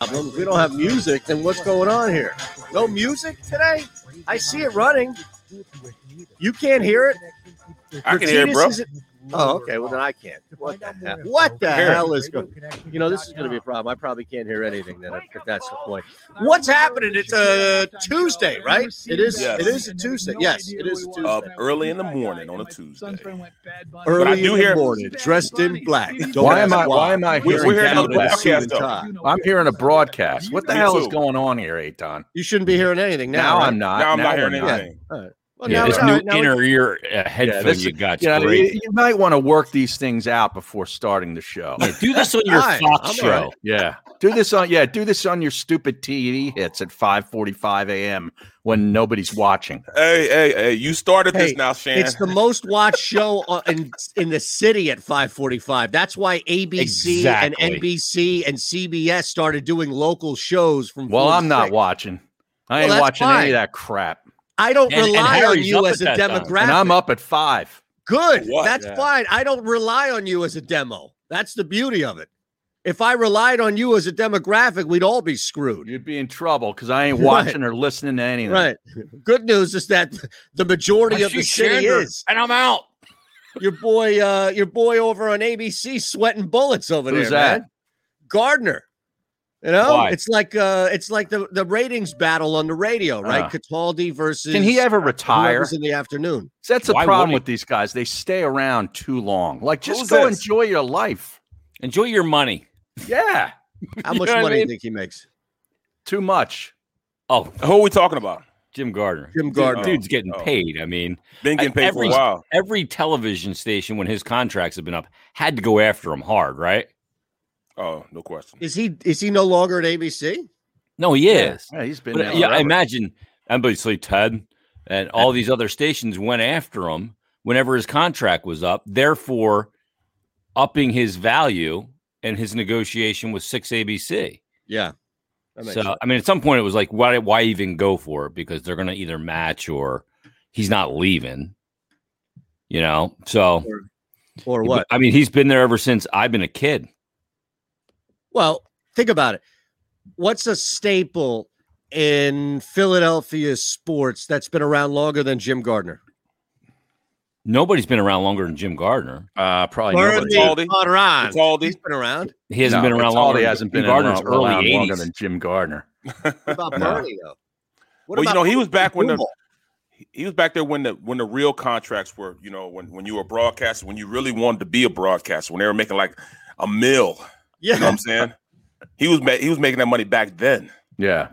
If we don't have music, then what's going on here? No music today? I see it running. You can't hear it? I can hear it, bro. Martinez isn't- Oh, okay. Well, then I can't. What the hell, what the hell is going You know, this is going to be a problem. I probably can't hear anything then, if if that's the point. What's happening? It's a Tuesday, right? It is. Yes. It is a Tuesday. Yes, it is a Tuesday. Up early in the morning on a Tuesday. Early But I do in hear- the morning, dressed in black. Don't Why am ask I? Why am I We- hearing? we're hearing Canada? another Suit and podcast, though. tie. I'm hearing a broadcast. What the Me hell is too. going on here, Aton? You shouldn't be hearing anything now. Now right? I'm not. Now I'm not we're hearing anything. Well, yeah, now this it's all new right. Now we- inner ear uh, headphone this you is- got, You, know, you, great. you might want to work these things out before starting the show. Yeah, do this on your Fine, Fox I'm all right. show. Yeah, do this on yeah. Do this on your stupid TED hits at 5:45 a.m. when nobody's watching. Hey, hey, hey! You started Hey, this now, Shan. It's the most watched show on- in in the city at 5:45. That's why ABC and Exactly. NBC and CBS started doing local shows from. Well, four to I'm not six. watching. I Well, ain't that's watching any fine. of that crap. I don't And- and rely on Harry's you up as a at that time. demographic. And I'm up at five. Good. What? That's Yeah. fine. I don't rely on you as a demo. That's the beauty of it. If I relied on you as a demographic, we'd all be screwed. You'd be in trouble because I ain't Right. watching or listening to anything. Right. Good news is that the majority of the city is and I'm out. your boy. Uh, your boy over on ABC sweating bullets over Who's there, that? man. Gardner. You know, Why? it's like uh, it's like the the ratings battle on the radio, right? Uh. Cataldi versus Can he ever retire? whoever's in the afternoon? So That's the Why would problem he? with these guys. They stay around too long. Like, just Who's go this? enjoy your life. Enjoy your money. Yeah. How You much know what I money do you mean? think he makes? Too much. Oh, Who are we talking about? Jim Gardner. Jim Gardner. Dude's getting Oh. paid. I mean, Been getting paid Every- for a while. every television station when his contracts have been up had to go after him hard, right? Oh, no question. Is he is he no longer at ABC? No, he is. Yeah, he's been But, there yeah, I forever. imagine obviously Ted and all these other stations went after him whenever his contract was up, therefore upping his value and his negotiation with six ABC. Yeah. That So makes sense. I mean, at some point it was like, why why even go for it? Because they're gonna either match or he's not leaving. You know, so or what? I mean, he's been there ever since I've been a kid. Well, think about it. What's a staple in Philadelphia sports that's been around longer than Jim Gardner? Nobody's been around longer than Jim Gardner. Uh, probably nobody. Bernie. Cataldi. Cataldi. Cataldi. He's been around. He hasn't No, been around Cataldi longer. than hasn't Jim been Gardner's around, around early longer 80s. than Jim Gardner. What about No. Bernie though? What Well, you about know, he was back when the- Duval? He was back there when the when the real contracts were, you know, when when you were a broadcaster, when you really wanted to be a broadcaster, when they were making like a mill. You know what yeah. I'm saying? He was ma- he was making that money back then. Yeah.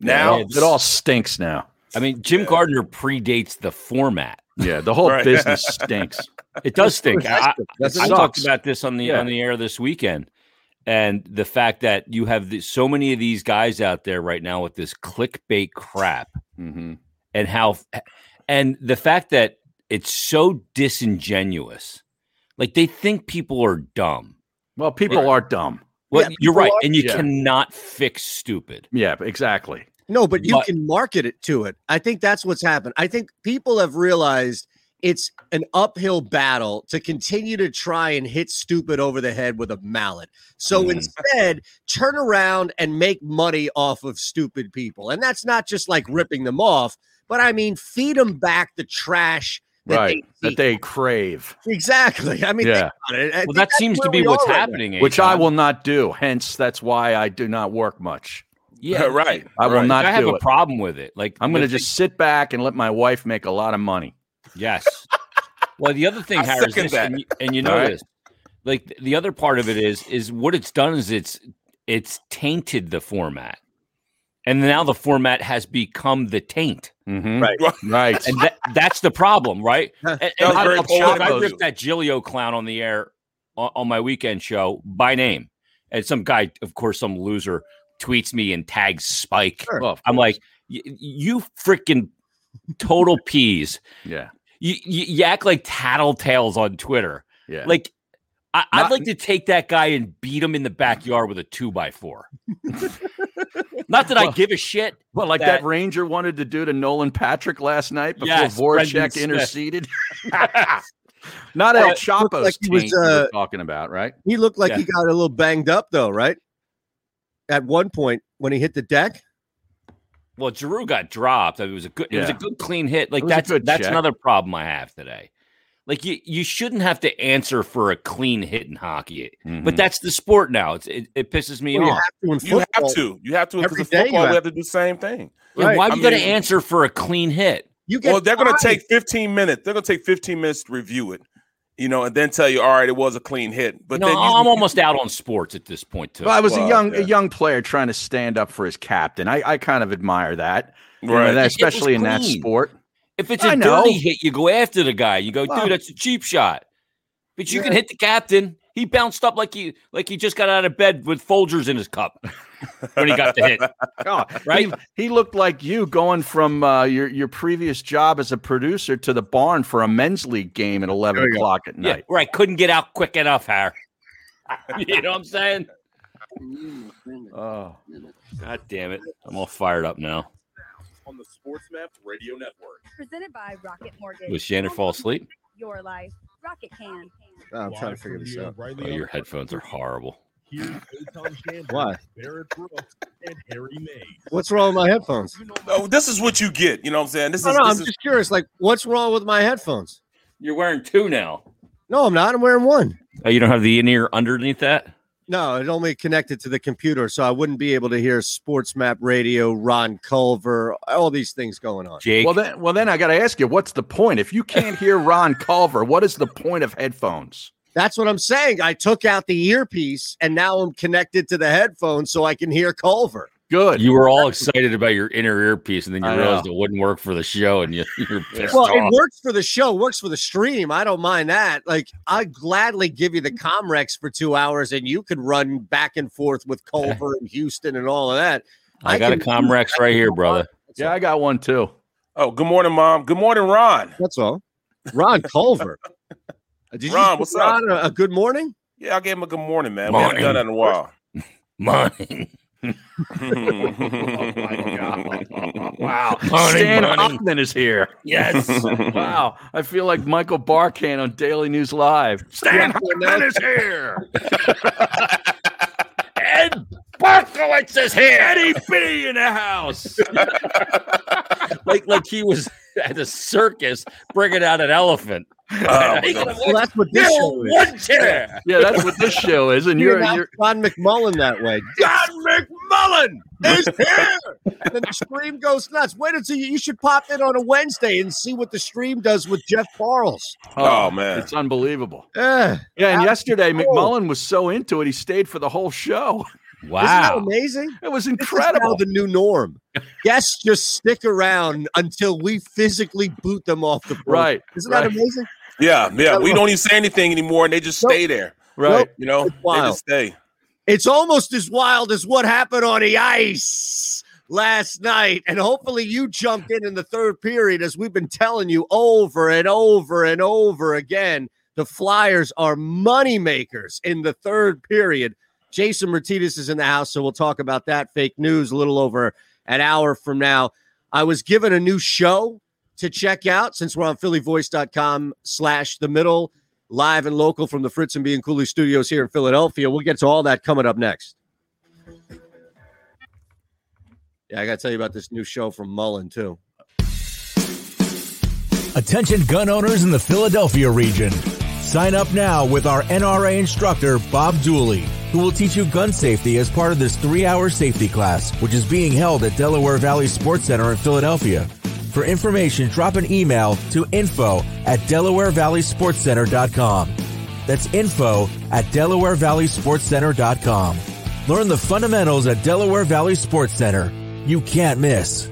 Now it all- it all stinks now. I mean, Jim Gardner predates the format. Yeah, the whole Right. business stinks. It does stink. I, That I sucks. talked about this on the Yeah. on the air this weekend, and the fact that you have the, so many of these guys out there right now with this clickbait crap, Mhm. and how, and the fact that it's so disingenuous. Like they think people are dumb. Well, people Yeah. are dumb. Well, Yeah, you're people right, are- and you yeah. cannot fix stupid. Yeah, exactly. No, but you But- can market it to it. I think that's what's happened. I think people have realized it's an uphill battle to continue to try and hit stupid over the head with a mallet. So Mm. instead, turn around and make money off of stupid people. And that's not just like ripping them off, but I mean, feed them back the trash that right. they that they crave, eat. Exactly. I mean, Yeah. think about it. I Well, think that that's seems to where be we what's are right now. happening. which I Aton. will not do. Hence, that's why I do not work much. Yeah, right. I will right. not I have do a it. problem with it. Like I'm going to the thing- just sit back and let my wife make a lot of money. Yes. well, the other thing, I Harry, is second this, that. and, you, and you All know right. this. Like th- the other part of it is, is what it's done is it's it's tainted the format, and now the format has become the taint, Mhm. Right. Right. and that, that's the problem, right? And, and That was I, very I'll- bold. I ripped that Gilio clown on the air on, on my weekend show by name, and some guy, of course, some loser tweets me and tags Spike. Sure. Well, I'm like, y- you freaking total peas. yeah, You, you, you act like tattletales on Twitter. yeah. Like, I, I'd Not- like to take that guy and beat him in the backyard with a two by four. Not that I Well- give a shit. well, like that, that- Ranger wanted to do to Nolan Patrick last night before Yes, Brendan Voracek Smith. interceded. Not El Well, it looked Chapo's like he was, taint we were uh, talking about, right? He looked like Yeah. he got a little banged up though, right? At one point when he hit the deck. Well, Giroux got dropped. I mean, it was a good, it was a Yeah. good clean hit. It Like was a that's good that's check. another problem I have today. Like you, you shouldn't have to answer for a clean hit in hockey, Mm-hmm. but that's the sport now. It's, it, it pisses me Well, you off. have to in You football. have to. You have to because Every in day you football have we have to do the same thing. Yeah, Right. why I are you going to mean- answer for a clean hit? You get Well, they're going fined. to take 15 minutes. They're going to take 15 minutes to review it, you know, and then tell you, all right, it was a clean hit. But But no, then you, I'm almost out on sports at this point too. Well, I was a Well, young yeah. a young player trying to stand up for his captain. I, I kind of admire that, you know, right. that- It was especially in that clean. sport. if it's a I know. dirty hit, you go after the guy. You go, Well- dude, that's a cheap shot. But you can hit the captain. He bounced up like he like he just got out of bed with Folgers in his cup when he got the hit. Oh, Right? he, he looked like you going from uh, your your previous job as a producer to the barn for a men's league game at eleven There you go. o'clock at Yeah, night. where I couldn't get out quick enough, Harry. you know what I'm saying? Oh, God damn it. I'm all fired up now. on the SportsMap Radio Network. Presented by Rocket Mortgage. Was Shannon fall asleep? Your life. Rocket can. Oh, I'm trying Live to figure from this the, uh, out. Riley Oh, your Upper headphones are horrible. Here's Eitan Shamblin, Why? Barrett Brooks, and Harry Mays. What's wrong with my headphones? You know No, Oh, this is what you get. You know what I'm saying? This No, is, no, this I'm is just curious. Like, what's wrong with my headphones? You're wearing two now. No, I'm not. I'm wearing one. Oh, you don't have the in ear underneath that? No, it only connected to the computer, so I wouldn't be able to hear Sports Map Radio, Ron Culver, all these things going on. Jake. well then, well then, I got to ask you, what's the point? If you can't hear Ron Culver, what is the point of headphones? That's what I'm saying. I took out the earpiece and now I'm connected to the headphones so I can hear Culver. Good. you were all excited about your inner earpiece, and then I you know. realized it wouldn't work for the show, and you, you're pissed Well, off. it works for the show, works for the stream. I don't mind that. Like, I gladly give you the Comrex for two hours and you could run back and forth with Culver and Houston and all of that. I got a can- Comrex right here, brother. yeah, I got one too. Oh, good morning, mom. Good morning, Ron. That's all. Ron Culver. Did Ron, give what's up? Ron a, a good morning? Yeah, I gave him a good morning, man. Morning. We haven't done that in a while. Money. Wow. Morning, Stan morning. Hoffman is here. Yes. Wow. I feel like Michael Barkan on Daily News Live. Stan Hoffman is here. Ed Barkowitz is here. Eddie B in the house. like, like he was at a circus bringing out an elephant. Oh, He no. could've Well, that's what this show is. one chair. Yeah, that's what this show is. And You you're, announced you're Ron McMullen that way. John McMullen. is here. And then the stream goes nuts. Wait until you, you should pop in on a Wednesday and see what the stream does with Jeff Parles. Oh, man. Eh, It's unbelievable. Yeah. Yeah, and That's yesterday cool. McMullen was so into it, he stayed for the whole show. Isn't that Wow. amazing? It was This is now incredible. the new norm. Guests just stick around until we physically boot them off the program. Right, Isn't right. that amazing? Yeah, yeah. We don't even say anything anymore, and they just stay there. Right. You know, It's they wild. just stay. It's almost as wild as what happened on the ice last night. And hopefully you jumped in in the third period, as we've been telling you over and over and over again. The Flyers are moneymakers in the third period. Jason Martinez is in the house, so we'll talk about that fake news a little over an hour from now. I was given a new show to check out since we're on phillyvoice.com slash the middle live and local from the Fritz and B and Cooley studios here in Philadelphia. We'll get to all that coming up next. Yeah, I got to tell you about this new show from Mullen too. Attention gun owners in the Philadelphia region. Sign up now with our NRA instructor, Bob Dooley, who will teach you gun safety as part of this three hour safety class, which is being held at Delaware Valley Sports Center in Philadelphia. For information, drop an email to info at delawarevalleysportscenter.com. That's info at delawarevalleysportscenter.com. Learn the fundamentals at Delaware Valley Sports Center. You can't miss.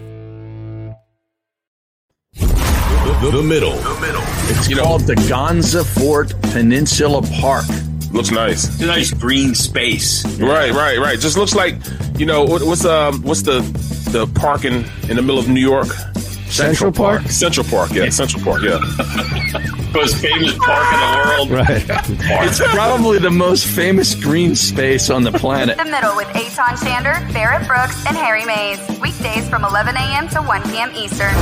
The middle. It's called the Gonza Fort Peninsula Park. Looks nice. It's a nice green space. Right, right, right. Just looks like you know what, what's um what's the the park in, in the middle of New York? Central Park? Central Park, yeah, Central Park, yeah. Most famous park in the world. Right. it's probably the most famous green space on the planet. The Middle with Aton Shander, Barrett Brooks, and Harry Mays. Weekdays from 11 a.m. to 1 p.m. Eastern.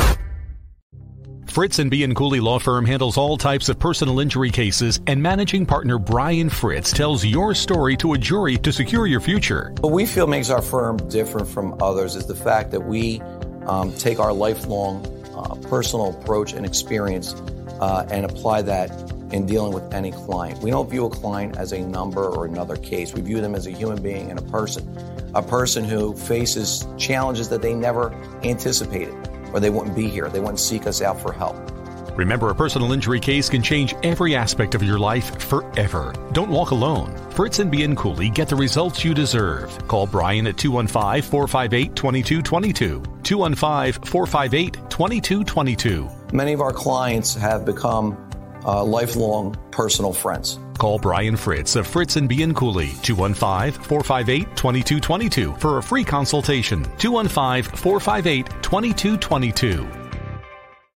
Fritz and B and Cooley Law Firm handles all types of personal injury cases, and managing partner Brian Fritz tells your story to a jury to secure your future. What we feel makes our firm different from others is the fact that we um, take our lifelong uh, personal approach and experience uh, and apply that in dealing with any client. We don't view a client as a number or another case. We view them as a human being and a person, a person who faces challenges that they never anticipated or they wouldn't be here. They wouldn't seek us out for help. Remember, a personal injury case can change every aspect of your life forever. Don't walk alone. Fritz and B and Cooley get the results you deserve. Call Brian at 215 458 2222. 215 458 2222. Many of our clients have become uh, lifelong personal friends. Call Brian Fritz of Fritz and B and Cooley 215-458-2222 for a free consultation. 215-458-2222.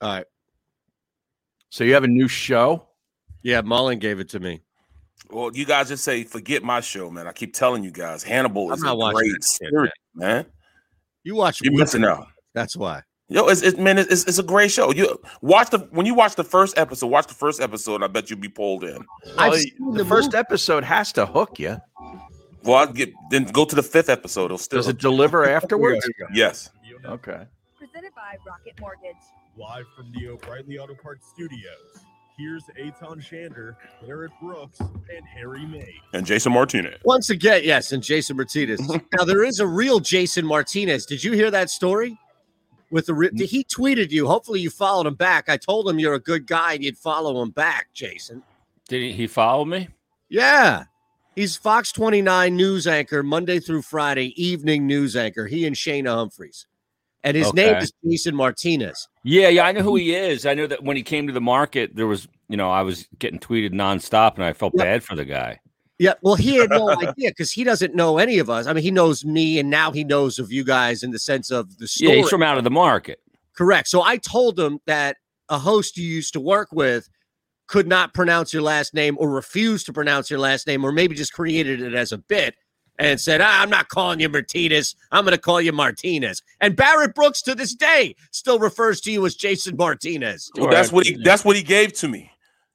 All right. So you have a new show? Yeah, Mullen gave it to me. Well, you guys just say forget my show, man. I keep telling you guys, Hannibal I'm is not a watching great that shit, series, man. You watch You're missing out. That's why. Yo, it's, it's man, it's, it's a great show. You watch the when you watch the first episode, watch the first episode. and I bet you'll be pulled in. I've Well, seen the, the first movie. episode has to hook you. Well, I get then go to the fifth episode. It'll still Does it deliver afterwards? yes. Okay. Presented by Rocket Mortgage. Live from the O'Reilly Auto Parts Studios. Here's Aton Shander, Barrett Brooks, and Harry May. And Jason Martinez. Once again, yes, and Jason Martinez. now there is a real Jason Martinez. Did you hear that story? With the re- he tweeted you. Hopefully you followed him back. I told him you're a good guy and you'd follow him back, Jason. Did he follow me? Yeah. He's Fox 29 news anchor Monday through Friday evening news anchor. He and Shayna Humphreys. And his name Okay. is Jason Martinez. Yeah, yeah, I know who he is. I know that when he came to the market, there was, you know, I was getting tweeted nonstop, and I felt Yep. bad for the guy. Yeah, well, he had no idea because he doesn't know any of us. I mean, he knows me, and now he knows of you guys in the sense of the Yeah, story. he's from out of the market. Correct. So I told him that a host you used to work with could not pronounce your last name or refused to pronounce your last name, or maybe just created it as a bit and said, ah, I'm not calling you Martinez. I'm going to call you Martinez. And Barrett Brooks to this day still refers to you as Jason Martinez. Well, that's what he that's what he gave to me.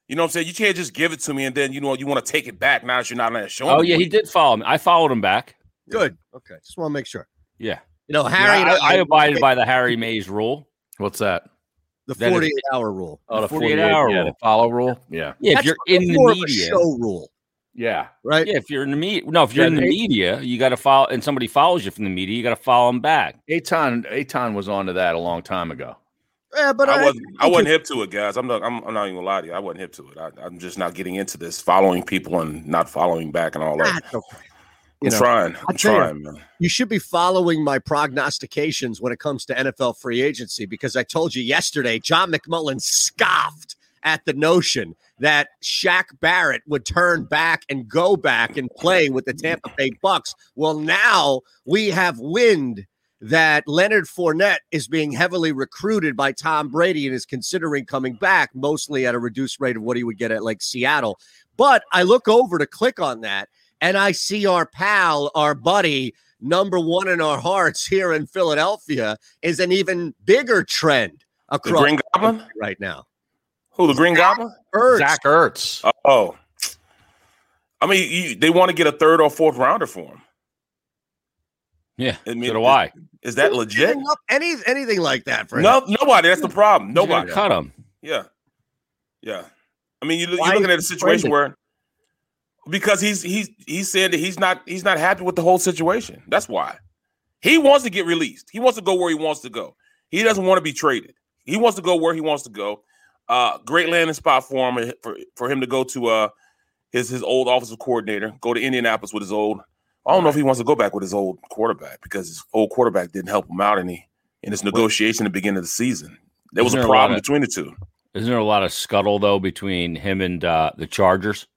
You know what I'm saying? You can't just give it to me and then you know you want to take it back now that you're not on that show. Oh yeah, he did follow me. I followed him back. Good. Okay. Just want to make sure. Yeah, You know, Harry, Yeah, I, I abided by the Harry Mays rule. What's that? the that is- 48 hour rule. Oh, the 48 hour yeah, the rule. follow rule. Yeah. Yeah, if That's you're in more the of a media, show rule, Yeah. right? yeah, if you're in the media, no, if you're in the Yeah, they- media, you got to follow, and somebody follows you from the media, you got to follow them back. Aton Aton was onto that a long time ago. Yeah, but I I, wasn't I wasn't hip to it, guys. I'm not I'm, I'm not even gonna lie to you. I wasn't hip to it. I, I'm just not getting into this following people and not following back and all that. God, okay. I'm you know. trying. I'm tell you- trying, man. you should be following my prognostications when it comes to NFL free agency because I told you yesterday John McMullen scoffed at the notion that Shaq Barrett would turn back and go back and play with the Tampa Bay Bucks. Well, now we have wind that Leonard Fournette is being heavily recruited by Tom Brady and is considering coming back, mostly at a reduced rate of what he would get at like Seattle. But I look over to click on that and I see our pal, our buddy, number one in our hearts here in Philadelphia is an even bigger trend The across Green Goblin? right now. Who the Green Goblin? Ertz, Zach Ertz. Oh, I mean, you, they want to get a third or fourth rounder for him. Yeah, I mean, so do I. Is, that legit? Giving up Any anything like that for No, him. nobody. That's the problem. He's gonna Nobody cut him. Yeah, yeah. I mean, you, you're Why looking is at a he friendly? situation where because he's he's he's saying that he's not he's not happy with the whole situation. That's why he wants to get released. He wants to go where he wants to go. He doesn't want to be traded. He wants to go where he wants to go. Uh, great landing spot for him for, for him to go to uh his his old offensive coordinator. Go to Indianapolis with his old. I don't know if he wants to go back with his old quarterback because his old quarterback didn't help him out any in his negotiation at the beginning of the season. There was Isn't a there a lot problem of- between the two. Isn't there a lot of scuttle though between him and uh, the Chargers?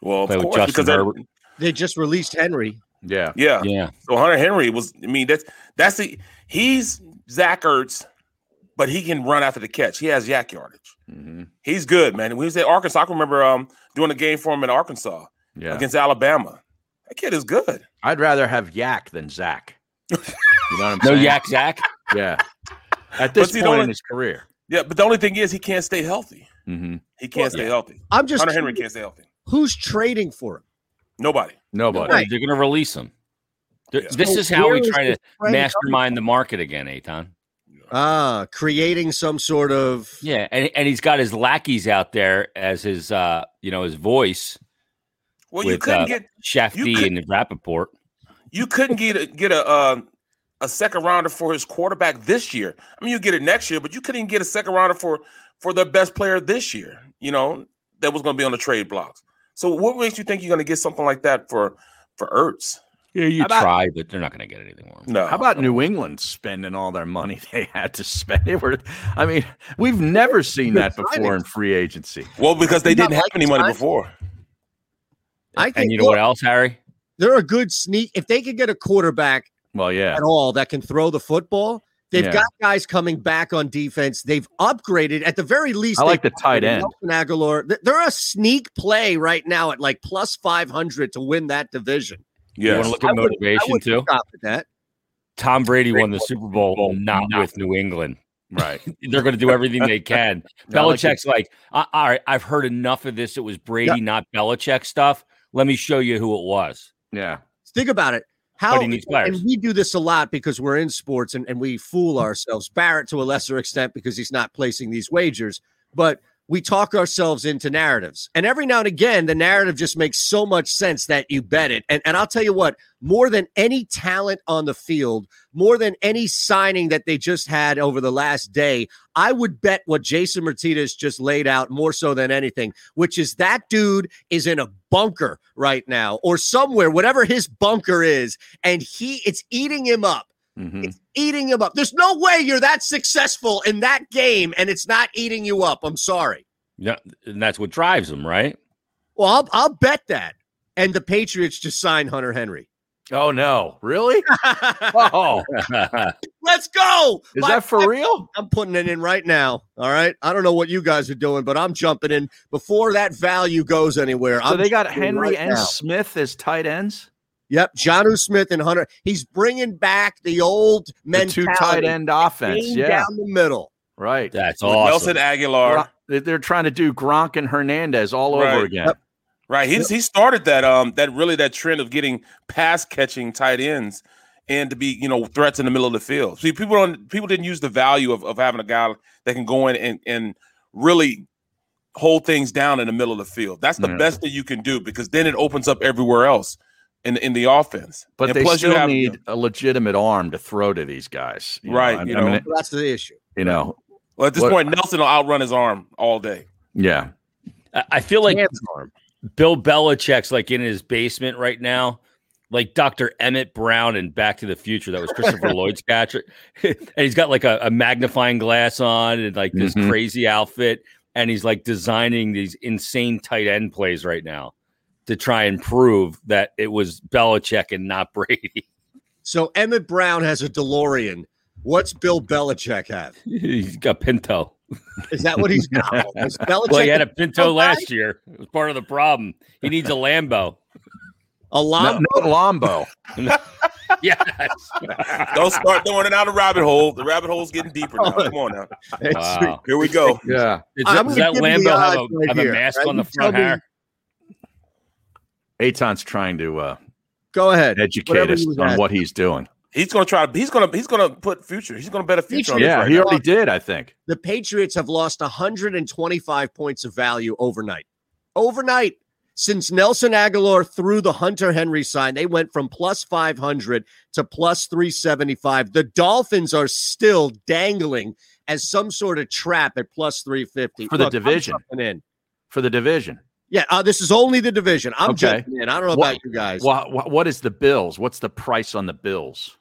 Well, of Play with course, Justin because they're- Herbert. They just released Henry. Yeah. Yeah. Yeah. So Hunter Henry was, I mean, that's that's the he's Zach Ertz, but he can run after the catch. He has yak yardage. Mm-hmm. He's good, man. When he was at Arkansas, I can remember um doing a game for him in Arkansas Yeah. against Alabama. That kid is good. I'd rather have Yak than Zach. You know what I'm No saying? yak, Zach. Yeah. At this But you point know in what? his career. Yeah, but the only thing is he can't stay healthy. Mm-hmm. He can't stay healthy. I'm just Hunter Henry curious. can't stay healthy. Who's trading for him? Nobody. Nobody. Right. They're going to release him. Th- Yeah. This So is how where we is try to this trade mastermind the market again, Aton. Ah, creating some sort of Yeah, and, and he's got his lackeys out there as his uh you know his voice. uh, Well, you couldn't get you Shafty couldn't- and Rappaport. you couldn't get a, get a uh, a second rounder for his quarterback this year. I mean, you get it next year, but you couldn't even get a second rounder for for their best player this year. You know that was going to be on the trade blocks. So what makes you think you're going to get something like that for for Ertz? Yeah, you How about- try, but they're not going to get anything. More. No, How about New England spending all their money they had to spend? They were, I mean, we've never seen that before in free agency. well because they Not didn't have like any money time. before. I think And you know what else, Harry? they're a good sneak if they could get a quarterback Well, yeah. at all that can throw the football. They've Yeah. got guys coming back on defense. They've upgraded at the very least. I like they've the tight upgraded end. Nelson Aguilar. Th- They're a sneak play right now at like plus five hundred to win that division. You Yeah, want to look at wouldn't- I motivation wouldn't too? Stop at that. Tom Brady won the Super Bowl not with New England. Right. They're going to do everything they can. I like Belichick's like, "A- all right, I've heard enough of this. It was Brady, Yeah. not Belichick stuff. Let me show you who it was. Yeah. Think about it. How But he needs players. and we do this a lot because we're in sports and, and we fool ourselves. Barrett to a lesser extent because he's not placing these wagers, but we talk ourselves into narratives. And every now and again, the narrative just makes so much sense that you bet it. And and I'll tell you what, more than any talent on the field, more than any signing that they just had over the last day, I would bet what Jason Martinez just laid out more so than anything, which is that dude is in a bunker right now or somewhere, whatever his bunker is, and he it's eating him up. Mm-hmm. Mhm. It's eating him up. There's no way you're that successful in that game and it's not eating you up. I'm sorry. Yeah, and that's what drives them, right? Well, I'll, I'll bet that. And the Patriots just signed Hunter Henry. Oh, no. Really? Oh, Let's go. is My- that for my- real? I'm putting it in right now. All right. I don't know what you guys are doing, but I'm jumping in before that value goes anywhere. So I'm they got jumping in Henry right and now. Smith as tight ends? Yep, Johnu Smith and Hunter. He's bringing back the old The mentality. two tight end offense. Game Yeah. down the middle. Right. That's With awesome. Nelson Aguilar, Gron- they- They're trying to do Gronk and Hernandez all over Right. again. Yep. right? He he started that um that really that trend of getting pass catching tight ends and to be you know threats in the middle of the field. See, people don't people didn't use the value of, of having a guy that can go in and and really hold things down in the middle of the field. That's the Yeah. best that you can do because then it opens up everywhere else in in the offense. But And they plus you still have- need a legitimate arm to throw to these guys. you know, Right, I- you I mean, know. it- Well, that's the issue. you know, well, at this what- point, Nelson will outrun his arm all day. yeah. I I feel like Man's arm. Bill Belichick's like in his basement right now, like Dr. Emmett Brown in Back to the Future. That was Christopher Lloyd Patrick. and he's got like a, a magnifying glass on and like this Mm-hmm. Mhm. crazy outfit. And he's like designing these insane tight end plays right now to try and prove that it was Belichick and not Brady. So Emmett Brown has a DeLorean. What's Bill Belichick have? he's got Pinto. Is that what he's got? Is Belichick Well, he had a guy? Pinto last year. It was part of the problem. He needs a Lambo. a No, lot? no Lombo. Yes. Don't start throwing it out of rabbit hole. The rabbit hole's getting deeper now. Come on now. Wow. Here we go. yeah. Is I'm that, does that gonna give you Lambo the have odds a, right have a here, mask right? on the You tell front hair? Aton's trying to uh, go ahead educate Whatever us he was on at. what he's doing. He's gonna try. He's gonna. He's gonna put future. He's gonna bet a future. on this Yeah, right he now. already did. I think. The Patriots have lost 125 points of value overnight. Overnight, since Nelson Aguilar threw the Hunter Henry sign, they went from plus 500 to plus 375. The Dolphins are still dangling as some sort of trap at plus 350 For the Look, I'm division. jumping In. For the division. Yeah, uh, this is only the division. I'm okay. jumping in. I don't know What- about you guys. What, what- what is the Bills? What's the price on the Bills?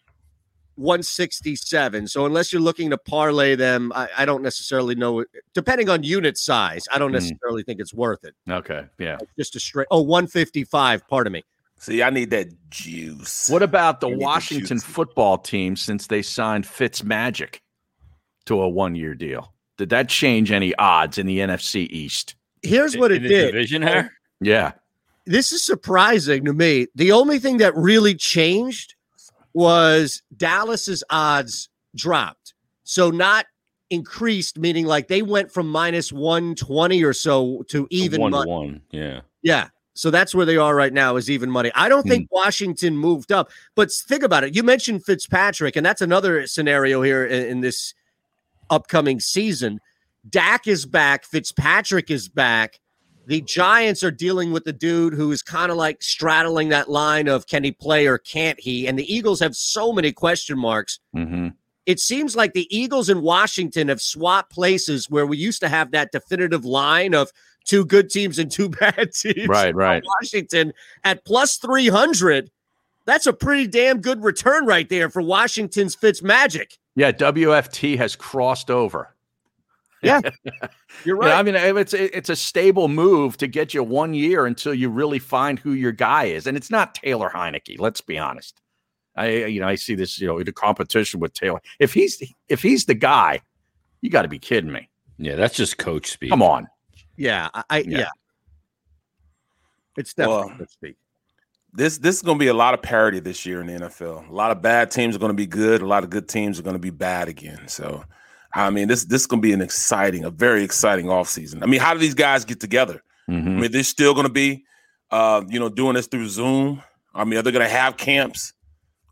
167. So unless you're looking to parlay them, I, I don't necessarily know. Depending on unit size, I don't Hmm. necessarily think it's worth it. Okay. Yeah. Just a straight. Oh, 155. Pardon me. See, I need that juice. What about the You need to Washington football team since they signed Fitz Magic to a one year deal? Did that change any odds in the NFC East? Here's what it did. Yeah. This is surprising to me. The only thing that really changed was Dallas's odds dropped. So not increased, meaning like they went from minus 120 or so to even one money. to one. Yeah. Yeah. So that's where they are right now is even money. I don't think Washington moved up, but think about it. You mentioned Fitzpatrick, and that's another scenario here in, in this upcoming season. Dak is back, Fitzpatrick is back. The Giants are dealing with the dude who is kind of like straddling that line of can he play or can't he? And the Eagles have so many question marks Mm-hmm. it seems like the Eagles and Washington have swapped places where we used to have that definitive line of two good teams and two bad teams. Right, right. Washington at plus 300. That's a pretty damn good return right there for Washington's Fitz Magic. Yeah. WFT has crossed over. Yeah. You're You know, I mean, it's it's a stable move to get you one year until you really find who your guy is, and it's not Taylor Heineke. Let's be honest. I you know I see this you know the competition with Taylor. If he's if he's the guy, you got to be kidding me. Yeah, that's just coach speak. Come on, Yeah. I, I yeah. Yeah. It's Well, definitely good speak. This this is going to be a lot of parity this year in the NFL. A lot of bad teams are going to be good. A lot of good teams are going to be bad again. So, I mean, this this is going to be an exciting, a very exciting offseason. I mean, how do these guys get together? I Mm-hmm. mean, they're still going to be, uh, you know, doing this through Zoom. I mean, are they going to have camps?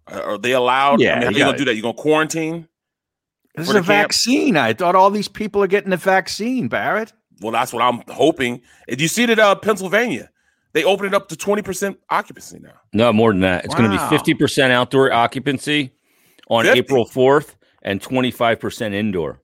Are are they allowed? Yeah, I mean, how you you going gotta- to do that? You going to quarantine? this For is the a camp. vaccine. I thought all these people are getting the vaccine, Barrett. Well, that's what I'm hoping. And you see that uh, Pennsylvania, they opened it up to 20% occupancy now. No, more than that. It's going Wow. to be 50% outdoor occupancy on 50? April 4th and 25% indoor.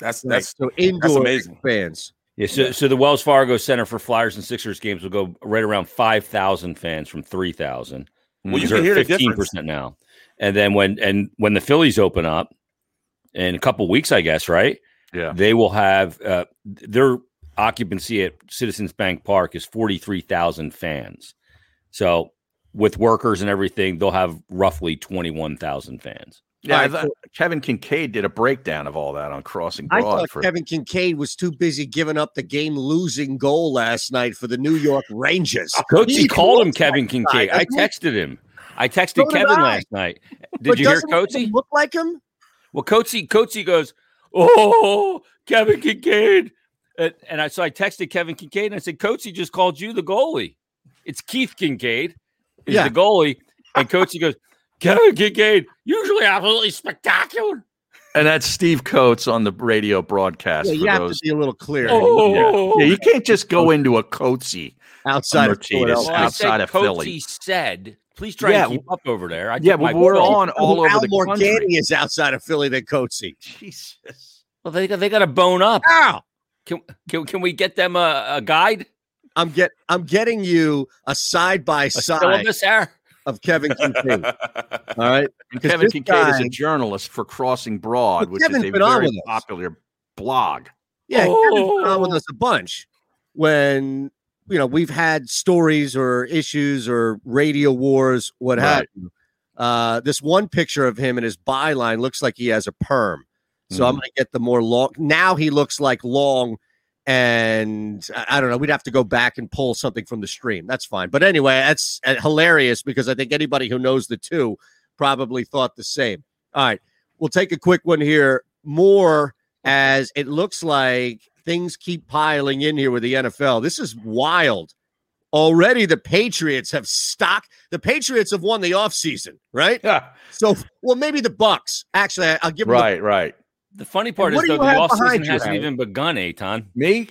That's Right. that's so That's indoor amazing. fans. Yeah, so, so the Wells Fargo Center for Flyers and Sixers games will go right around 5,000 fans from 3,000. Well, you These can are hear the 15% now. And then when and when the Phillies open up in a couple weeks, I guess, right? Yeah. They will have uh, their occupancy at Citizens Bank Park is 43,000 fans. So with workers and everything, they'll have roughly 21,000 fans. Yeah, All I right, thought Kevin Kincaid did a breakdown of all that on Crossing I Broad. thought For, Kevin Kincaid was too busy giving up the game losing goal last night for the New York Rangers. Oh, Coach, He he called him looks Kevin like Kincaid. that. I texted him. I So texted did Kevin I. last night. Did But you hear doesn't he Coatsy? Look like him? Well, Coatsy, Coatsy goes, Oh, Kevin Kincaid. And, and I so I texted Kevin Kincaid and I said, Coatsy just called you the goalie. It's Keith Kincaid, is Yeah. the goalie. And Coatsy goes, Kevin Kincaid, usually absolutely spectacular. and that's Steve Coates on the radio broadcast. Yeah, you for have those. to be a little clear. Oh. Yeah. Yeah, you can't just go into a Coatsy Outside of Martinez, Philadelphia. Well, I said Outside of Philly. Coatsy said, please try Yeah, and keep up over there. I yeah, took my but we're call. on all over Al the Morgani country. is outside of Philly than Coatsy. Jesus. Well, they got they got to bone up. Ow! Can, can can we get them a, a guide? I'm get I'm getting you a side by A side syllabus there? of Kevin Kincaid. All right, And 'Cause Kevin this Kincaid is guy- a journalist for Crossing Broad, But which Kevin's is a been on very with us. popular blog. Yeah, Kevin's been on with Oh. us a bunch when you know we've had stories or issues or radio wars, what Right. have you. Uh, this one picture of him and his byline looks like he has a perm. So I'm Mhm. gonna get the more long. Now he looks like long, and I, I don't know. We'd have to go back and pull something from the stream. That's fine. But anyway, that's uh, hilarious because I think anybody who knows the two probably thought the same. All right, we'll take a quick one here. More as it looks like things keep piling in here with the NFL. This is wild. Already the Patriots have stock. The Patriots have won the offseason, right? Yeah. So, well, maybe the Bucks. Actually, I- I'll give them the- Right, right. The funny part What is do though, you the have offseason behind you, hasn't Adam? even begun, Aton. Me?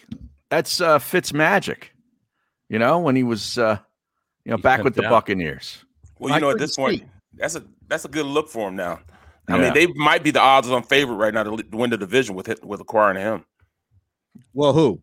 That's uh, Fitz Magic. You know when he was, uh, you know, back with pimped the out. Buccaneers. Well, you know, at this point, that's a that's a good look for him now. I Yeah. mean, they might be the odds on favorite right now to li- win the division with it, with acquiring him. Well, who?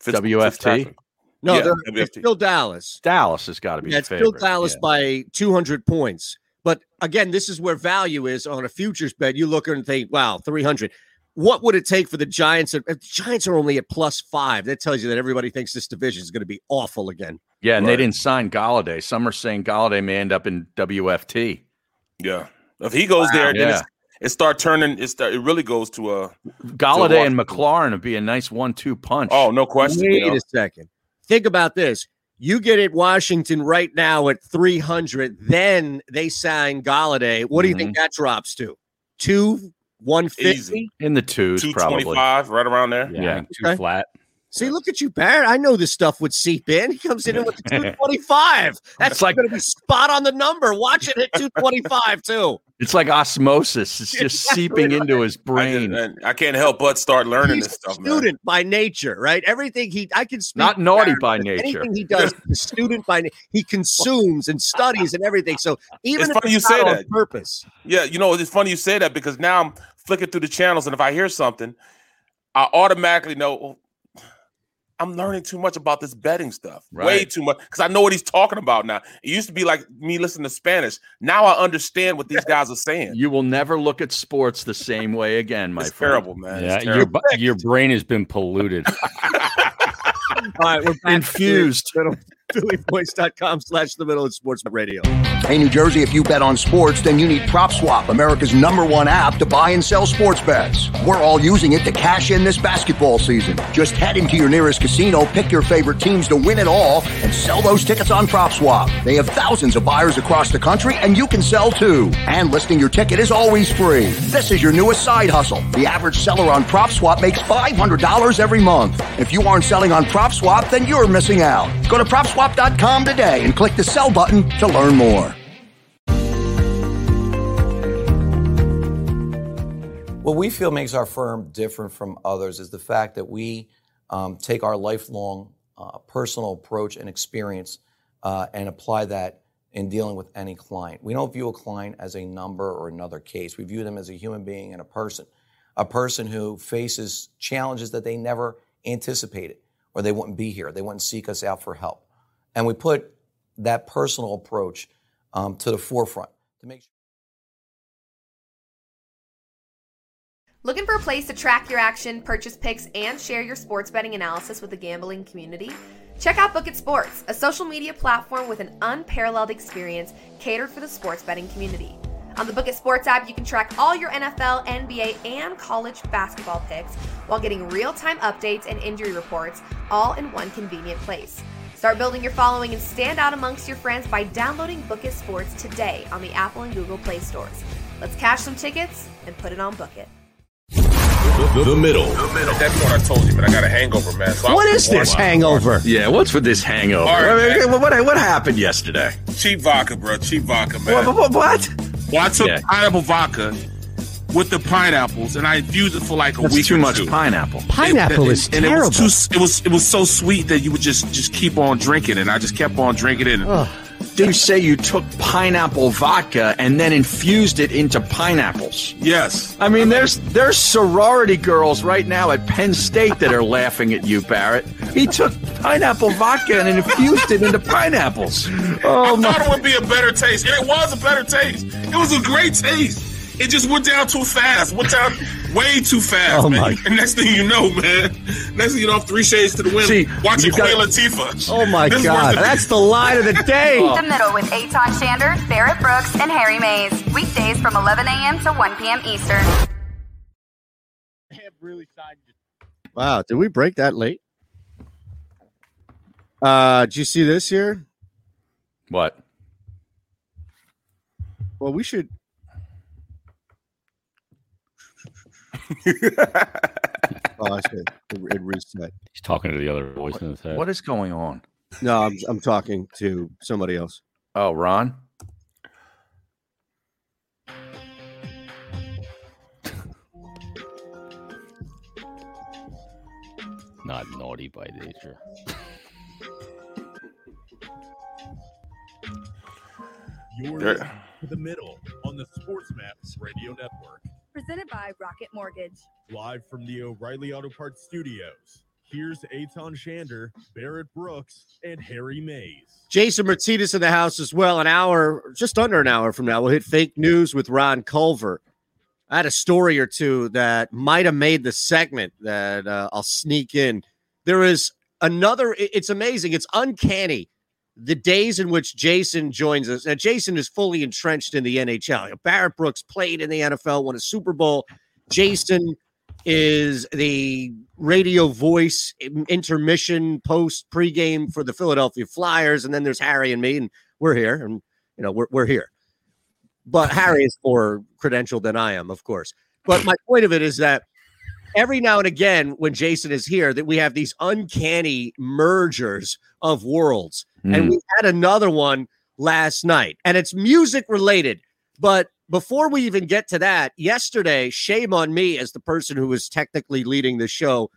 Fitz- WFT. Fitzpatrick. No, Yeah, they're, it's WFT. still Dallas. Dallas has got to be. Yeah, the it's still favorite. Dallas by 200 points. But again, this is where value is on a futures bet. You look and think, wow, 300. What would it take for the Giants? If The Giants are only at plus five. That tells you that everybody thinks this division is going to be awful again. Yeah, and they Right. didn't sign Galladay. Some are saying Galladay may end up in WFT. Yeah, if he goes there, then yeah. it's, it start turning. It start, it really goes to uh Galladay and Washington. McLaurin would be a nice one-two punch. Oh, no question. Wait a second. Think about this. You get at Washington right now at 300, then they sign Galladay. What do you Mm-hmm. think that drops to? Two, 150? Easy. in the twos, two probably. twenty five, right around there. Yeah, Yeah. too flat. See, look at you, Barrett. I know this stuff would seep in. He comes in with the 225. That's like going to be spot on the number. Watch it hit 225 too. It's like osmosis. It's just seeping into his brain. And I can't help but start learning this stuff, man. Student by nature, right? Everything he, I can speak. Not to naughty Barrett, by but nature. Anything he does, the student by na- he consumes and studies and everything. So even It's if funny you it's say not on that. purpose, Yeah, you know, it's funny you say that because now I'm flicking through the channels, and if I hear something, I automatically know oh, I'm learning too much about this betting stuff. Way Right. too much because I know what he's talking about now. It used to be like me listening to Spanish. Now I understand what these guys are saying. You will never look at sports the same way again, my It's friend. terrible, man. Yeah, It's your terrible. bu- your brain has been polluted. all right, we're back Infused. phillyvoice.com slash the middle of sports radio. Hey, New Jersey, if you bet on sports, then you need PropSwap, America's number one app to buy and sell sports bets. We're all using it to cash in this basketball season. Just head into your nearest casino, pick your favorite teams to win it all, and sell those tickets on PropSwap. They have thousands of buyers across the country, and you can sell too. And listing your ticket is always free. This is your newest side hustle. The average seller on PropSwap makes $500 every month. If you aren't selling on PropSwap, then you're missing out. Go to PropSwap.com today and click the sell button to learn more. What we feel makes our firm different from others is the fact that we um, take our lifelong uh, personal approach and experience uh, and apply that in dealing with any client. We don't view a client as a number or another case. We view them as a human being and a person, a person who faces challenges that they never anticipated or they wouldn't be here. They wouldn't seek us out for help. And we put that personal approach um, to the forefront to make sure. Looking for a place to track your action, purchase picks, and share your sports betting analysis with the gambling community? Check out Book It Sports, a social media platform with an unparalleled experience catered for the sports betting community. On the Book It Sports app, you can track all your NFL, NBA, and college basketball picks while getting real time updates and injury reports all in one convenient place. Start building your following and stand out amongst your friends by downloading Book It Sports today on the Apple and Google Play stores. Let's cash some tickets and put it on Book It. The, middle. The middle. At that point, I told you, but I got a hangover, man. So I What was is this born- hangover? Yeah, what's with this hangover? All right, I mean, what, what, what happened yesterday? Cheap vodka, bro. Cheap vodka, man. What? what, what? Well, I took Yeah. pineapple vodka with the pineapples, and I infused it for like a That's week. too or much two. pineapple. Pineapple It- is and terrible. It was, too, it was it was so sweet that you would just just keep on drinking, it, and I just kept on drinking it. And You say you took pineapple vodka and then infused it into pineapples. Yes. I mean, there's there's sorority girls right now at Penn State that are laughing at you, Barrett. He took pineapple vodka and infused it into pineapples. Oh I thought it would be a better taste, and it was a better taste. It was a great taste. It just went down too fast. Went down way too fast, Oh, man. my- And next thing you know, man, next thing you know, I'm three shades to the wind, See, watching you got- Queen Latifah. Oh my This is Oh, God, worse than- that's the line of the day. The Middle with Aton Shander, Barrett Brooks, and Harry Mays. Weekdays from 11 a.m. to 1 p.m. Eastern. Wow, did we break that late? Uh, do you see this here? What? Well, we should. oh, I see. It, it reset. Oh, He's talking to the other voice in his head. What is going on? No, I'm, I'm talking to somebody else. Oh, Ron? Not naughty by nature. You're There- to the middle on the Sports Maps Radio Network. Presented by Rocket Mortgage. Live from the O'Reilly Auto Parts Studios, here's Aton Shander, Barrett Brooks, and Harry Mays. Jason Mercedes in the house as well. An hour, just under an hour from now, we'll hit fake news with Ron Culver. I had a story or two that might have made the segment that uh, I'll sneak in. There is another, it- it's amazing. It's uncanny the days in which Jason joins us. Now, Jason is fully entrenched in the NHL. Barrett Brooks played in the NFL, won a Super Bowl. Jason is the radio voice in- intermission post pregame for the Philadelphia Flyers, and then there's Harry and me, and we're here, and you know we're we're here. But Harry is more credentialed than I am, of course. But my point of it is that every now and again, when Jason is here, that we have these uncanny mergers of worlds, and Hmm. Mm. we had another one last night, and it's music related. But before we even get to that, yesterday, shame on me as the person who was technically leading the show.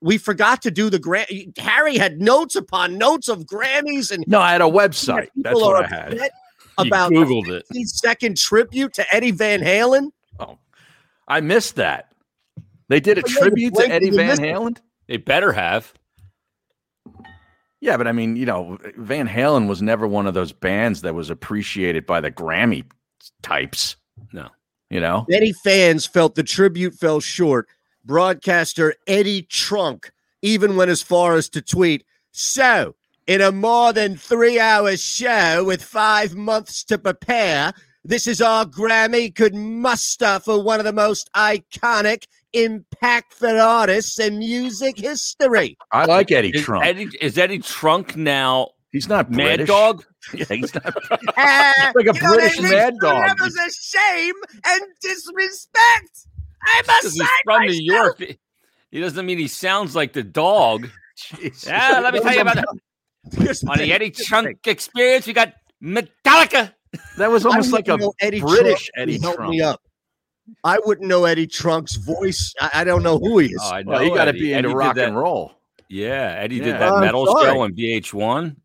We forgot to do the Grammy. Harry had notes upon notes of Grammys and No, I had a website. That's people what are I had. upset You about the Googled it. 60 second tribute to Eddie Van Halen. Oh, I missed that. They did a But yeah, you tribute to blanked- Eddie you Van missed it. Halen. They better have. Yeah, but I mean, you know, Van Halen was never one of those bands that was appreciated by the Grammy types. No. You know? Many fans felt the tribute fell short. Broadcaster Eddie Trunk even went as far as to tweet, "So, in a more than three-hour show with five months to prepare, this is all Grammy could muster for one of the most iconic, impactful artists in music history." I like Eddie Is Trunk. Eddie, is Eddie Trunk now? He's not Mad British. Dog. Yeah, he's not. Ah, Like a you know what British I mean? mad dog. Oh, That was a shame and disrespect. I must Because say, he's from New York. He- He doesn't mean he sounds like the dog. Yeah, let me tell you about it. On the Eddie Trunk experience, we got Metallica. That was I wouldn't know Eddie Trunk would help me up. I wouldn't know Eddie Trunk's voice. I, I don't know who he is. Oh, I know Well, he got to Eddie. be into Eddie did rock that- and roll. Yeah, Eddie Yeah. did that Oh, I'm metal sorry. show on VH1.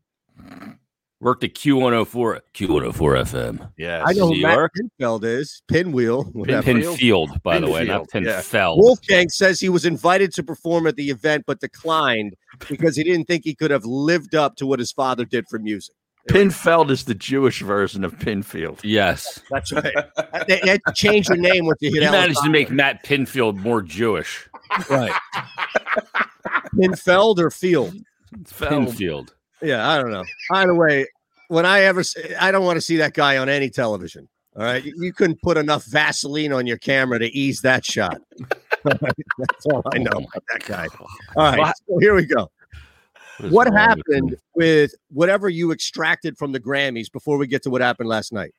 Worked at Q104, Q104 FM. Yeah, I know who New Matt York. Pinfeld is. Pinwheel. whatever. Pinfield, by the way, not Pinfield, yeah. Pinfeld. Wolfgang says he was invited to perform at the event but declined because he didn't think he could have lived up to what his father did for music. Pinfeld is the Jewish version of Pinfield. Yes. That's right. they, they had to change your name with the You hit. managed to make Matt Pinfield more Jewish. Right. Pinfeld or Field? Pinfield. Yeah, I don't know. Either way, when I ever, see, I don't want to see that guy on any television. All right, you, you couldn't put enough Vaseline on your camera to ease that shot. That's all I Oh know about that guy. All right, so here we go. What is What wrong with happened with whatever you extracted from the Grammys before we get to what happened last night?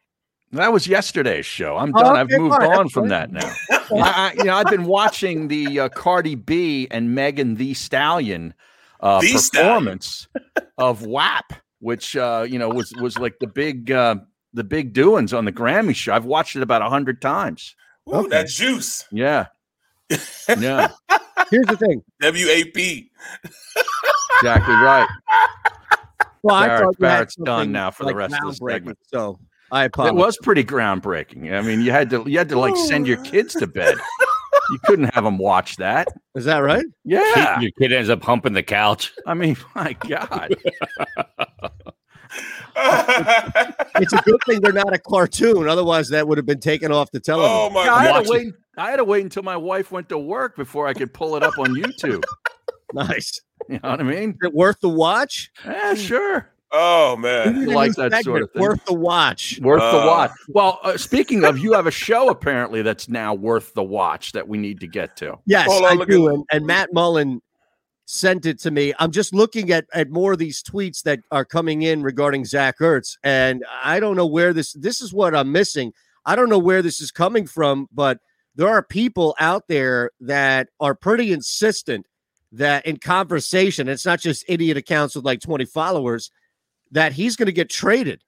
That was yesterday's show. I'm Oh, done. I've okay, moved all right, on from that's that now. I, I, you know, I've been watching the uh, Cardi B and Megan the Stallion uh, The performance of WAP, which uh, you know was was like the big uh, the big doings on the Grammy show. I've watched it about a hundred times. Ooh, that juice. Yeah, yeah, Here's the thing. WAP. exactly right. Well, I Barrett- thought you had Barrett's something, done now for the like, rest of the groundbreaking, segment. So I It apologize. was pretty groundbreaking. I mean, you had to you had to like send your kids to bed. You couldn't have them watch that. Is that right? Yeah. Your kid ends up humping the couch. I mean, my God. it's a good thing they're not a cartoon. Otherwise, that would have been taken off the television. Yeah, I had, to wait, I had to wait until my wife went to work before I could pull it up on YouTube. Nice. You know what I mean? Is it worth the watch? Yeah, sure. Oh man, You like that sort of thing. Worth the watch. Worth the Uh. watch. Well, uh, speaking of, you have a show apparently that's now worth the watch that we need to get to. Yes, Hold on, I look do. at- And, and Matt Mullen sent it to me. I'm just looking at at more of these tweets that are coming in regarding Zach Ertz, and I don't know where this. This is what I'm missing. I don't know where this is coming from, but there are people out there that are pretty insistent that in conversation, it's not just idiot accounts with like 20 followers, that he's going to get traded.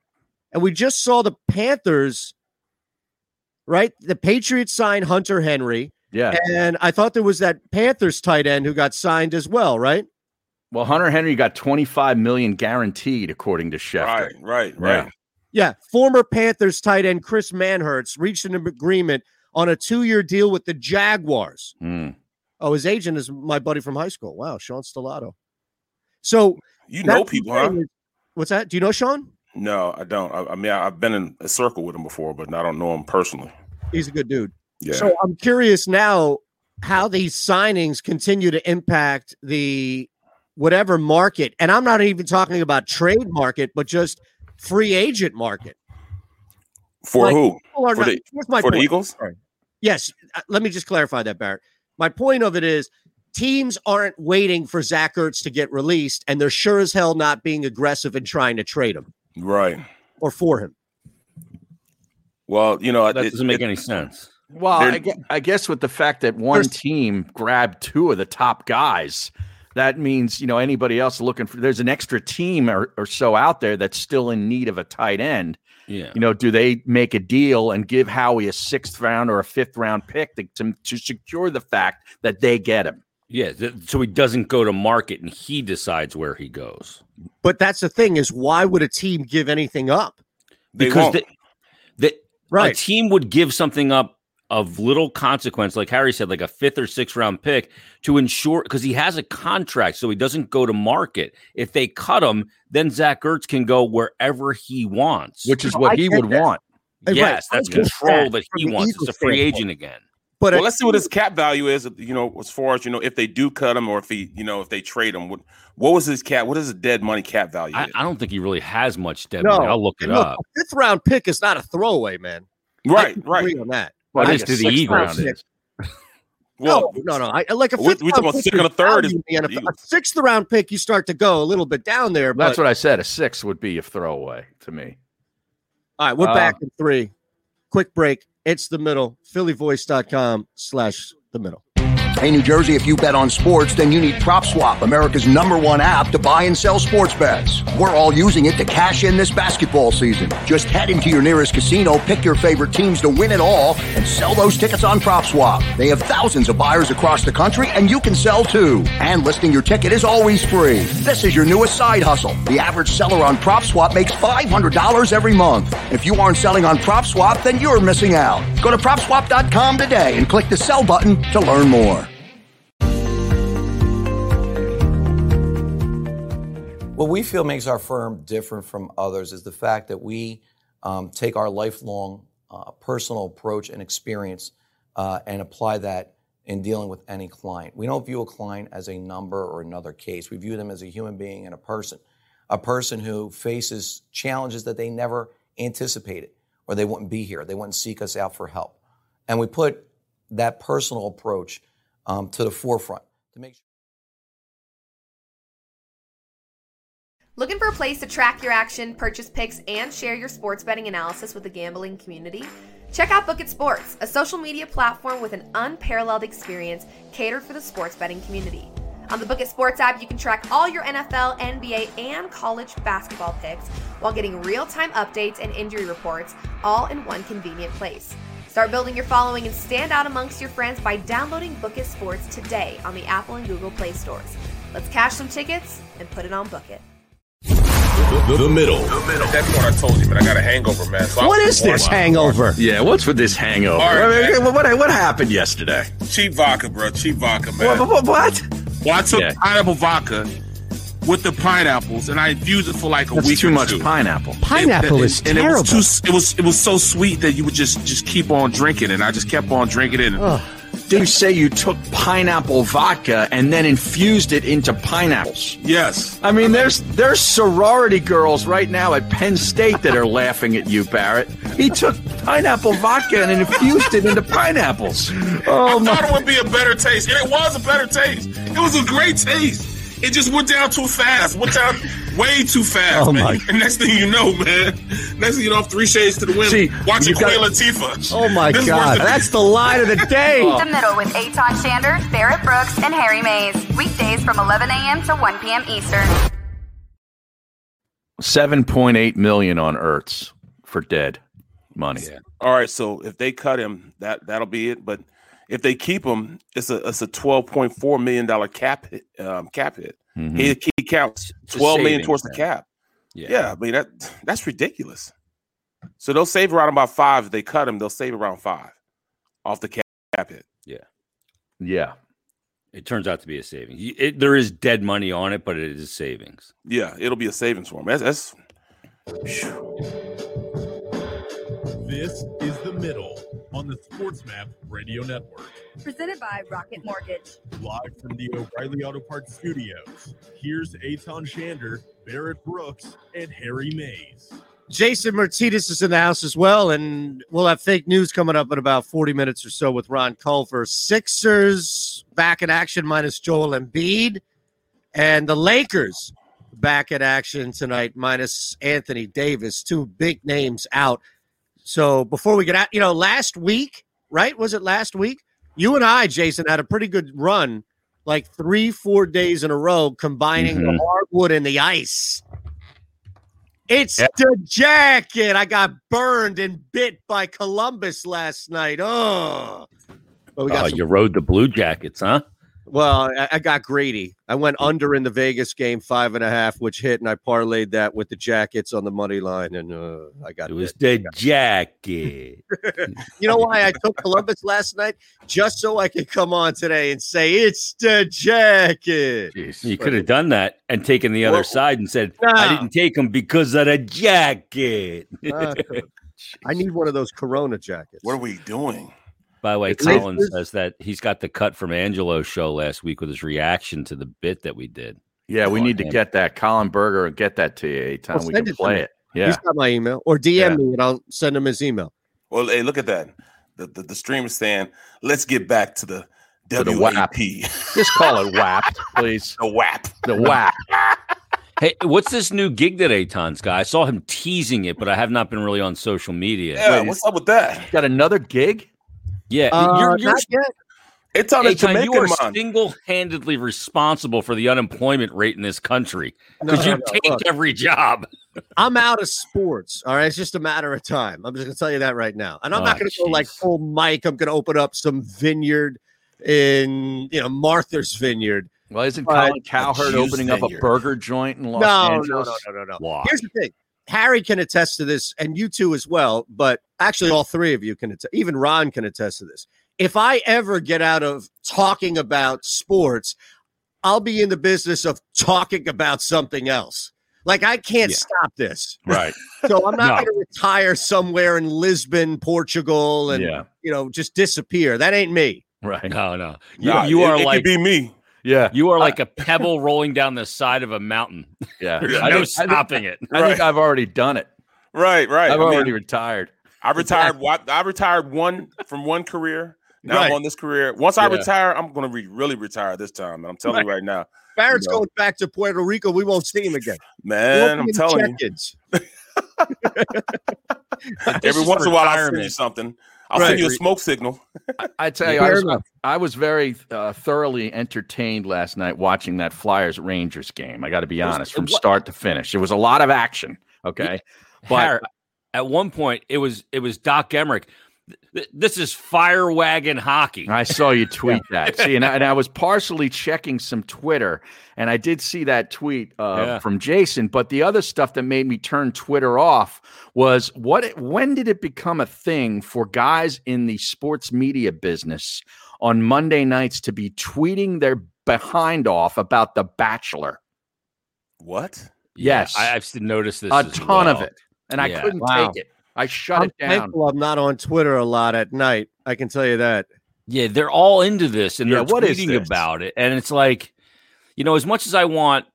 And we just saw the Panthers, right? The Patriots signed Hunter Henry. Yeah. And I thought there was that Panthers tight end who got signed as well, right? Well, Hunter Henry got 25 million guaranteed, according to Schefter. Right, right, Yeah. right. Yeah, former Panthers tight end Chris Manhertz reached an agreement on a two-year deal with the Jaguars. Hmm. Mm. Oh, his agent is my buddy from high school. Wow, Sean Stellato. So You that's know the people, huh? thing is- What's that? Do you know Sean? No, I don't. I, I mean, I, I've been in a circle with him before, but I don't know him personally. He's a good dude. Yeah. So I'm curious now how these signings continue to impact the whatever market, and I'm not even talking about trade market, but just free agent market. for Like, who? people are for not- the, here's my for the point. Eagles? Yes. uh, Let me just clarify that, Barrett. My point of it is teams aren't waiting for Zach Ertz to get released, and they're sure as hell not being aggressive in trying to trade him Right. or for him. Well, you know, that doesn't make any sense. Well, They're- I guess, I guess with the fact that one team grabbed two of the top guys, that means you know anybody else looking for there's an extra team or, or so out there that's still in need of a tight end. Yeah. You know, do they make a deal and give Howie a sixth round or a fifth round pick to, to, to secure the fact that they get him? Yeah, th- so he doesn't go to market and he decides where he goes. But that's the thing is why would a team give anything up? They because won't. they, they, Right. a team would give something up of little consequence, like Harry said, like a fifth or sixth round pick to ensure because he has a contract, so he doesn't go to market. If they cut him, then Zach Ertz can go wherever he wants, Which is what he would want. Right, Yes, I that's get control that that he from the wants. Eagles It's a free standpoint. agent again. But well, a let's see what his team- cap value is. You know, as far as you know, if they do cut him or if he, you know, if they trade him, what what was his cap? What is his dead money cap value? I, I don't think he really has much dead No. money. I'll look it And look, up. a fifth round pick is not a throwaway, man. right, I right. agree on that. Well, it I is think to a the sixth Eagles. round pick- Well, no, no, no. I, uh, like a we- fifth we talking round about pick second or third value is in the the NFL. A sixth round pick, you start to go a little bit down there. That's but, what I said. A six would be a throwaway to me. All right, we're Uh, back in three. Quick break. It's the middle. Phillyvoice.com slash the middle. Hey, New Jersey, if you bet on sports, then you need PropSwap, America's number one app to buy and sell sports bets. We're all using it to cash in this basketball season. Just head into your nearest casino, pick your favorite teams to win it all, and sell those tickets on PropSwap. They have thousands of buyers across the country, and you can sell too. And listing your ticket is always free. This is your newest side hustle. The average seller on PropSwap makes $500 every month. If you aren't selling on PropSwap, then you're missing out. Go to PropSwap.com today and click the sell button to learn more. What we feel makes our firm different from others is the fact that we um, take our lifelong uh, personal approach and experience uh, and apply that in dealing with any client. We don't view a client as a number or another case. We view them as a human being and a person, a person who faces challenges that they never anticipated or they wouldn't be here. They wouldn't seek us out for help. And we put that personal approach um, to the forefront. Looking for a place to track your action, purchase picks, and share your sports betting analysis with the gambling community? Check out Book It Sports, a social media platform with an unparalleled experience catered for the sports betting community. On the Book It Sports app, you can track all your NFL, NBA, and college basketball picks while getting real time updates and injury reports all in one convenient place. Start building your following and stand out amongst your friends by downloading Book It Sports today on the Apple and Google Play stores. Let's cash some tickets and put it on Book It. The, middle. The middle. That's what I told you, man. I got a hangover, man. So I- What is this hangover? Yeah, what's with this hangover? All right, I mean, what, what, what happened yesterday? Cheap vodka, bro. Cheap vodka, man. What? what, what? Well, I took Yeah. pineapple vodka with the pineapples, and I infused it for like a That's week. too or much two. pineapple. It- is and It was, too, it was it was so sweet that you would just just keep on drinking, and I just kept on drinking it. And Do say you took pineapple vodka and then infused it into pineapples. Yes. I mean, there's there's sorority girls right now at Penn State that are laughing at you, Barrett. He took pineapple vodka and infused it into pineapples. Oh I thought my! it would be a better taste, and it was a better taste. It was a great taste. It just went down too fast. Went down way too fast, Oh, man. my- And next thing you know, man, next thing you know, I'm three shades to the wind, See, watching you got- Queen Latifah. Oh my This is God, worse than- that's the line of the day. Oh, The Middle with Aton Shander, Barrett Brooks, and Harry Mays. Weekdays from 11 a.m. to 1 p.m. Eastern. 7.8 million on Ertz for dead money. All right, so if they cut him, that that'll be it. But if they keep him, it's a it's a twelve point four million dollar cap hit, um, cap hit. Mhm. He, he counts It's a twelve million savings, towards the man. cap. Yeah. Yeah. I mean that that's ridiculous. So they'll save around about five. If they cut him, they'll save around five off the cap, cap hit. Yeah. Yeah. It turns out to be a savings. You- It, there is dead money on it, but it is savings. Yeah, it'll be a savings for him. That's, that's This is the middle on the Sports Map Radio Network. Presented by Rocket Mortgage. Live from the O'Reilly Auto Parts Studios, here's Aton Shander, Barrett Brooks, and Harry Mays. Jason Martinez is in the house as well, and we'll have fake news coming up in about 40 minutes or so with Ron Culver. Sixers back in action minus Joel Embiid, and the Lakers back in action tonight minus Anthony Davis. Two big names out. So before we get out, you know, last week, right? Was it last week? You and I, Jason, had a pretty good run, like three, four days in a row, combining Mhm. the hardwood and the ice. It's the jacket. I got burned and bit by Columbus last night. Oh, but we got Oh, some- you rode the Blue Jackets, huh? well, I, I got greedy. I went under in the Vegas game five and a half, which hit, and I parlayed that with the jackets on the money line, and uh, I got It was the jacket. you know why I took Columbus last night? Just so I could come on today and say it's the jacket. You could have done that and taken the other side and said, "I No. didn't take them because of the jacket." Ah, I need one of those Corona jackets. What are we doing? By the way, The Lakers- Colin says that he's got the cut from Angelo's show last week with his reaction to the bit that we did. Yeah, we Oh, need to man. get that Colin Berger and get that to you anytime Well, we send can it to me. play it. Yeah. He's got my email, or DM me, and I'll send him his email. Well, hey, look at that. The the, the stream is saying, let's get back to the To the WAP. Just call it WAP, please. The WAP. The WAP. Hey, what's this new gig that Aton's got? I saw him teasing it, but I have not been really on social media. Yeah, what's up with that? Got another gig? Yeah, Uh, you're, you're, not yet. It's on the Eitan, you Jamaican are mind. single-handedly responsible for the unemployment rate in this country No, because you no, no, take look. every job. I'm out of sports. All right. It's just a matter of time. I'm just going to tell you that right now. And I'm Ah, not going to go like full Mike. I'm going to open up some vineyard in, you know, Martha's Vineyard. Well, isn't But- Colin Cowherd opening up a burger joint in Los No, no, Angeles? no, no, no, no. Why? Here's the thing. Harry can attest to this, and you two as well, but actually, all three of you can, attest, even Ron can attest to this. If I ever get out of talking about sports, I'll be in the business of talking about something else. Like, I can't stop this. Right. So I'm not No. going to retire somewhere in Lisbon, Portugal, and Yeah. you know just disappear. That ain't me. Right. No, no. You, Nah, you it- are it could like be me. Yeah. You are like a pebble rolling down the side of a mountain. Yeah. There's I no think- I think- stopping it. I think I've already done it. Right, right. I've I mean, already retired. I retired. wa- I retired one from one career. Now I'm Right. on this career. Once I Yeah. retire, I'm going to be really retired this time. And I'm telling you right now, Barrett's No. going back to Puerto Rico. We won't see him again. man. Won't I'm be in telling you. check-ins. Every is once in a while, I'll send you retirement. something. I'll Right. send you a smoke signal. I tell you, I Fair was, enough. I was very uh, thoroughly entertained last night watching that Flyers Rangers game. I got to be It was- honest, it from wa- start to finish, it was a lot of action. Okay, but Har- at one point, it was it was Doc Emmerich. Th- th- This is fire wagon hockey. I saw you tweet that. See, and I, and I was partially checking some Twitter, and I did see that tweet uh, Yeah. from Jason. But the other stuff that made me turn Twitter off was what? it- When did it become a thing for guys in the sports media business on Monday nights to be tweeting their behind off about The Bachelor? What? Yes, I, I've s- noticed this a as ton of well. it, and I Yeah. couldn't Wow. take it. I shut I'm it down. thankful I'm not on Twitter a lot at night. I can tell you that. Yeah, they're all into this and Yeah, they're what is tweeting this? about it. And it's like, you know, as much as I want,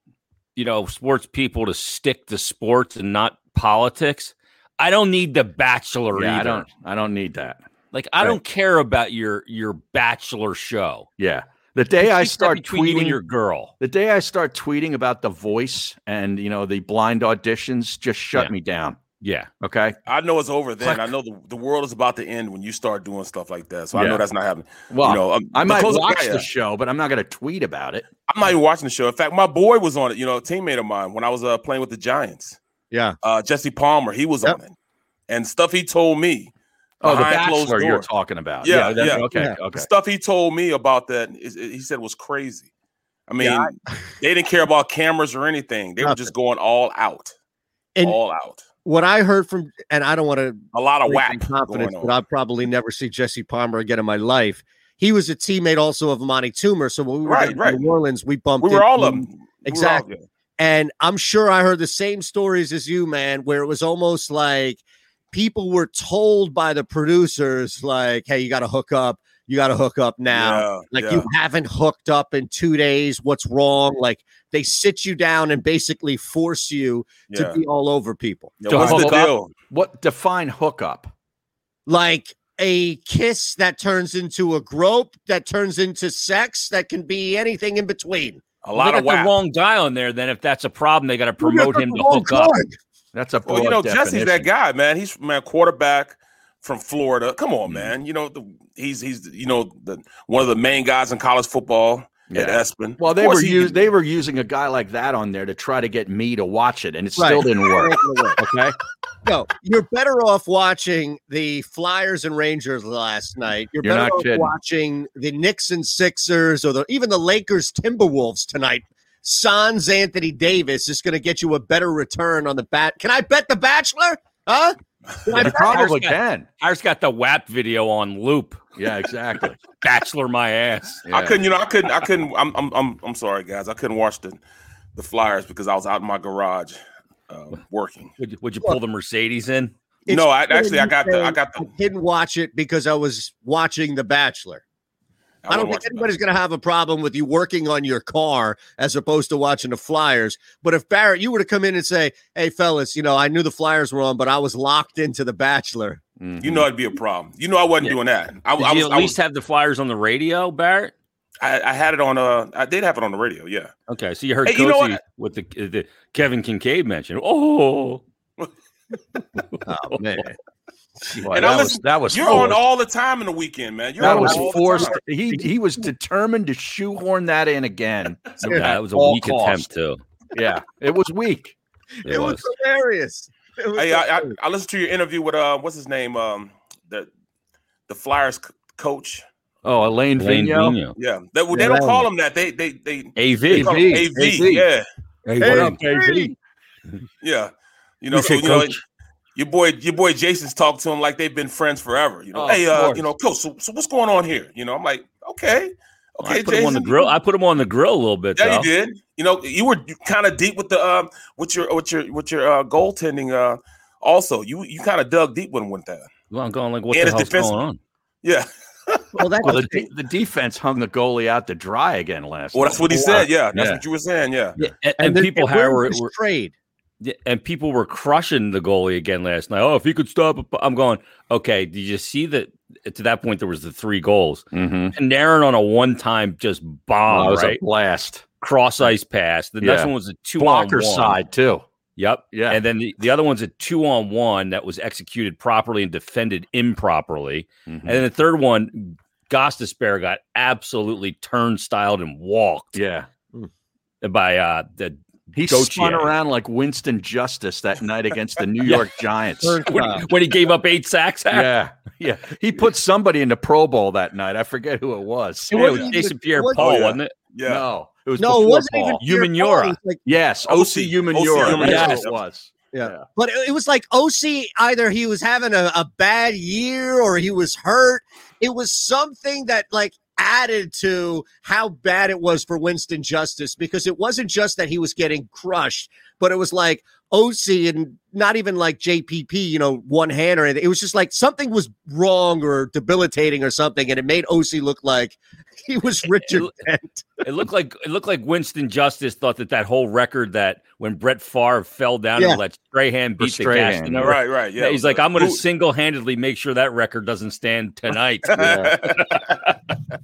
you know, sports people to stick to sports and not politics, I don't need the bachelor Yeah, either. I don't. I don't need that. Like I Right. don't care about your your bachelor show. Yeah. The day I start between you tweeting and your girl. The day I start tweeting about the voice and you know the blind auditions, just shut Yeah. me down. Yeah. Okay. I know it's over then. I know the, the world is about to end when you start doing stuff like that. So I Yeah. know that's not happening. Well, you know, um, I the might closest watch guy- the show, but I'm not going to tweet about it. I'm not even watching the show. In fact, my boy was on it. You know, a teammate of mine when I was uh, playing with the Giants. Yeah. Uh, Jesse Palmer, he was on it, and stuff he told me. Oh, the behind closed Bachelor you're doors. talking about. Yeah, Yeah, yeah. that- okay, Yeah. okay. The stuff he told me about that, is, is- he said was crazy. I mean, Yeah, they didn't care about cameras or anything. They were just going all out, And- all out. What I heard from, and I don't want to A lot of whack whack confidence, going but I'll probably never see Jesse Palmer again in my life. He was a teammate also of Monty Toomer, so when we were Right, down in right. New Orleans, we bumped. We were into all of him. them. We were all- exactly. yeah. And I'm sure I heard the same stories as you, man, where it was almost like people were told by the producers, like, "Hey, you got to hook up. You got to hook up now. Yeah, like yeah. you haven't hooked up in two days. What's wrong?" Like they sit you down and basically force you Yeah. to be all over people. To hook up- What define hookup? like a kiss that turns into a grope that turns into sex that can be anything in between. A lot They of got the the wrong- wrong guy on there. Then if that's a problem, they got to Well, they promote got him the to wrong hook up. card. That's a Well, you know, Jesse's that guy, man. He's man quarterback from Florida. Come Mm-hmm. on, man. You know, the, he's he's you know the one of the main guys in college football at Aspen. Well, Of they course were he us- can- they were using a guy like that on there to try to get me to watch it, and it Right. still didn't work. okay. No, you're better off watching the Flyers and Rangers last night. You're, You're better not off kidding. watching the Knicks and Sixers or the, even the Lakers Timberwolves tonight. Sans Anthony Davis is going to get you a better return on the bat. Can I bet the Bachelor? Huh? Can I bet- Hires got- Hires got the WAP video on loop. Yeah, exactly. Bachelor my ass. I couldn't, you know, I couldn't, I couldn't. I'm, I'm, I'm, I'm sorry, guys. I couldn't watch the the Flyers because I was out in my garage um, working. Would, would you pull the Mercedes in? It's no, I funny actually I you got the, I say got the. didn't watch it because I was watching The Bachelor. I, I don't wanna watch think The anybody's going to have a problem with you working on your car as opposed to watching the Flyers. But if Barrett, you were to come in and say, "Hey, fellas, you know, I knew the Flyers were on, but I was locked into The Bachelor." You know, it'd be a problem. You know, I wasn't doing that. I, Did I you was, at I, least was have the Flyers on the radio, Barrett? I, I had it on. Uh, I did have it on the radio. Yeah. Okay, so you heard Hey, you know Cozy what? with the, the Kevin Kincaid mention. Oh, oh man, Boy, that was that was You're on forced. all the time in the weekend, man. You're that on was all the forced. time. He he was determined to shoehorn that in again. yeah, at that was a all weak cost. attempt too. Yeah, it was weak. It, it was, was. hilarious. It was Hey, I, I, I listened to your interview with uh, what's his name? Um, the the Flyers c- coach. Oh, Elaine, Elaine Vigneault? Vigneault. Yeah, they, well, they Yeah, don't that call him that. They they they AV. they call him AV. AV. Yeah, What up, hilarious. yeah. You know, so said you know, coach. your boy your boy Jason's talked to him like they've been friends forever. You know, Oh, hey, of uh, course. you know, coach. So, so what's going on here? You know, I'm like, okay, okay, I put him on the Jason. grill. I put him on the grill a little bit. Yeah, though. you did. You know, you were kind of deep with the um, with your with your with your uh, goaltending. Uh, also, you you kind of dug deep with him with that. Well, I'm going like, what And the hell's it's defensive. going on? Yeah. well, that Well, the, de- the defense hung the goalie out to dry again last. Well, that's night. what he said. Yeah, that's Yeah. what you were saying. Yeah. And, then- people, where Howard, was were, trade. Yeah, and people were crushing the goalie again last night. Oh, if he could stop, it, I'm going. Okay, did you see that? To that point, there was the three goals. Mhm. And Naren on a one-time just bomb, Oh, it was right? a blast. Cross ice pass. The next Yeah. one was a two Blocker on one. side too. Yep. Yeah. And then the, the other one's a two on one that was executed properly and defended improperly. Mm-hmm. And then the third one, Gostisbehere got absolutely turnstiled and walked Yeah, Hmm. by uh the he spun Gauthier. around like Winston Justice that night against the New York Giants. when, when he gave up eight sacks. Yeah, yeah. He put somebody in the Pro Bowl that night. I forget who it was. It was wasn't Jason even- Pierre wasn't- Paul, Oh, yeah. wasn't it? Yeah. No, it was No, it before wasn't Paul. even Pierre Humanura. Paul. It's like- Yes, OC. OC Humanura. OC That's Humanura. what it was. Yeah. Yeah. But it it was like OC, either he was having a, a bad year or he was hurt. It was something that like added to how bad it was for Winston Justice because it wasn't just that he was getting crushed, but it was like OC and not even like JPP, you know, one hand or anything. It was just like something was wrong or debilitating or something. And it made OC look like he was Richard Dent. It looked like it looked like Winston Justice thought that that whole record that when Brett Favre fell down Yeah. and let Strahan beat Strahan, the Gaston. yeah. over- Right. Right. Yeah. Yeah, he's like, I'm going to Who- single handedly make sure that record doesn't stand tonight. Yeah.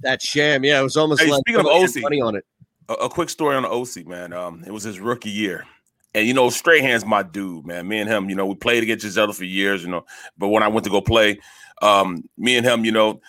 That sham. Yeah, it was almost Hey, like speaking of someone had OC, money on it. a, a quick story on the OC, man. Um, it was his rookie year. And you know, Strahan's my dude, man. Me and him, you know, we played against each other for years, you know. But when I went to go play, um, me and him, you know,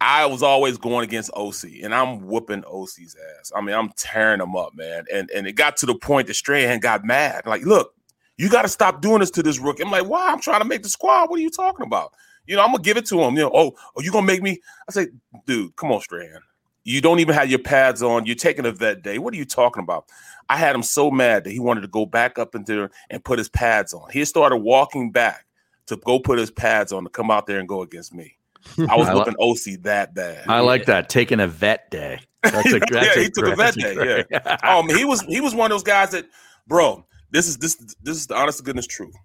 I was always going against OC, and I'm whooping OC's ass. I mean, I'm tearing him up, man. And and it got to the point that Strahan got mad. Like, look, you got to stop doing this to this rookie. I'm like, why? I'm trying to make the squad. What are you talking about? You know, I'm gonna give it to him. You know, oh, are you gonna make me? I say, dude, come on, Strahan. You don't even have your pads on. You're taking a vet day. What are you talking about? I had him so mad that he wanted to go back up in there and put his pads on. He started walking back to go put his pads on to come out there and go against me. I was I li- looking OC that bad. I like that. Taking a vet day. That's a, yeah, that's a he took a great- vet that's day. great- Yeah. um, he was he was one of those guys that, bro. This is this this is the honest to goodness truth.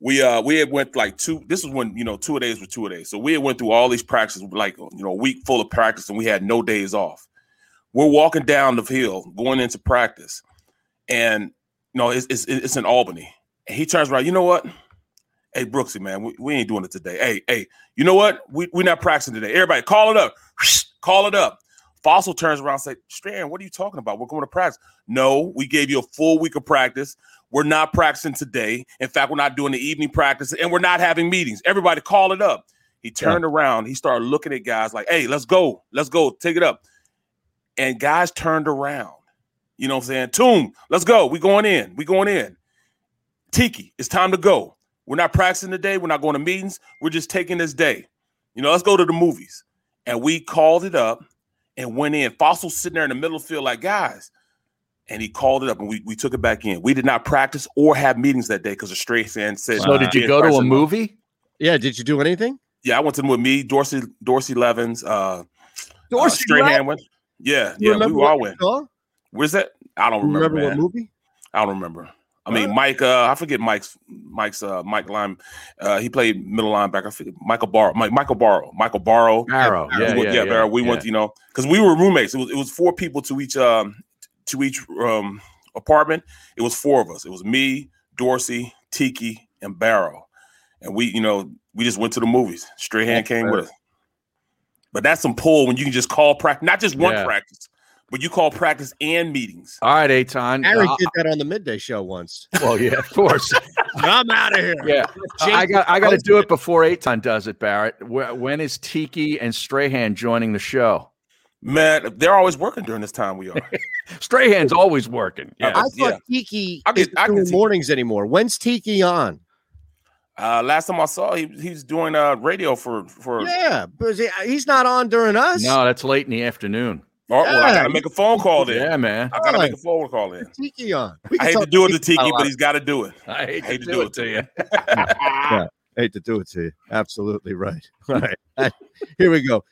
We uh we had went like two. This was when you know two a days were two a days. So we had went through all these practices like you know a week full of practice, and we had no days off. We're walking down the hill going into practice, and you know it's it's, it's in Albany. And he turns around. You know what? Hey Brooksy, man, we, we ain't doing it today. Hey hey, you know what? We we not practicing today. Everybody, call it up. call it up. Fossil turns around and say, Strand, what are you talking about? We're going to practice. No, we gave you a full week of practice. We're not practicing today. In fact, we're not doing the evening practice and we're not having meetings. Everybody call it up. He turned around. He started looking at guys like, hey, let's go. Let's go. Take it up. And guys turned around. You know what I'm saying? Tomb, let's go. We going in. We going in. Tiki, it's time to go. We're not practicing today. We're not going to meetings. We're just taking this day. You know, let's go to the movies. And we called it up and went in. Fossil sitting there in the middle of the field like, guys, and he called it up and we, we took it back in. We did not practice or have meetings that day because the straight fan said. So did you go to a movie? Yeah, did you do anything? Yeah, I went to the with me, Dorsey, Dorsey Levens, uh Dorsey Strahan went. Yeah, You yeah, we remember were all what you went. saw? Where's that? I don't You remember. remember what man. movie? I don't remember. I mean, Mike. Uh, I forget Mike's Mike's uh, Mike Lime. Uh, he played middle linebacker. I forget Michael Barrow. Mike, Michael Barrow. Michael Barrow. Barrow, yeah, we, yeah, yeah, Barrow. We went. yeah. You know, because we were roommates. It was, it was four people to each um to each um apartment. It was four of us. It was me, Dorsey, Tiki, and Barrow. And we, you know, we just went to the movies. Strahan came with us. But that's some pull when you can just call practice, not just one Yeah. practice, but you call practice and meetings. All right, Aton. Harry Uh, Did that on the midday show once. well, yeah, of course. I'm out of here. Yeah, I got I got to do it before Aton does it, Barrett. Wh- When is Tiki and Strahan joining the show? Man, they're always working during this time. We are. Strahan's always working. Yeah, I thought Tiki is doing mornings anymore. When's Tiki on? Uh, last time I saw, he he was doing uh radio for for. Yeah, but is he- he's not on during us. no, that's late in the afternoon. All right, Oh, well, I gotta make a phone call then. Yeah, man. I gotta make a phone call in. Tiki on. I hate to do it to Tiki, but he's got to do it. I hate, to, do, it to you. yeah, hate to do it to you. Absolutely right. All right. Here we go.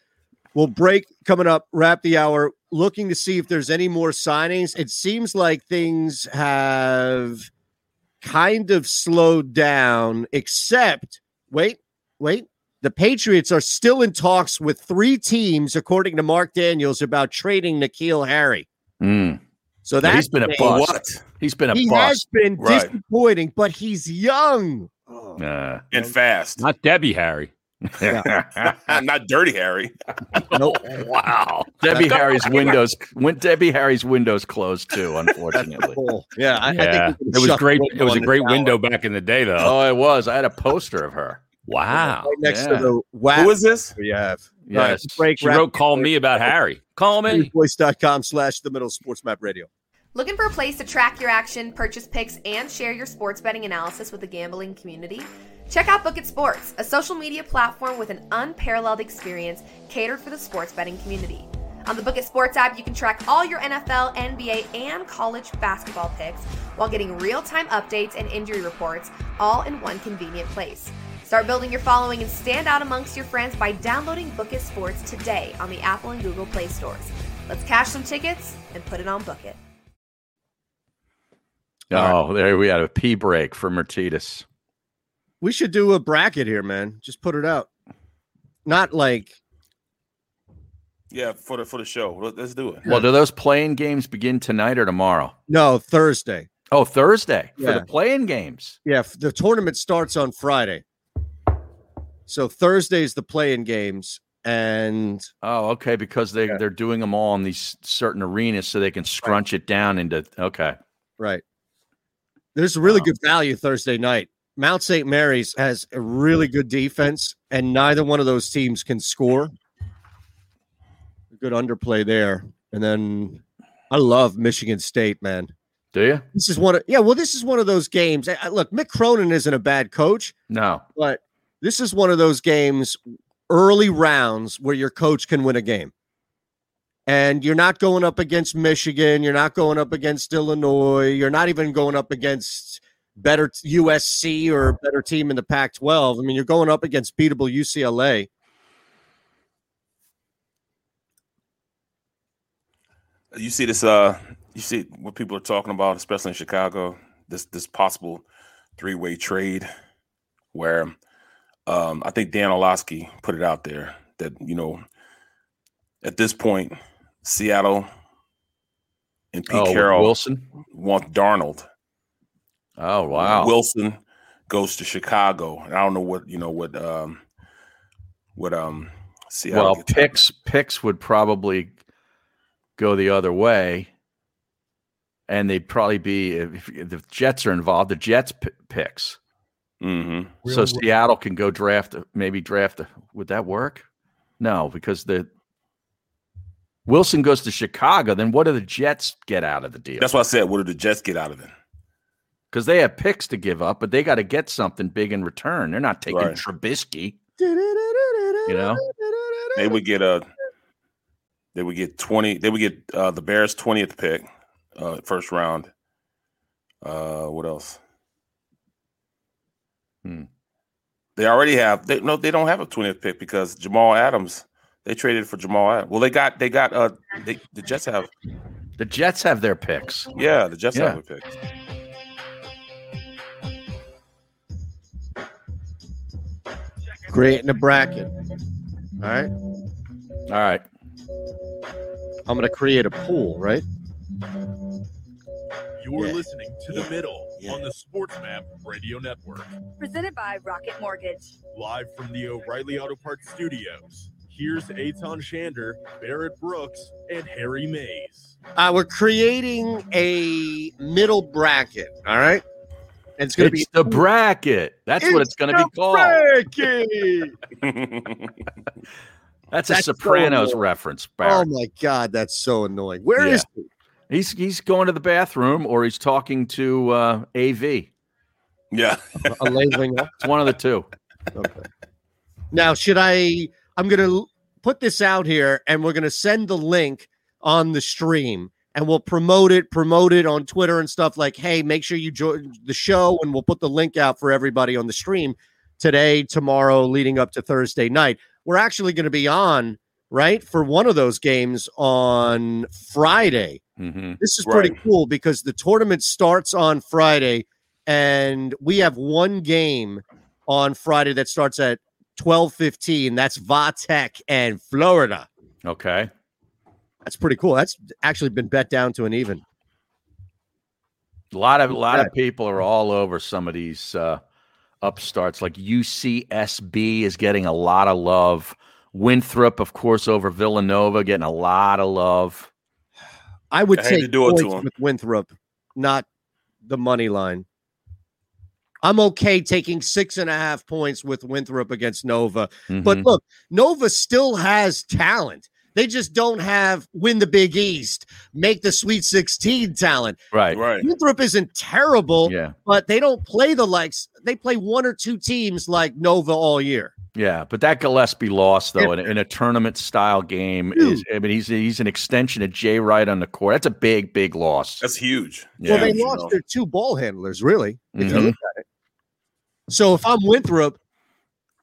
We'll break coming up, wrap the hour, looking to see if there's any more signings. It seems like things have kind of slowed down, except wait, wait. The Patriots are still in talks with three teams, according to Mark Daniels, about trading Nikhil Harry. Mm. So But that he's been a means- bust. He's been a he bust. has been Right. disappointing, but he's young. Nah. and fast. Not Debbie Harry. Not dirty Harry. wow. Debbie Harry's windows when Debbie Harry's windows closed too, unfortunately. Yeah, I, yeah. we can it was shut great. Brooke It was on a this great hour. window back in the day, though. Oh, it was. I had a poster of her. Wow. Right next to the wow. Who is this? We have. Yes. break, she wrap- wrote "Call Me About Harry." Call me. Voice.com slash the middle sports map radio. Looking for a place to track your action, purchase picks, and share your sports betting analysis with the gambling community? Check out Book It Sports, a social media platform with an unparalleled experience catered for the sports betting community. On the Book It Sports app, you can track all your NFL, NBA, and college basketball picks while getting real time updates and injury reports all in one convenient place. Start building your following and stand out amongst your friends by downloading Book It Sports today on the Apple and Google Play stores. Let's cash some tickets and put it on Book It. Oh, there we had a pee break for Mertitas. We should do a bracket here, man. Just put it out. Not like Yeah, for the for the show. Let- Let's do it. Well, do those playing games begin tonight or tomorrow? no Thursday. Oh, Thursday for Yeah. the playing games. Yeah, f- the tournament starts on Friday. So Thursday's the playing games, and oh, okay, because they they're doing them all in these certain arenas so they can scrunch it down into okay. Right. There's a really good value Thursday night. Mount St. Mary's has a really good defense, and neither one of those teams can score. A good underplay there, and then I love Michigan State, man. Do you? This is one of yeah. Well, this is one of those games. I- I- Look, Mick Cronin isn't a bad coach. No, but this is one of those games, early rounds where your coach can win a game, and you're not going up against Michigan. You're not going up against Illinois. You're not even going up against better t- USC or a better team in the Pac-12. I mean, you're going up against beatable UCLA. You see this uh you see what people are talking about, especially in Chicago, this this possible three-way trade where um I think Dan Olowski put it out there that, you know, at this point, Seattle and Pete Oh, with Carroll Wilson? want Darnold. Oh wow. Wilson goes to Chicago. And I don't know what, you know, what um what um Seattle well, picks picks would probably go the other way, and they'd probably be if, if the Jets are involved. The Jets p- picks, mm-hmm. so Real- Seattle can go draft a- maybe draft. a- Would that work? No, because the Wilson goes to Chicago. Then what do the Jets get out of the deal? That's what I said. What do the Jets get out of it? Because they have picks to give up, but they got to get something big in return. They're not taking Right. Trubisky. You know, they would get a they would get 20 they would get uh the bears 20th pick uh first round uh what else Hmm. they already have they no they don't have a 20th pick because jamal adams they traded for jamal adams well they got they got uh they, the jets have the Jets have their picks. yeah the jets Yeah. have a pick Creating a bracket. All right. All right. I'm going to create a pool, right? You're listening to the middle on the Sports Map Radio Network. Presented by Rocket Mortgage. Live from the O'Reilly Auto Parts Studios, here's Aton Shander, Barrett Brooks, and Harry Mays. Uh, we're creating a middle bracket. All right. And it's going to be It's the bracket. That's what it's going to be called. called. That's, a That's so Sopranos annoying. reference. oh Barrett. my God. That's so annoying. Where is Yeah. He's he's going to the bathroom or he's talking to uh, AV. Yeah, a labeling up? It's one of the two. Now, should I? I'm going to put this out here and we're going to send the link on the stream and we'll promote it, promote it on Twitter and stuff like, hey, make sure you join the show and we'll put the link out for everybody on the stream today, tomorrow, leading up to Thursday night. We're actually going to be on, right, for one of those games on Friday. This is pretty cool because the tournament starts on Friday, and we have one game on Friday that starts at twelve fifteen. That's Vatech and Florida. Okay. That's pretty cool. That's actually been bet down to an even. A lot of a lot of people are all over some of these uh, upstarts. Like UCSB is getting a lot of love. Winthrop, of course, over Villanova, getting a lot of love. I would I hate take to do it to points him. with Winthrop, not the money line. I'm okay taking six and a half points with Winthrop against Nova. But Mhm. look, Nova still has talent. They just don't have win the Big East, make the Sweet 16 talent. Right. Right. Winthrop isn't terrible, Yeah. but they don't play the likes. They play one or two teams like Nova all year. Yeah, but that Gillespie loss though in, a- in a tournament style game is I mean he's he's an extension of Jay Wright on the court. That's a big big loss. that's huge well, they Huge, lost though. their two ball handlers, really. if you Mhm. look at it. So if I'm Winthrop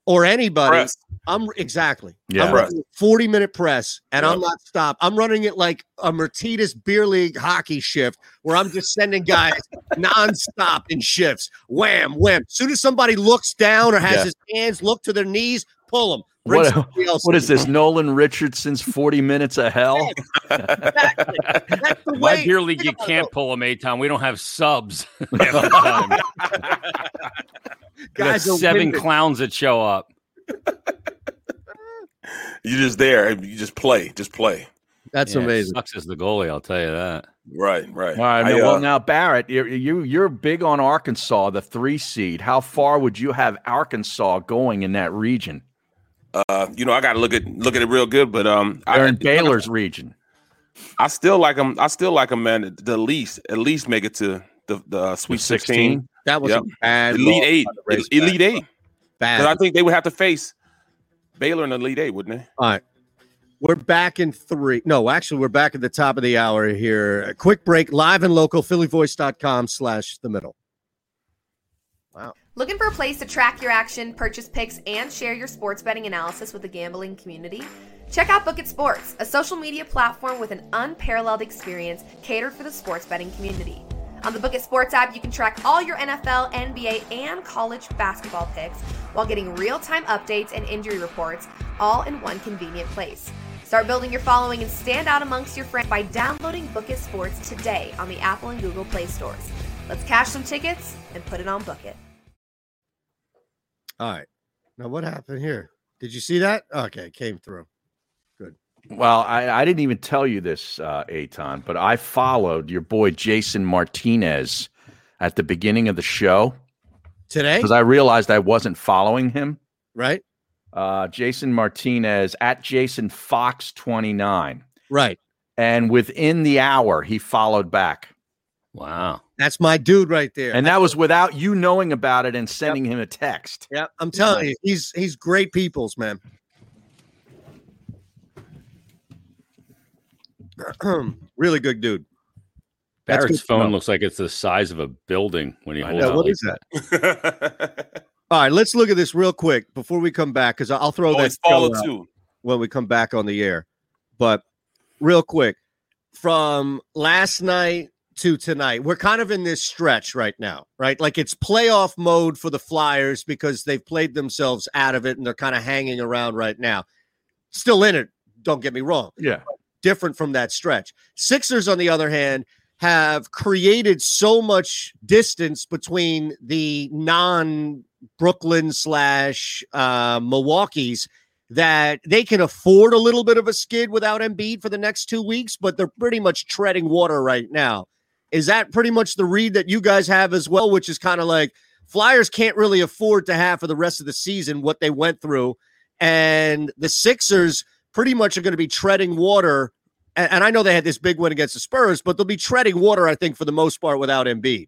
or anybody, Press. I'm exactly. Yeah. I'm Press. running a 40 minute press and I'm Yep. not stopped. I'm running it like a Mertitas beer league hockey shift where I'm just sending guys nonstop in shifts. Wham, wham. Soon as somebody looks down or has Yeah. his hands look to their knees, pull them. What, what is this? Nolan Richardson's 40 minutes of hell? My beer league, you can't pull them eight time. We don't have subs. Guys Guys are seven winded. clowns that show up. You're just there. You just play. Just play. That's Yeah, amazing. Sucks as the goalie, I'll tell you that. Right, right. All right, I mean, I, uh, well, now Barrett, you, you you're big on Arkansas, the three seed. How far would you have Arkansas going in that region? Uh, you know, I got to look at look at it real good, but um, They're I, in Baylor's region. I still like them. I still like them, man. The least, at least make it to the the uh, Sweet The 16. 16? That was a bad Elite loss Eight. by the Razorbacks. Elite Eight. Bad. Because I think they would have to face Baylor in the Elite Eight, wouldn't they? All right. We're back in three. No, actually, we're back at the top of the hour here. A quick break, live and local, phillyvoice.com slash the middle. Wow. Looking for a place to track your action, purchase picks, and share your sports betting analysis with the gambling community? Check out Book It Sports, a social media platform with an unparalleled experience catered for the sports betting community. On the Book It Sports app, you can track all your NFL, NBA, and college basketball picks while getting real time updates and injury reports all in one convenient place. Start building your following and stand out amongst your friends by downloading Book It Sports today on the Apple and Google Play stores. Let's cash some tickets and put it on Book It. All right. Now, what happened here? Did you see that? Okay, it came through. Well, I, I didn't even tell you this, uh, Aton, but I followed your boy Jason Martinez at the beginning of the show today because I realized I wasn't following him. Right. Uh, Jason Martinez at Jason Fox twenty nine. Right. And within the hour, he followed back. Wow. That's my dude right there. And that was without you knowing about it and sending him a text. Yeah, I'm telling you, he's he's great peoples, man. really good dude. That's Barrett's good to phone know. looks like it's the size of a building when he I holds know, it. what like is that? All right, let's look at this real quick before we come back because I'll throw that Oh, it's follow show out too. when we come back on the air. But real quick, from last night to tonight, we're kind of in this stretch right now, right? Like it's playoff mode for the Flyers because they've played themselves out of it and they're kind of hanging around right now. Still in it, don't get me wrong Yeah. different from that stretch. Sixers, on the other hand, have created so much distance between the non Brooklyn slash uh, Milwaukee's that they can afford a little bit of a skid without Embiid for the next two weeks, but they're pretty much treading water right now. Is that pretty much the read that you guys have as well? Which is kind of like Flyers can't really afford to have for the rest of the season what they went through. And the Sixers pretty much are going to be treading water. And, and I know they had this big win against the Spurs, but they'll be treading water, I think, for the most part without Embiid.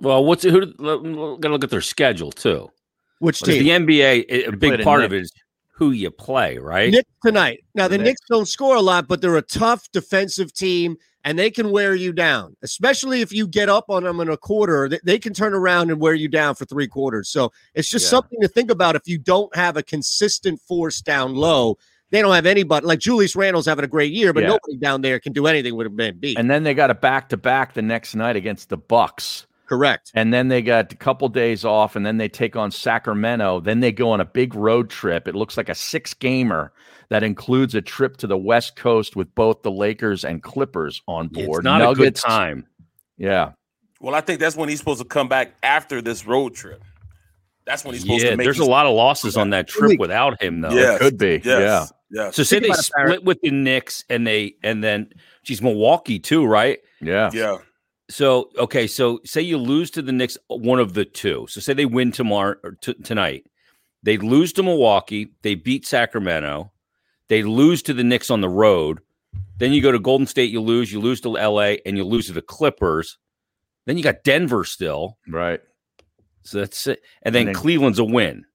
Well, what's who? Got to look at their schedule too. Which Because team? The NBA, a play big the part of it is who you play, right? Knicks tonight. Now the The Knicks don't score a lot, but they're a tough defensive team, and they can wear you down, especially if you get up on them in a quarter. They, they can turn around and wear you down for three quarters. So it's just something to think about if you don't have a consistent force down low. They don't have anybody like Julius Randle's having a great year, but Yeah. nobody down there can do anything with a man beat. And then they got a back to back the next night against the Bucks. Correct. And then they got a couple days off, and then they take on Sacramento. Then they go on a big road trip. It looks like a six gamer that includes a trip to the West Coast with both the Lakers and Clippers on It's board. not a good Nuggets. time. Yeah. Well, I think that's when he's supposed to come back after this road trip. That's when he's supposed Yeah, to make. there's a his- lot of losses on that trip without him, though. Yes, It Could be. yes, Yeah. yes. So say Think they about it, Barrett. split with the Knicks and they and then geez, Milwaukee too, right? Yeah. Yeah. So okay, so say you lose to the Knicks, one of the two. So say they win tomorrow or t- tonight, they lose to Milwaukee, they beat Sacramento, they lose to the Knicks on the road. Then you go to Golden State, you lose, you lose to LA, and you lose to the Clippers. Then you got Denver still, right? So that's it, and then, And then- Cleveland's a win.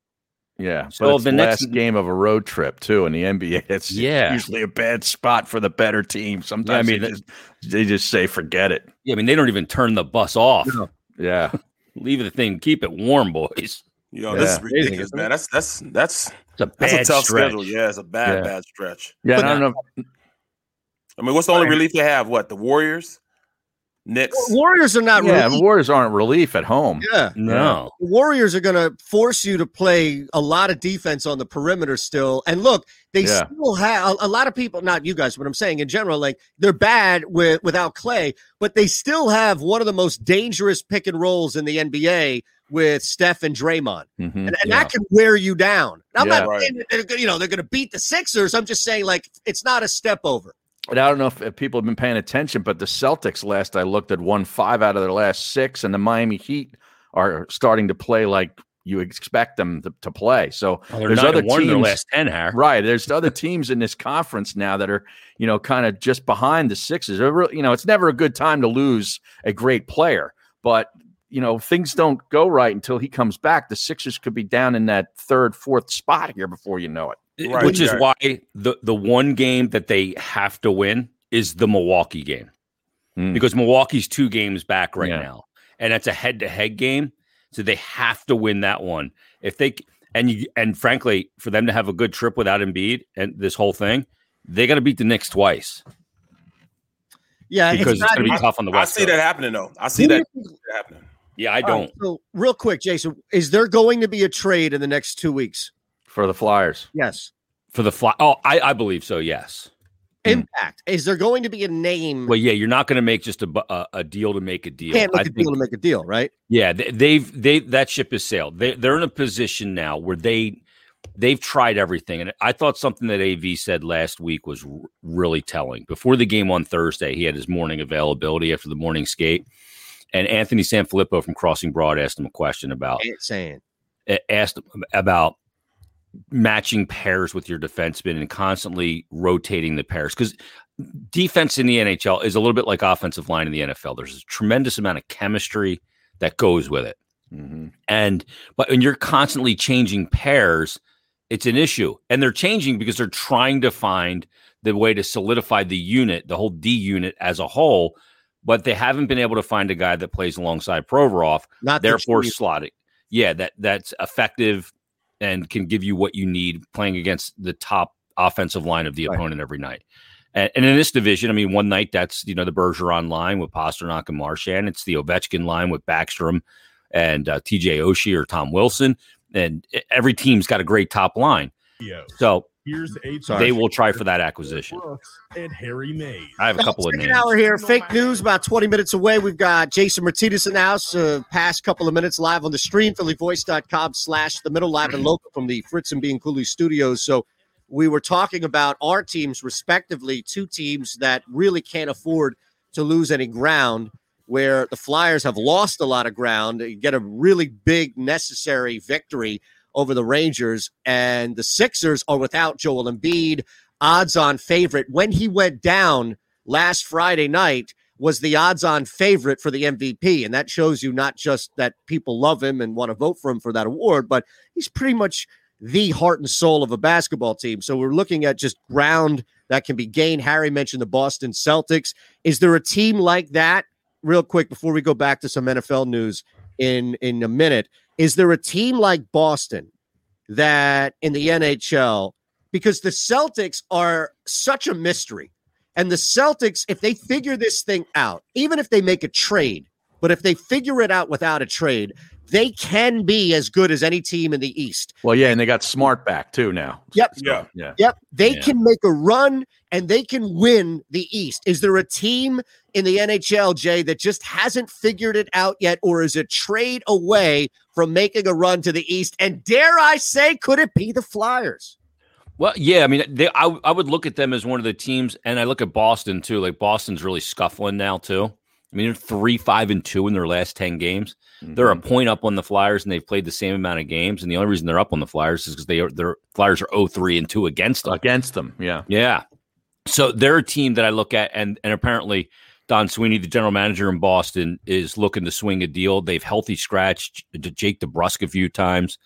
Yeah. So So it's the the next- last game of a road trip too in the NBA. It's Yeah. usually a bad spot for the better team. Sometimes mean, they, just, they just say forget it. Yeah, I mean they don't even turn the bus off. Yeah. Leave the thing, keep it warm, boys. Yo, this is ridiculous, man. That's that's that's It's a that's a bad tough stretch. schedule. Yeah, it's a bad Yeah. bad stretch. Yeah, and I don't know. I mean, what's the only relief they have? What the Warriors? Knicks. Warriors are not yeah, relief. Warriors aren't relief at home. Yeah. No. The Warriors are going to force you to play a lot of defense on the perimeter still. And look, they Yeah. still have a, a lot of people, not you guys, but I'm saying in general, like they're bad with without Clay, but they still have one of the most dangerous pick and rolls in the NBA with Steph and Draymond. Mm-hmm. Mhm, And, and yeah. that can wear you down. I'm Yeah. not Right. saying that they're, gonna- you know, they're going to beat the Sixers. I'm just saying like it's not a step over. And I don't know if, if people have been paying attention, but the Celtics last I looked at won five out of their last six, and the Miami Heat are starting to play like you expect them to, to play. So Well, they're there's nine other and one in teams their last 10, Har. right? There's other teams in this conference now that are you know kind of just behind the Sixers. They're really- you know, it's never a good time to lose a great player, but you know things don't go right until he comes back. The Sixers could be down in that third, fourth spot here before you know it. which is why the the one game that they have to win is the Milwaukee game because Milwaukee's two games back right now, and that's a head to head game, so they have to win that one. If they c- and you and frankly, for them to have a good trip without Embiid and this whole thing, they got to beat the Knicks twice. Yeah, Because it's not- gonna be tough on the West I see that Coast. happening though. I see Who that do happening. Yeah, I All don't. right, so real quick, Jason, is there going to be a trade in the next two weeks? For the Flyers, Yes. for the fly. Oh, I I believe so. Yes. Impact. Is there going to be a name? Well, yeah, you're not going to make just a, bu- a a deal to make a deal. Can't I make a think- deal to make a deal, right? Yeah, they, they've they that ship has sailed. They they're in a position now where they they've tried everything, and I thought something that AV said last week was r- really telling. Before the game on Thursday, he had his morning availability after the morning skate, and Anthony Sanfilippo from Crossing Broad asked him a question about saying asked him about matching pairs with your defenseman and constantly rotating the pairs because defense in the NHL is a little bit like offensive line in the NFL. There's a tremendous amount of chemistry that goes with it, and but when you're constantly changing pairs, it's an issue, and they're changing because they're trying to find the way to solidify the unit, the whole D unit as a whole. But they haven't been able to find a guy that plays alongside Provorov, Not the therefore Chief. slotting. Yeah, that that's effective and can give you what you need playing against the top offensive line of the opponent every night. And, and in this division, I mean, one night that's you know the Bergeron line with Pasternak and Marchand. It's the Ovechkin line with Backstrom and uh, T.J. Oshie or Tom Wilson. And e- every team's got a great top line, Studios. so Here's a they will try for that acquisition. Brooks and Harry Mays. I have a couple of Second names. hour here. Fake news about 20 minutes away. We've got Jason Martinez in the house. Uh, past couple of minutes live on the stream, phillyvoice.com slash the middle live and local from the Fritz and Bean Cooley studios. So we were talking about our teams, respectively, two teams that really can't afford to lose any ground. Where the Flyers have lost a lot of ground, You get a really big necessary victory over the Rangers, and the Sixers are without Joel Embiid, odds on favorite. When he went down last Friday night, was the odds on favorite for the MVP. And that shows you not just that people love him and want to vote for him for that award, but he's pretty much the heart and soul of a basketball team. So we're looking at just ground that can be gained. Harry mentioned the Boston Celtics. Is there a team like that real quick before we go back to some NFL news in in a minute. Is there a team like Boston that in the NHL because the Celtics are such a mystery. And the Celtics if they figure this thing out, even if they make a trade, but if they figure it out without a trade, they can be as good as any team in the East. Well, yeah, and they got Smart back too now. Yep. Yeah. Yeah. Yep. They Yeah. can make a run and they can win the East. Is there a team in the NHL, Jay, that just hasn't figured it out yet, or is it trade away from making a run to the East? And dare I say, could it be the Flyers? Well, yeah, I mean, they, I I would look at them as one of the teams, and I look at Boston too. Like Boston's really scuffling now too. I mean, they're three, five, and two in their last ten games. They're Mm-hmm. a point up on the Flyers, and they've played the same amount of games. And the only reason they're up on the Flyers is because they are their Flyers are 0-3 and two against them. Against them, yeah, yeah. So they're a team that I look at, and and apparently Don Sweeney, the general manager in Boston, is looking to swing a deal. They've healthy scratched J- Jake DeBrusque a few times.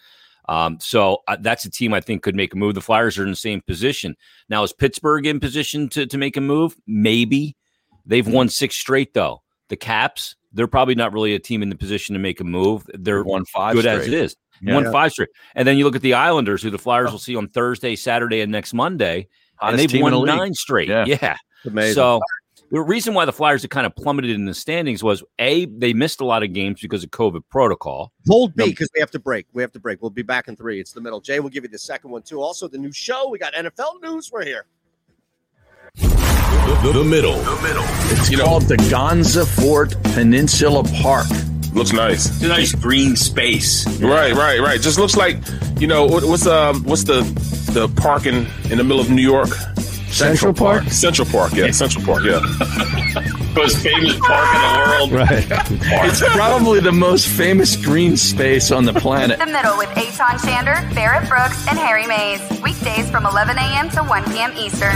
Um, so uh, that's a team I think could make a move. The Flyers are in the same position now. Is Pittsburgh in position to to make a move? Maybe. They've won six straight though. The Caps, they're probably not really a team in the position to make a move. They're one five good as it straight. is. Yeah. Uh. One five straight, and then you look at the Islanders, who the Flyers will see on Thursday, Saturday, and next Monday, and Hottest they've team in won the league. nine straight. Yeah. Yeah, Amazing. So The reason why the Flyers have kind of plummeted in the standings was a they missed a lot of games because of COVID protocol. Hold B because we have to break. We have to break. We'll be back in three. It's the middle. Jay will give you the second one too. Also, the new show. We got NFL news. We're here. The, middle. The middle. It's called the Gonza Fort Peninsula Park. Looks nice. It's a nice green space. Right, right, right. Just looks like you know what, what's um what's the the park in in the middle of New York? Central Park? Central Park. Yeah, Central Park. Yeah. Most famous park in the world. Right. it's probably the most famous green space on the planet. The Middle with Aton Shander, Barrett Brooks, and Harry Mays. Weekdays from 11 a.m. to 1 p.m. Eastern.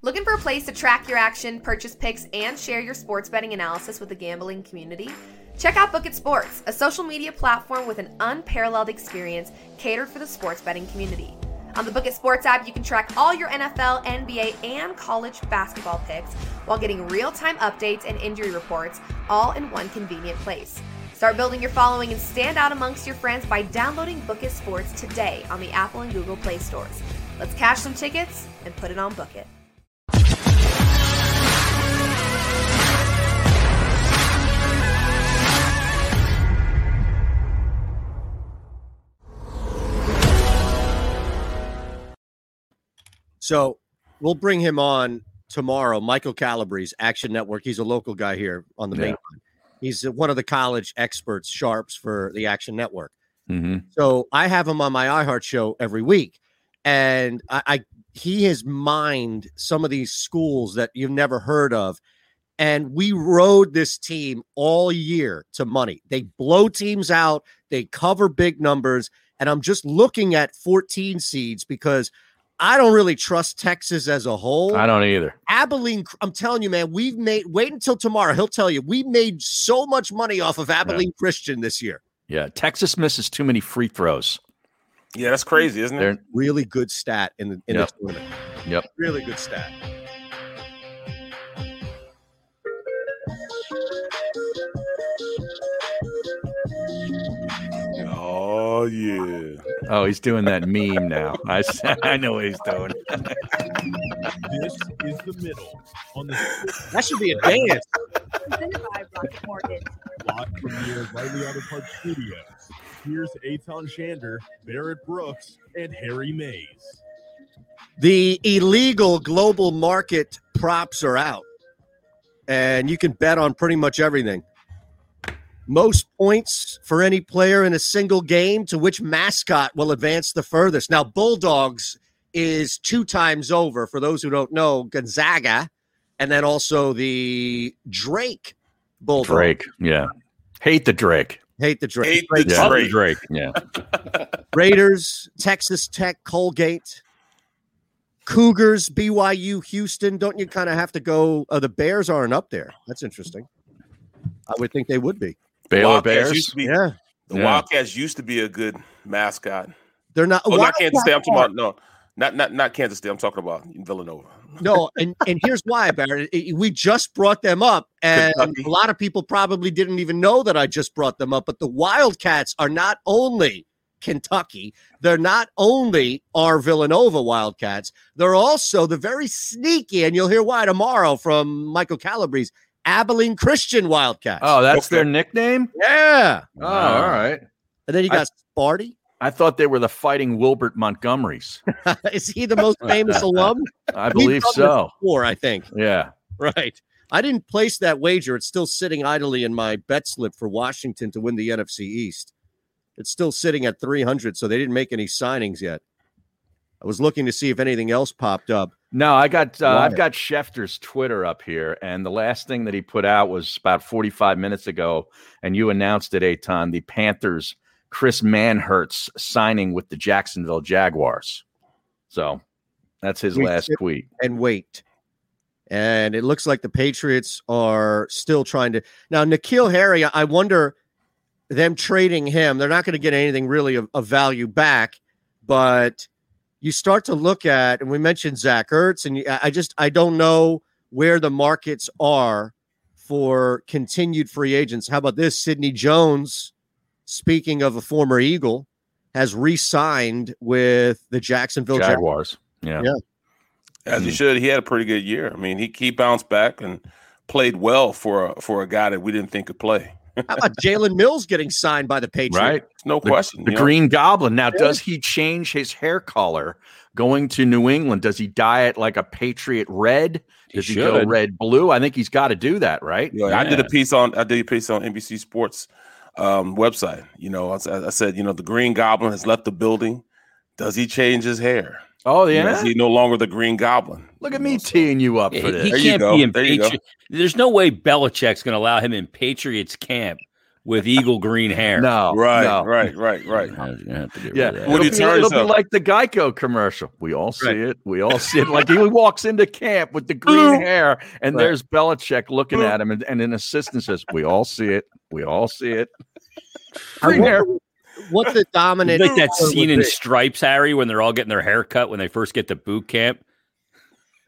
Looking for a place to track your action, purchase picks, and share your sports betting analysis with the gambling community? Check out Book It Sports, a social media platform with an unparalleled experience catered for the sports betting community. On the Book It Sports app, you can track all your NFL, NBA, and college basketball picks while getting real time updates and injury reports all in one convenient place. Start building your following and stand out amongst your friends by downloading Book It Sports today on the Apple and Google Play stores. Let's cash some tickets and put it on Book It. So we'll bring him on tomorrow. Michael Calabrese, Action Network. He's a local guy here on the main line. He's one of the college experts, sharps for the Action Network. Mm-hmm. So I have him on my iHeart show every week, and I, I he has mined some of these schools that you've never heard of. And we rode this team all year to money. They blow teams out, they cover big numbers. And I'm just looking at 14 seeds because I don't really trust Texas as a whole. I don't e-, either. Abilene, I'm telling you, man, we've made wait until tomorrow. He'll tell you we made so much money off of Abilene Christian this year. Yeah, Texas misses too many free throws. Yeah, that's crazy, isn't it? They're- Really good stat in the in Yep. the tournament. Yep. Really good stat. Oh yeah. Oh, he's doing that meme now. I s- I know what he's doing. This is the middle on the That should be a dance. Presented by Rocket Mortgage. spot from the O'Reilly Auto Parts Studios. Here's Aton Shander, Barrett Brooks, and Harry Mays. The illegal global market props are out, and you can bet on pretty much everything. Most points for any player in a single game to which mascot will advance the furthest. Now, Bulldogs is two times over. For those who don't know, Gonzaga, and then also the Drake Bulldog. Drake. Yeah. Hate the Drake. Hate the Drake. Hate the Yeah. Drake. Drake. Yeah. Raiders, Texas Tech, Colgate, Cougars, BYU, Houston. Don't you kind of have to go? Uh, the Bears aren't up there. That's interesting. I would think they would be. Baylor Wildcats used Bears. to be- Yeah, The Yeah. Wildcats used to be a good mascot. they're not. Oh, Why- not Kansas State. I'm talking about no, not not not Kansas State. I'm talking about Villanova. No, and and here's why, Barrett. It- it- we just brought them up, and Kentucky. a lot of people probably didn't even know that I just brought them up. But the Wildcats are not only Kentucky; they're not only our Villanova Wildcats. They're also the very sneaky, and you'll hear why tomorrow from Michael Calabrese, Abilene Christian Wildcats. Oh, that's their nickname? yeah. Oh, all right. And then you got Sparty. I thought they were the fighting Wilbert Montgomerys. Is he the most famous alum? I We've believe done this so. Before, I think. Yeah. Right. I didn't place that wager. It's still sitting idly in my bet slip for Washington to win the NFC East. It's still sitting at 300, so they didn't make any signings yet. I was looking to see if anything else popped up. No, I got uh, I've Right. got Schefter's Twitter up here, and the last thing that he put out was about 45 minutes ago, and you announced it, Aton, the Panthers Chris Manhertz signing with the Jacksonville Jaguars. So that's his We last sit tweet. And wait. And it looks like the Patriots are still trying to. Now, Nikhil Harry, I wonder them trading him. They're not going to get anything really of, of value back, but you start to look at, and we mentioned Zach Ertz, and you, I I just, I don't know where the markets are for continued free agents. How about this? Sidney Jones, speaking of a former Eagle, has re signed with the Jacksonville Jag- Jaguars. Yeah. Yeah. As Hmm. he should, he had a pretty good year. I mean, he he bounced back and played well for a, for a guy that we didn't think could play. How about Jalen Mills getting signed by the Patriots? Right. No The- question. The you know? Green Goblin. Now, Yeah. does he change his hair color going to New England? Does he dye it like a Patriot red? Does he, go should. red blue? I think he's got to do that, right? Yeah, I did a piece on I did a piece on NBC Sports um, website. You know, I, s- I said, you know, the Green Goblin has left the building. Does he change his hair? Oh You know, yeah? is he no longer the Green Goblin? Look at me teeing you up for He- this. He There you can't go. be in There you go. Patri- There's no way Belichick's going to allow him in Patriots camp with Eagle green hair. No, Right, no. right, right, right. Yeah, What it'll, do you be, turn it'll be yourself? like the Geico commercial. We all see Right. it. We all see it. Like he walks into camp with the green hair, and Right. there's Belichick looking at him, and, and an assistant says, "We all see it. We all see it." Green hair. What the dominant like that color scene would in be. Stripes, Harry, when they're all getting their hair cut when they first get to boot camp,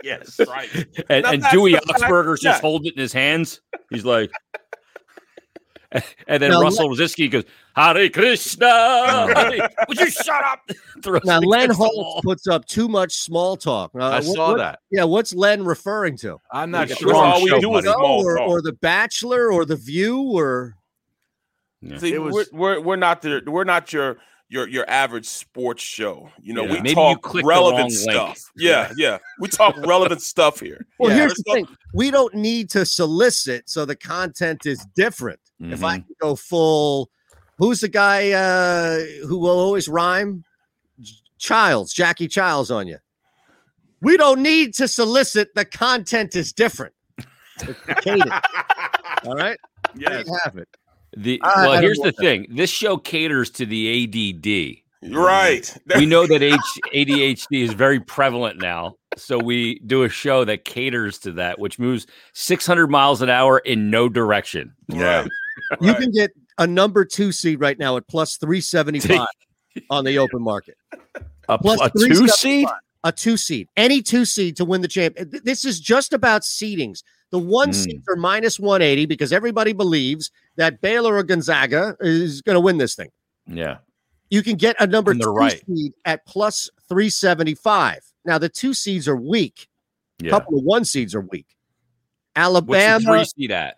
Yes, right. and, and Dewey Oxburger's just holding it in his hands. He's like, and then Now, Russell Rosiski goes, "Hare Oh. Krishna." Hare- Would you shut up? Throws Now him Len against the Holt wall. puts up too much small talk. Now, I saw that. Yeah, what's Len referring to? I'm not Yeah, sure. that's on all we show do money. is- small or, talk. or The Bachelor or The View or See, It was- we're, we're we're not the we're not your your your average sports show. You know, Yeah. we Maybe you talk clicked the wrong relevant link. stuff. Yeah, yeah. We talk relevant stuff here. Well, Yeah. here's There's the no- thing: we don't need to solicit, so the content is different. If I can go full, who's the guy uh, who will always rhyme? J- Childs, Jackie Childs, on you. We don't need to solicit. The content is different. It's the cadence. All right. There you have it. The I- I well, don't here's the want thing. This show caters to the ADD. Right. We know that H- ADHD is very prevalent now, so we do a show that caters to that, which moves 600 miles an hour in no direction. Yeah. You can get a number two seed right now at plus 375 on the open market. a, Plus a three two seventy-five. seed. A two seed, any two seed to win the champ. eh, th- This is just about seedings. The one Mm. Hmm. seeds are minus 180 because everybody believes that Baylor or Gonzaga is going to win this thing. Yeah, You can get a number And they're two right. seed at plus 375. Now, the two seeds are weak. A yeah. couple of one seeds are weak. What's Alabama, the three seed uh, at?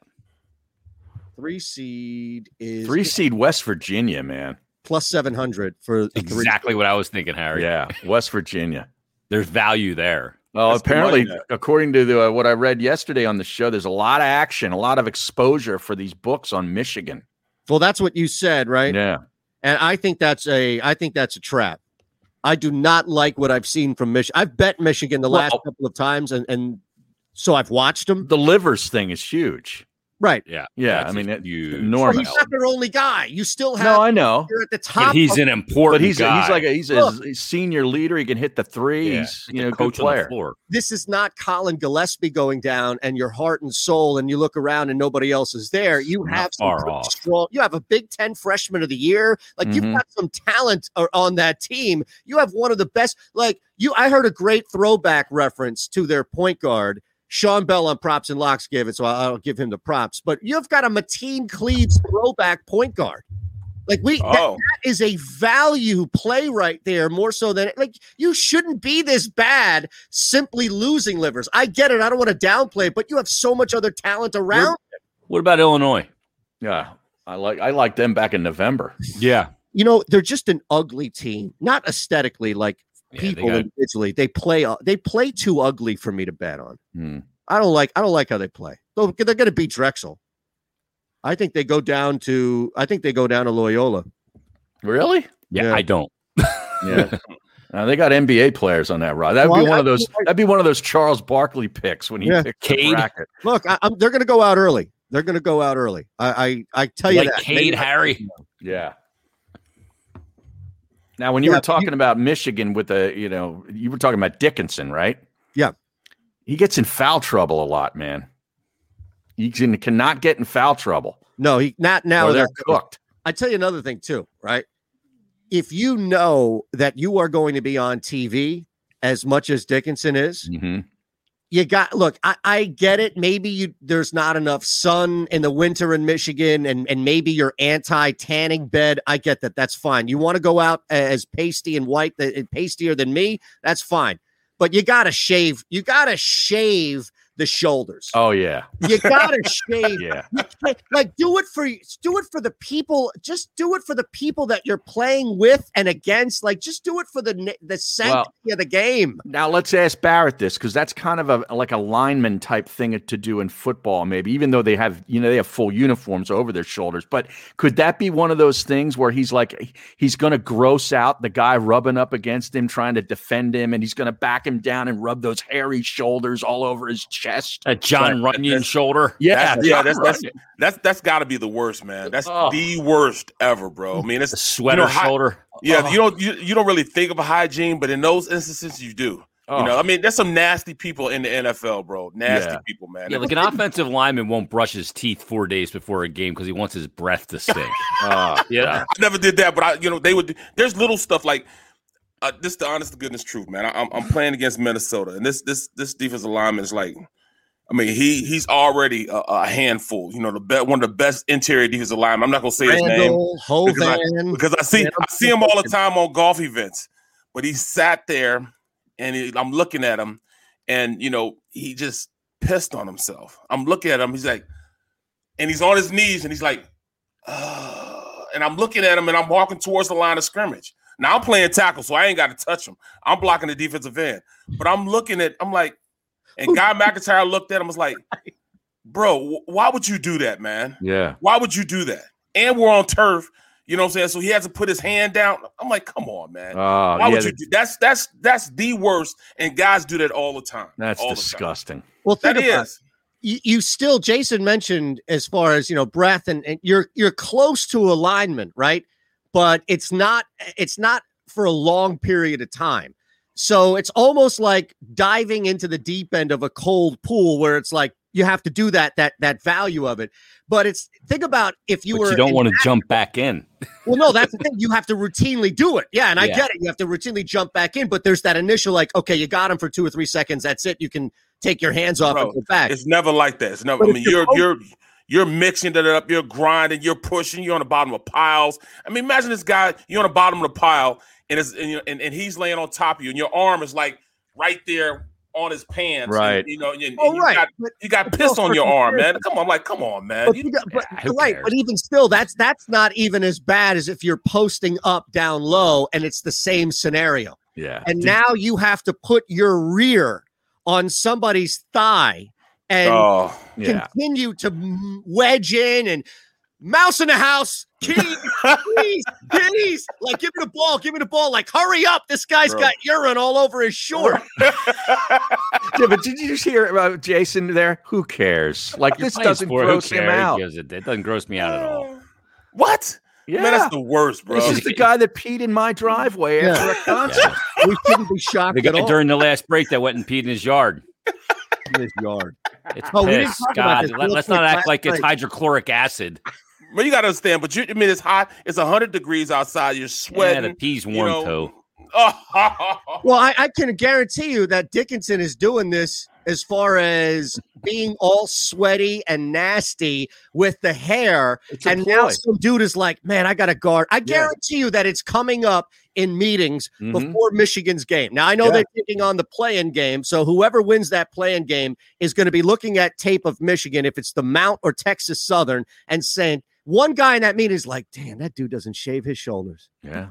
three seed is Three seed West Virginia, man. plus 700 for the three. Exactly what I was thinking, Harry. Yeah, West Virginia. There's value there. Oh, That's the apparently, money net. according to the, uh, what I read yesterday on the show, there's a lot of action, a lot of exposure for these books on Michigan. Well, that's what you said, right? Yeah, And I think that's a I think that's a trap. I do not like what I've seen from Michigan. I've bet Michigan the last Well- couple of times, and and so I've watched them. the livers thing is huge. Right. Yeah. Yeah, That's I mean, a it- huge- Well, enormous. he's not their only guy. You still have. No, I know, You're at the top. But he's of- an important but he's a, guy. he's like a, he's a Look. s- senior leader. He can hit the three. Yeah, He's he's you the know a good coach on the player. floor. this is not Colin Gillespie going down, and your heart and soul, and you look around and nobody else is there. You Not have some far pretty off. Mm-hmm. strong. You have a Big Ten freshman of the year. Like Mhm. you've got some talent uh, on that team. You have one of the best. Like you, I heard a great throwback reference to their point guard. Sean Bell on props and locks gave it, so I'll I'll give him the props. But you've got a Mateen Cleaves throwback point guard. Like we, that- Oh, is a value play right there more so than like you shouldn't be this bad simply losing livers. I get it. I don't want to downplay it, but you have so much other talent around. What about Illinois? Yeah, I like I like them back in November. Yeah. you know, they're just an ugly team, not aesthetically like they people got- individually. They play uh, they play too ugly for me to bet on. Hmm. I don't like I don't like how they play. They're, they're going to beat Drexel. I think they go down to I think they go down to Loyola. Really? Yeah, I don't. Yeah. Now, they got NBA players on that rod. That'd Well, be one I- of those. That'd be one of those Charles Barkley picks when he Yeah. picked Cade? the bracket. Look, I, I'm, they're going to go out early. They're going to go out early. I I, I tell you like that. Cade Maybe- Harry. Yeah. Now, when you Yeah, were talking about Michigan with the, you know, you were talking about Dickinson, right? Yeah. He gets in foul trouble a lot, man. He can, cannot get in foul trouble. No, he not now. Or they're cooked. I tell you another thing too, right? If you know that you are going to be on TV as much as Dickinson is, Mm-hmm. you got look. I, I get it. Maybe you there's not enough sun in the winter in Michigan, and and maybe you're anti tanning bed. I get that. That's fine. You want to go out as pasty and white, th- and pastier than me. That's fine. But you gotta shave. You gotta shave the shoulders. Oh yeah. You gotta shave. Yeah. You can't- like do it for do it for the people. Just do it for the people that you're playing with and against. Like just do it for the na- the sanctity of the game. Now let's ask Barrett this because that's kind of a like a lineman type thing to do in football, maybe. Even though they have you know they have full uniforms over their shoulders, but could that be one of those things where he's like he's going to gross out the guy rubbing up against him, trying to defend him, and he's going to back him down and rub those hairy shoulders all over his chest. A John Runyon shoulder. Yeah, That's- yeah, John that's that's Runyon. that's that's got to be the worst, man. That's Oh. the worst ever, bro. I mean, it's sweater hy- shoulder. Yeah, Oh. you don't you, you don't really think of hygiene, but in those instances, you do. Oh. You know, I mean, there's some nasty people in the NFL, bro. Nasty Yeah. people, man. Yeah, like an offensive lineman won't brush his teeth four days before a game because he wants his breath to stink. Ah, uh, yeah. I never did that, but I, you know, they would. There's little stuff like uh, this. The honest to goodness truth, man. I, I'm, I'm playing against Minnesota, and this this this defensive lineman is like, I mean, he he's already a, a handful. You know, the be, one of the best interior defensive linemen. I'm not gonna say his name Randall, because I, Hovan, because I see Sam I see him all the time on golf events, but he sat there, and he, I'm looking at him, and you know, he just pissed on himself. I'm looking at him. He's like, and he's on his knees, and he's like and I'm looking at him and I'm walking towards the line of scrimmage. Now I'm playing tackle, so I ain't got to touch him. I'm blocking the defensive end, but I'm looking at, I'm like, and Guy McIntyre looked at him, was like, bro, wh- why would you do that, man? Yeah. Why would you do that? And we're on turf, you know what I'm saying? So he has to put his hand down. I'm like, come on, man. Oh, why yeah, would you that- do that's that's that's the worst, and guys do that all the time. That's all the time. disgusting. Well, think That about it. is. You, you still, Jason mentioned as far as you know, breath, and, and you're you're close to alignment, right? But it's not it's not for a long period of time. So it's almost like diving into the deep end of a cold pool, where it's like you have to do that that that value of it. But it's think about if you But were you don't an want to jump back in. Well, no, that's the thing. You have to routinely do it. Yeah, and I Yeah. get it. You have to routinely jump back in, but there's that initial like, okay, you got him for two or three seconds. That's it. You can take your hands off Bro, and go back. It's never like that. It's never. But I if mean, you're you're you're you're mixing it up. You're grinding. You're pushing. You're on the bottom of piles. I mean, imagine this guy. You're on the bottom of the pile, and it's and, you know, and, and he's laying on top of you, and your arm is like right there on his pants. Right. And, you know. And, and Oh, you right. Got, But- you got but piss no, on your for arm, man. comparison. Come on, I'm like, come on, man. But You- you got- but- who right, but even still, that's that's not even as bad as if you're posting up down low and it's the same scenario. Yeah. And now you have to put your rear on somebody's thigh and Oh, yeah. continue to m- wedge in and mouse in the house. Kitty, please, kitties, like give me the ball, give me the ball, like hurry up. This guy's Bro. got urine all over his short. yeah, but did you just hear about Jason there? Who cares? Like You're this playing doesn't sport, who gross him cares? Who out. gives a- It doesn't gross me out at all. what? Yeah. Man, that's the worst, bro. This is the guy that peed in my driveway Yeah. after a concert. we shouldn't be shocked The at guy all. during the last break that went and peed in his yard. in his yard. It's Oh, we didn't piss. talk about God, this. let, Real us quick, not act last like it's night. hydrochloric acid. But you gotta understand. But you, I mean, it's hot. It's hundred degrees outside. You're Yeah, sweating. the pee's you warm know. though. Well, I, I can guarantee you that Dickinson is doing this as far as being all sweaty and nasty with the hair. a And now ploy. some dude is like, man, I got to guard. I Yeah. guarantee you that it's coming up in meetings Mhm. before Michigan's game. Now, I know Yeah. they're taking on the play in game. So whoever wins that play in game is going to be looking at tape of Michigan, if it's the Mount or Texas Southern, and saying, One guy in that meeting is like, damn, that dude doesn't shave his shoulders. Yeah.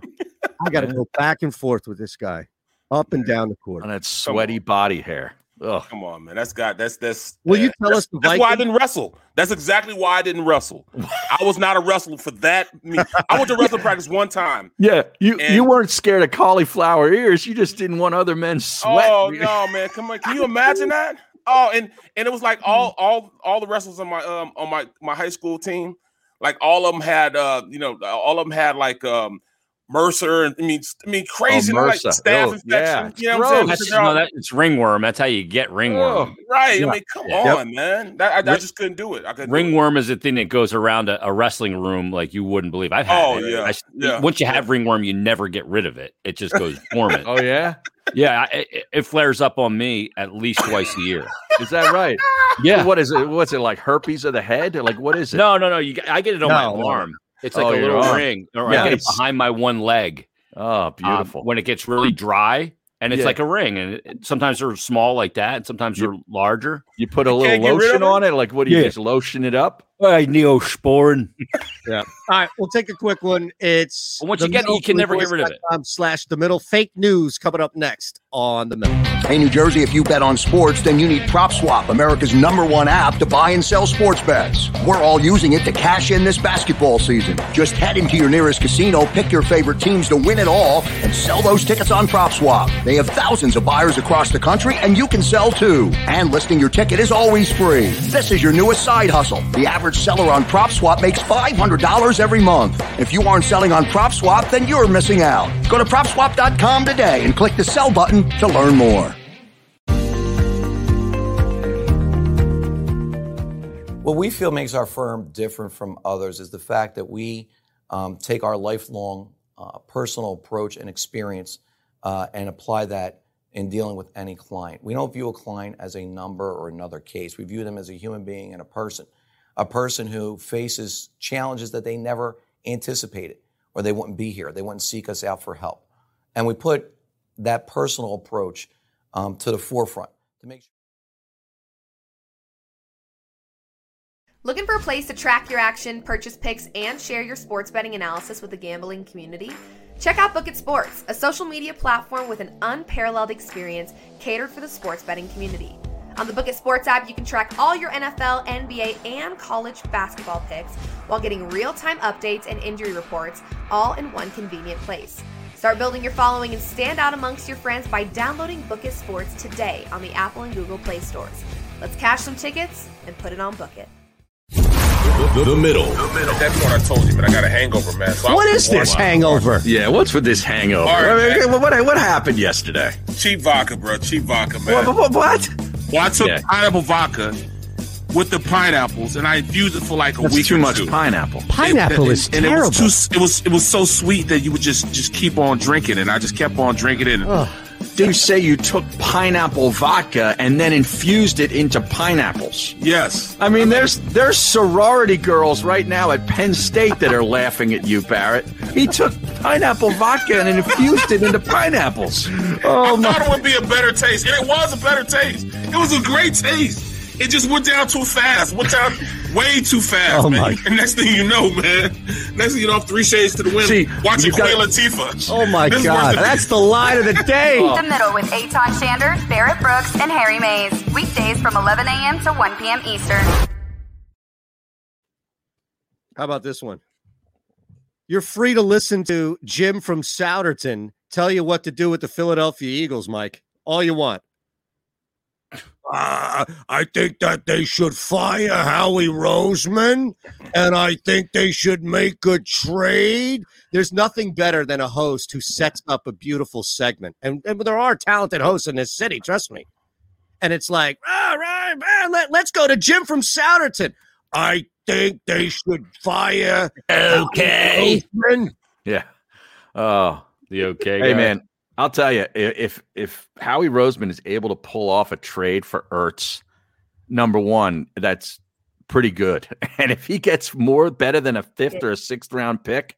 I got to go back and forth with this guy, up and down the court. And that sweaty body hair. Ugh. Come on, man. That's got that's that's. Will you tell that's, us the that's why I Vikings- didn't wrestle. That's exactly why I didn't wrestle. I was not a wrestler for that. Me, I went to wrestling practice one time. Yeah, you you weren't scared of cauliflower ears. You just didn't want other men sweat. Oh no, man! Come on, can you imagine that? Oh, and and it was like all Mm. all all the wrestlers on my um on my my high school team, like all of them had uh you know all of them had like um Mercer and I mean s- I mean Oh, crazy like MRSA. staff Oh, infection. yeah, you know what I'm saying? That's, Because they're all- no, that, it's ringworm. That's how you get ringworm. Oh, right. I mean, come Yeah. on, man. That, I, I Ri- just couldn't do it. I couldn't. do it. Ringworm is a thing that goes around a, a wrestling room like you wouldn't believe. I've had Oh, it. yeah, I s- yeah, Once you have ringworm, you never get rid of it. It just goes dormant. oh yeah, yeah. I, it, it flares up on me at least twice a year. Is that right? Yeah. What is it? What's it like? Herpes of the head? Like what is it? No, no, no. You, I get it on my No, no. arm. It's like Oh, a your little arm. ring, or I get it Nice. behind my one leg. Um, Oh, beautiful. when it gets really dry, and it's Yeah. like a ring, and it, sometimes they're small like that, and sometimes they're larger. You put a little lotion on it. Like what do you just lotion it up? Right, neosporin. yeah. All right, we'll take a quick one. It's Once you get it, you can never get rid of it. themiddlefootballboys.com Slash the middle fake news coming up next on the middle. Hey, New Jersey, if you bet on sports, then you need PropSwap, America's number one app to buy and sell sports bets. We're all using it to cash in this basketball season. Just head into your nearest casino, pick your favorite teams to win it all, and sell those tickets on PropSwap. They have thousands of buyers across the country, and you can sell too. And listing your ticket is always free. This is your newest side hustle. The average seller on PropSwap makes $500 every month. If you aren't selling on PropSwap, then you're missing out. Go to PropSwap.com today and click the sell button to learn more. What we feel makes our firm different from others is the fact that we um, take our lifelong uh, personal approach and experience uh, and apply that in dealing with any client. We don't view a client as a number or another case. We view them as a human being and a person, a person who faces challenges that they never anticipated or they wouldn't be here. They wouldn't seek us out for help. And we put that personal approach um, to the forefront. Looking for a place to track your action, purchase picks, and share your sports betting analysis with the gambling community? Check out Book It Sports, a social media platform with an unparalleled experience catered for the sports betting community. On the Book It Sports app, you can track all your NFL, NBA, and college basketball picks while getting real time updates and injury reports all in one convenient place. Start building your following and stand out amongst your friends by downloading Book It Sports today on the Apple and Google Play stores. Let's cash some tickets and put it on Book It. The, middle. The middle. At that point, I told you, man, I got a hangover, man. So I What was is this warm. hangover? Yeah, what's with this hangover? All right, I mean, what, what, what happened yesterday? Cheap vodka, bro. Cheap vodka, man. What- what- what? Well, I took Yeah. pineapple vodka with the pineapples, and I infused it for like a That's week. too or much two. pineapple. Pineapple is and It was, too, it was it was so sweet that you would just just keep on drinking, and I just kept on drinking it. And Do say you took pineapple vodka and then infused it into pineapples. Yes. I mean, there's there's sorority girls right now at Penn State that are laughing at you, Barrett. He took pineapple vodka and infused it into pineapples. Oh I thought it my! would be a better taste, and it was a better taste. It was a great taste. It just went down too fast. Went down way too fast, Oh, man. my- And next thing you know, man, next thing you know, I'm three shades to the wind, See, watching you gotta- Queen Latifah. Oh my This is worse God, than- that's the line of the day. The Oh. Middle with Aton Shander, Barrett Brooks, and Harry Mays. Weekdays from 11 a.m. to 1 p.m. Eastern. How about this one? You're free to listen to Jim from Souderton tell you what to do with the Philadelphia Eagles, Mike. All you want. Ah, I think that they should fire Howie Roseman, and I think they should make a trade. There's nothing better than a host who sets up a beautiful segment, and, and there are talented hosts in this city. Trust me. And it's like, all right, man, let, let's go to Jim from Souderton. I think they should fire. Okay. Roseman. Yeah. Oh, the okay. hey guy. man, I'll tell you i- if if Howie Roseman is able to pull off a trade for Ertz, number one, that's pretty good. And if he gets more better than a fifth or a sixth round pick,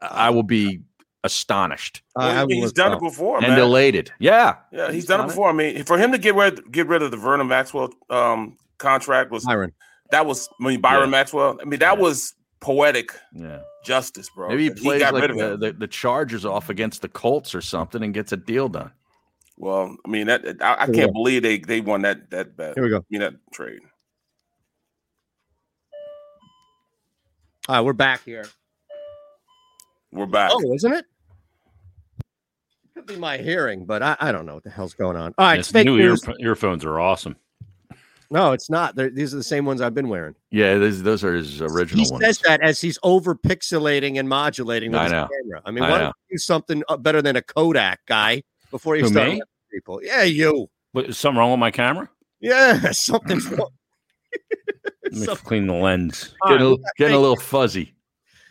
I will be astonished. Well, I uh, mean, he's done it before, and man. elated. Yeah, Yeah, he's done it before. I mean, for him to get rid get rid of the Vernon Maxwell um, contract was Byron. That was I mean Byron Maxwell. I mean, that was poetic yeah. justice, bro. Maybe he And plays got like rid of the, him. the, the Chargers off against the Colts or something and gets a deal done. Well, I mean that I, I Here we can't go. believe they they won that that bet. Here we go. I mean that trade. All right, Ah, we're back here. We're back. Oh, isn't it? Could be my hearing, but I, I don't know what the hell's going on. All right, it's Yes, fake new news. earph- earphones are awesome. No, it's not. They're, these are the same ones I've been wearing. Yeah, those, those are his original he ones. says that as he's over pixelating and modulating with I his know. camera. I mean, I why know. don't you do something uh, better than a Kodak guy before you Who, start me? messing with people? Yeah, you. What, is something wrong with my camera? Yeah, something's wrong. Let me clean the lens. All right, Getting a- we got getting a fake- little fuzzy.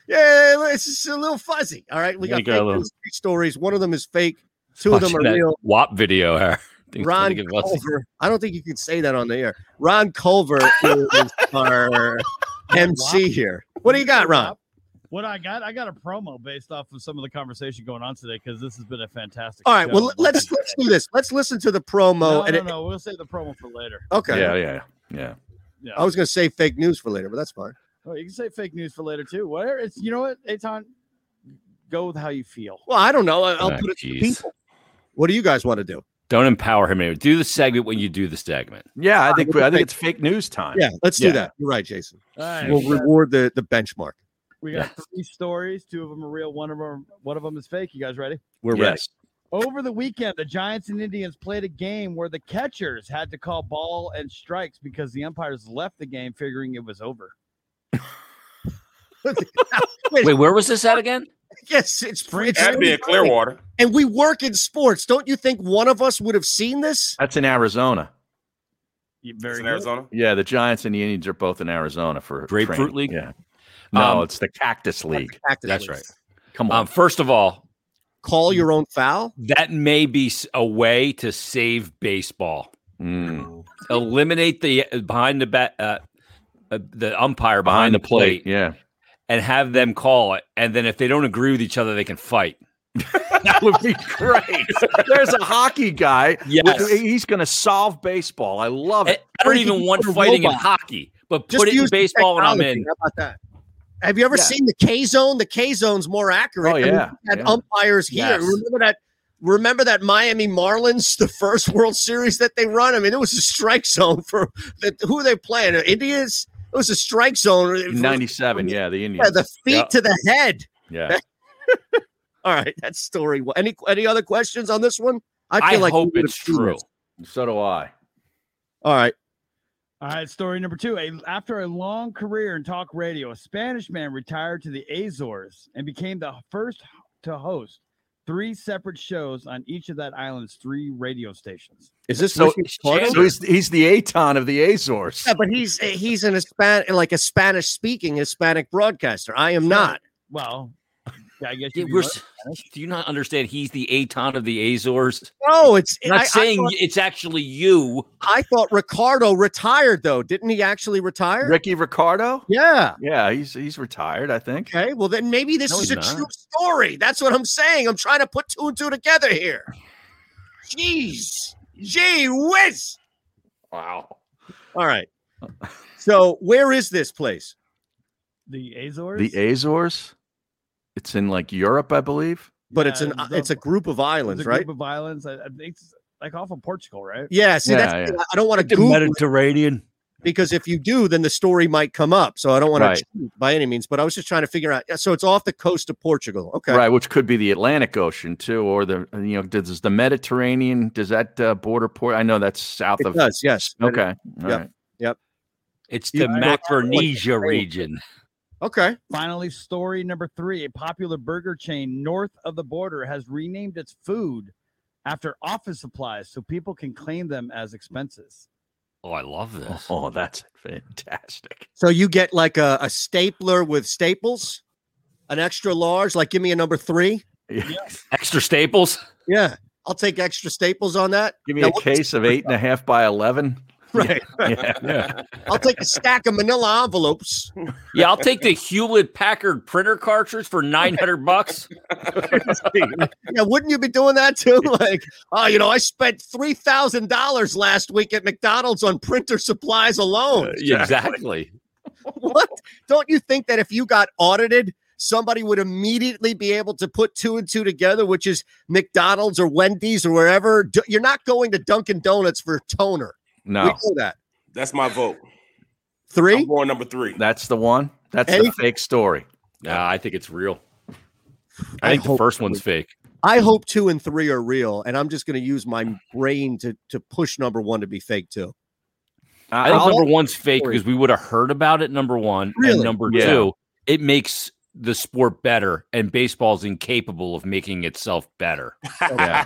Yeah, it's just a little fuzzy. All right, we Yeah, got you got fake a little- news, three stories. One of them is fake. Two of them are real. WAP video. Here. Ron Culver. I don't think you can say that on the air. Ron Culver is our MC here. What do you got, Ron? What I got, I got a promo based off of some of the conversation going on today because this has been a fantastic. All right. show. Well, let- let's let's do this. Let's listen to the promo. No, and no, it- no, we'll save the promo for later. Okay. Yeah, yeah, yeah. Yeah. I was going to say fake news for later, but that's fine. Oh, you can say fake news for later too. Whatever. It's you know what, Aton, go with how you feel. Well, I don't know. I- I'll Ah, put it to the jeez. people. What do you guys want to do? Don't empower him. Anymore. Do the segment when you do the segment. Yeah, I think with the I think fake- it's fake news time. Yeah, let's Yeah. do that. You're right, Jason. All right, We'll we got- reward the the benchmark. We got three stories. Two of them are real. One of them, one of them is fake. You guys ready? We're ready. Over the weekend, the Giants and Indians played a game where the catchers had to call ball and strikes because the umpires left the game figuring it was over. Wait, where was this at again? Yes, it's Spring- it's That'd be at Clearwater. And we work in sports. Don't you think one of us would have seen this? That's in Arizona. You- Very in good. Arizona. Yeah, the Giants and the Indians are both in Arizona for Grapefruit training. League? Yeah. No, Um, it's the Cactus League. Cactus That's League. right. Come on. Um, first of all, Call your own foul. that may be s- a way to save baseball. Mm. Oh. Eliminate the uh, behind the bat, uh, uh, the umpire behind, the plate, Yeah. and have them call it. And then if they don't agree with each other, they can fight. that would be great. There's a hockey guy. Yes. with- he's going to solve baseball. I love it. I don't even want fighting in robot. hockey, but Just put it in use the baseball, and I'm technology. in. How about that? Have you ever Yeah. seen the K zone? The K zone's more accurate. Oh, I mean, yeah, we had yeah. umpires here. Yes. Remember that. Remember that Miami Marlins, the first World Series that they run. I mean, it was a strike zone for the, who are they playing? Indians. It was a strike zone. for- 97. Yeah, the Indians. Yeah, the feet Yeah. to the head. Yeah. All right, that's story. one. Any any other questions on this one? I, we hope would it's have seen true. this. So do I. All right. All right, story number two. A, after a long career in talk radio, a Spanish man retired to the Azores and became the first to host three separate shows on each of that island's three radio stations. Is this So, Ricky so Ricardo? he's, he's the Aton of the Azores. Yeah, but he's he's an Hispanic, like a Spanish speaking Hispanic broadcaster. I am not. Well, yeah, I guess Yeah, you we're s- do you not understand? He's the Aton of the Azores. No, it's I'm not I, saying I thought, it's actually you. I thought Ricardo retired though. Didn't he actually retire? Ricky Ricardo? yeah. Yeah, he's he's retired, I think. Okay. Well, then maybe this No, is a he's not. true story. That's what I'm saying. I'm trying to put two and two together here. Jeez. Gee whiz. Wow. All right. So where is this place? The Azores? The Azores? It's in like Europe, I believe. But it's Yeah, an it's a- it's a group of There's islands, a right? group of islands. I, I think it's like off of Portugal, right? Yeah, see, Yeah, that's yeah. I don't want to The Google it Mediterranean. because if you do, then the story might come up. So I don't want Right. to cheat by any means. But I was just trying to figure out. yeah, So it's off the coast of Portugal. Okay, Right, which could be the Atlantic Ocean too, or the you know, does, does the Mediterranean? Does that uh, border port? I know that's south It of. does. Yes. Okay, Yep. all right. Yep. It's You the know, I like Macronesia the name. region. Okay. Finally, story number three a popular burger chain north of the border has renamed its food after office supplies so people can claim them as expenses. Oh, I love this. Oh, that's fantastic. So you get like a, a stapler with staples, an extra large. Like, give me a number three. Extra staples. Yeah, I'll take extra staples on that. Give me Now, a what- case of eight and a half by eleven. Right. Yeah, Yeah. I'll take a stack of manila envelopes. yeah, I'll take the Hewlett Packard printer cartridge for 900 bucks. yeah, wouldn't you be doing that too? Like, oh, you know, I spent three thousand dollars last week at McDonald's on printer supplies alone. exactly. what? Don't you think that if you got audited, somebody would immediately be able to put two and two together, which is McDonald's or Wendy's or wherever? D- You're not going to Dunkin' Donuts for toner. No. we know that. That's my vote. Three? I'm going number three. That's the one. That's Hey. the fake story. Nah, I think it's real. I I think the hope first so. one's fake. I hope two and three are real, and I'm just going to use my brain to to push number one to be fake too. I think I'll- number one's fake because we would have heard about it. Number one and Really? number Yeah. two, it makes the sport better, and baseball's incapable of making itself better. Yeah.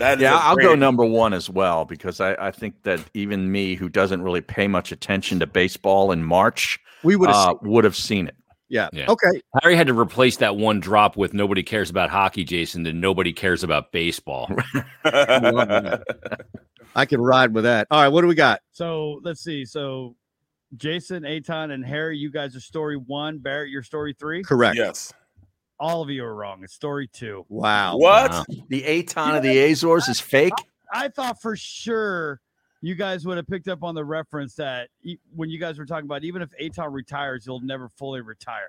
yeah, I'll go number one as well because I, I think that even me, who doesn't really pay much attention to baseball in March, we would've seen would have seen it. Yeah. Okay. Harry had to replace that one drop with nobody cares about hockey, Jason, and nobody cares about baseball. I can ride with that. All right, what do we got? So let's see. So Jason, Aton, and Harry, you guys are story one. Barrett, your story three. Correct. Yes. All of you are wrong. It's story two. Wow. What? The Aton of the Azores is fake? I thought for sure you guys would have picked up on the reference that e- when you guys were talking about even if Aton retires, he'll never fully retire.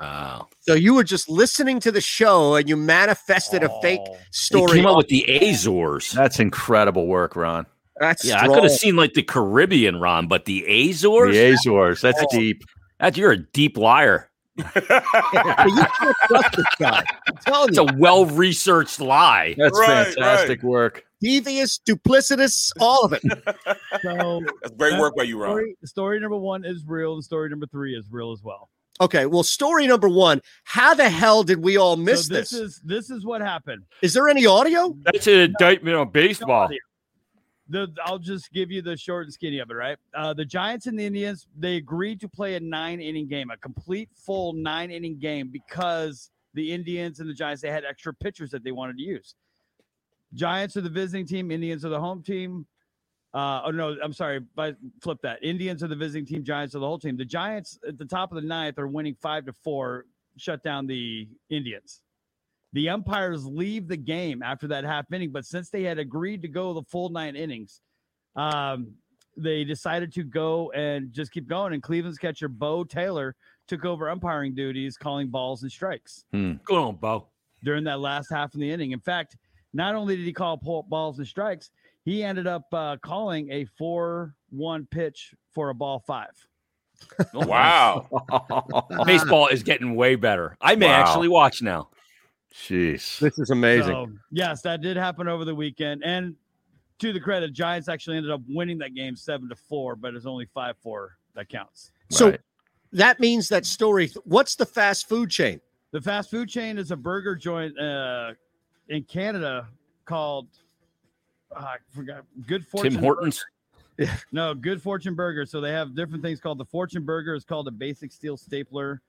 Wow. So you were just listening to the show and you manifested a fake story. He came up with the Azores. That's incredible work, Ron. That's yeah. I strong. could have seen like the Caribbean, Ron, but the Azores. The Azores. That's deep. That you're a deep liar. It's a well-researched lie. That's fantastic work. devious, duplicitous, all of it. So That's great work by you, Ron. story, story number one is real, and story number three is real as well. okay, well, story number one. How the hell did we all So miss this this? is this is what happened. Is there any audio? That's an indictment on baseball. the I'll just give you the short and skinny of it, right? Uh, the Giants and the Indians they agreed to play a nine inning game, a complete full nine inning game, because the Indians and the Giants they had extra pitchers that they wanted to use. Giants are the visiting team, Indians are the home team. Uh, oh no, I'm sorry, but flip that. Indians are the visiting team, Giants are the whole team. The Giants at the top of the ninth are winning five to four, shut down the Indians. The umpires leave the game after that half inning, but since they had agreed to go the full nine innings, um, they decided to go and just keep going. And Cleveland's catcher Bo Taylor took over umpiring duties, calling balls and strikes Hmm. Go on, Bo. during that last half of the inning. In fact, not only did he call pull, balls and strikes, he ended up uh, calling a four-one pitch for a ball five. Wow. baseball is getting way better. I may Wow. actually watch now. Jeez. This is amazing. So, yes, that did happen over the weekend. And to the credit, Giants actually ended up winning that game seven to four, but it's only five four that counts. So that means that story. What's the fast food chain? The fast food chain is a burger joint uh, in Canada called uh, I forgot Good Fortune. Tim Hortons. No, Good Fortune Burger. So they have different things called the Fortune Burger is called a basic steel stapler.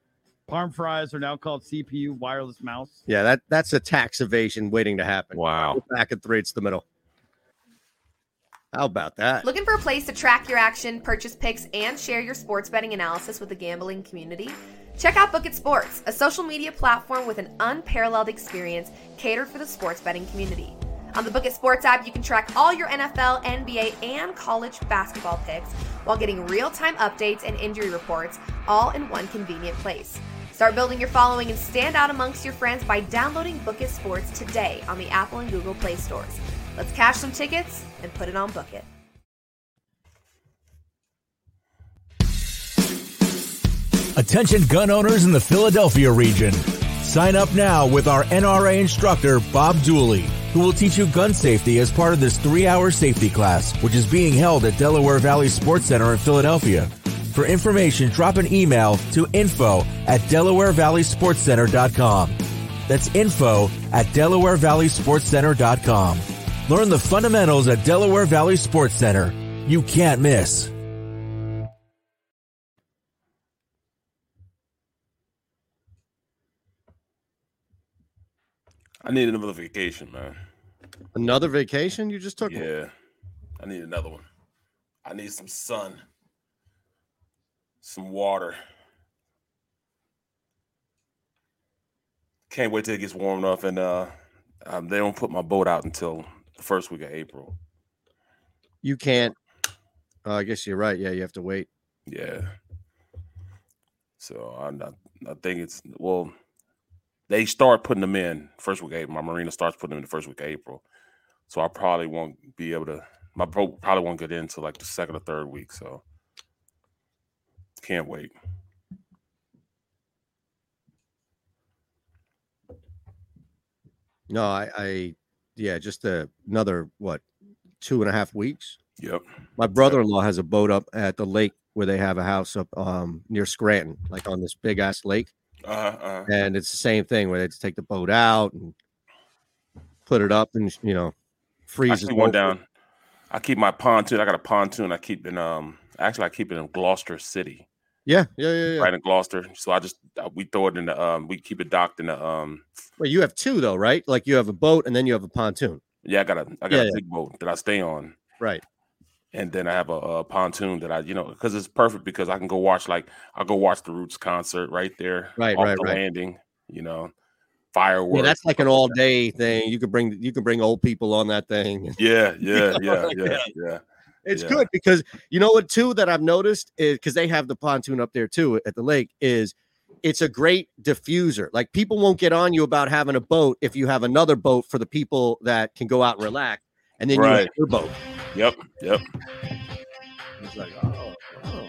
Parm fries are now called CPU wireless mouse. Yeah, that that's a tax evasion waiting to happen. Wow. Back at three, it's the middle. How about that? Looking for a place to track your action, purchase picks, and share your sports betting analysis with the gambling community? Check out Book It Sports, a social media platform with an unparalleled experience catered for the sports betting community. On the Book It Sports app, you can track all your NFL, NBA, and college basketball picks while getting real time updates and injury reports all in one convenient place. Start building your following and stand out amongst your friends by downloading Book It Sports today on the Apple and Google Play stores. Let's cash some tickets and put it on Book It. Attention gun owners in the Philadelphia region. Sign up now with our NRA instructor, Bob Dooley, who will teach you gun safety as part of this three hour safety class, which is being held at Delaware Valley Sports Center in Philadelphia. For information, drop an email to info at DelawareValleySportsCenter.com. That's info at DelawareValleySportsCenter.com. Learn the fundamentals at Delaware Valley Sports Center. You can't miss. I need another vacation, man. Another vacation you just took? Yeah. I need another one. I need some sun, some water. Can't wait till it gets warm enough, and uh, um, they don't put my boat out until the first week of April. You can't. Oh, I guess you're right. Yeah, you have to wait. Yeah. So I'm not, I think it's well, they start putting them in first week of April. My marina starts putting them in the first week of April. So I probably won't be able to my pro probably won't get into like the second or third week. So can't wait. No, I, I yeah, just a, another what two and a half weeks. Yep. My brother in law has a boat up at the lake where they have a house up um near Scranton, like on this big ass lake. Uh-huh, uh-huh. And it's the same thing where they just take the boat out and put it up and you know freeze I it keep one over. down. I keep my pontoon. I got a pontoon. I keep in um actually I keep it in Gloucester City, Yeah, yeah, yeah, yeah. right in Gloucester. So I just uh, we throw it in the um we keep it docked in the um Well, you have two though, right? Like you have a boat and then you have a pontoon. yeah I got a I got Yeah, a yeah. big boat that I stay on. Right. and then I have a, a pontoon that I, you know, because it's perfect because I can go watch like I'll go watch the Roots concert right there, Right, off right, the right. landing, you know, Yeah, fireworks. that's like an all day thing. You can bring you can bring old people on that thing. yeah, yeah, You know, yeah, like, yeah, uh, yeah. It's yeah. good because you know what too that I've noticed is because they have the pontoon up there too at the lake is it's a great diffuser. Like people won't get on you about having a boat if you have another boat for the people that can go out and relax, and then you have Right. your boat. Yep, yep. It's like, oh, oh.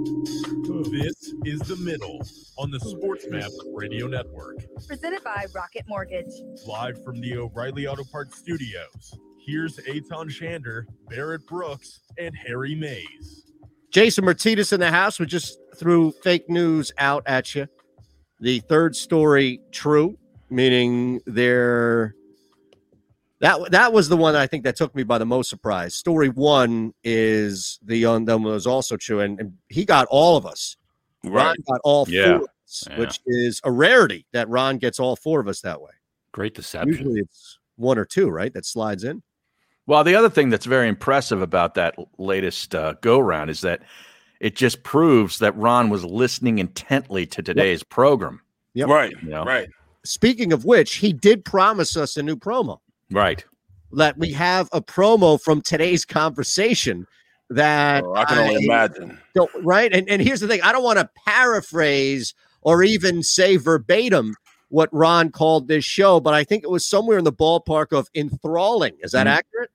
This is the middle on the Sports Map Radio Network. Presented by Rocket Mortgage. Live from the O'Reilly Auto Parts Studios, here's Aton Shander, Barrett Brooks, and Harry Mays. Jason Martinez in the house, we just threw fake news out at you. The third story true, meaning they're that that was the one I think that took me by the most surprise. Story one is the on them was also true, and, and he got all of us. Ron Right. got all Yeah. four of us, Yeah. which is a rarity that Ron gets all four of us that way. Great deception. Usually it's one or two, right? That slides in. Well, the other thing that's very impressive about that l- latest uh, go round is that it just proves that Ron was listening intently to today's program. Yep. Right, Yeah. right, Speaking of which, he did promise us a new promo. right. that we have a promo from today's conversation that Oh, I can only imagine. don't- right and, and here's the thing i don't want to paraphrase or even say verbatim what ron called this show but i think it was somewhere in the ballpark of enthralling is that Mhm. Mm-hmm. accurate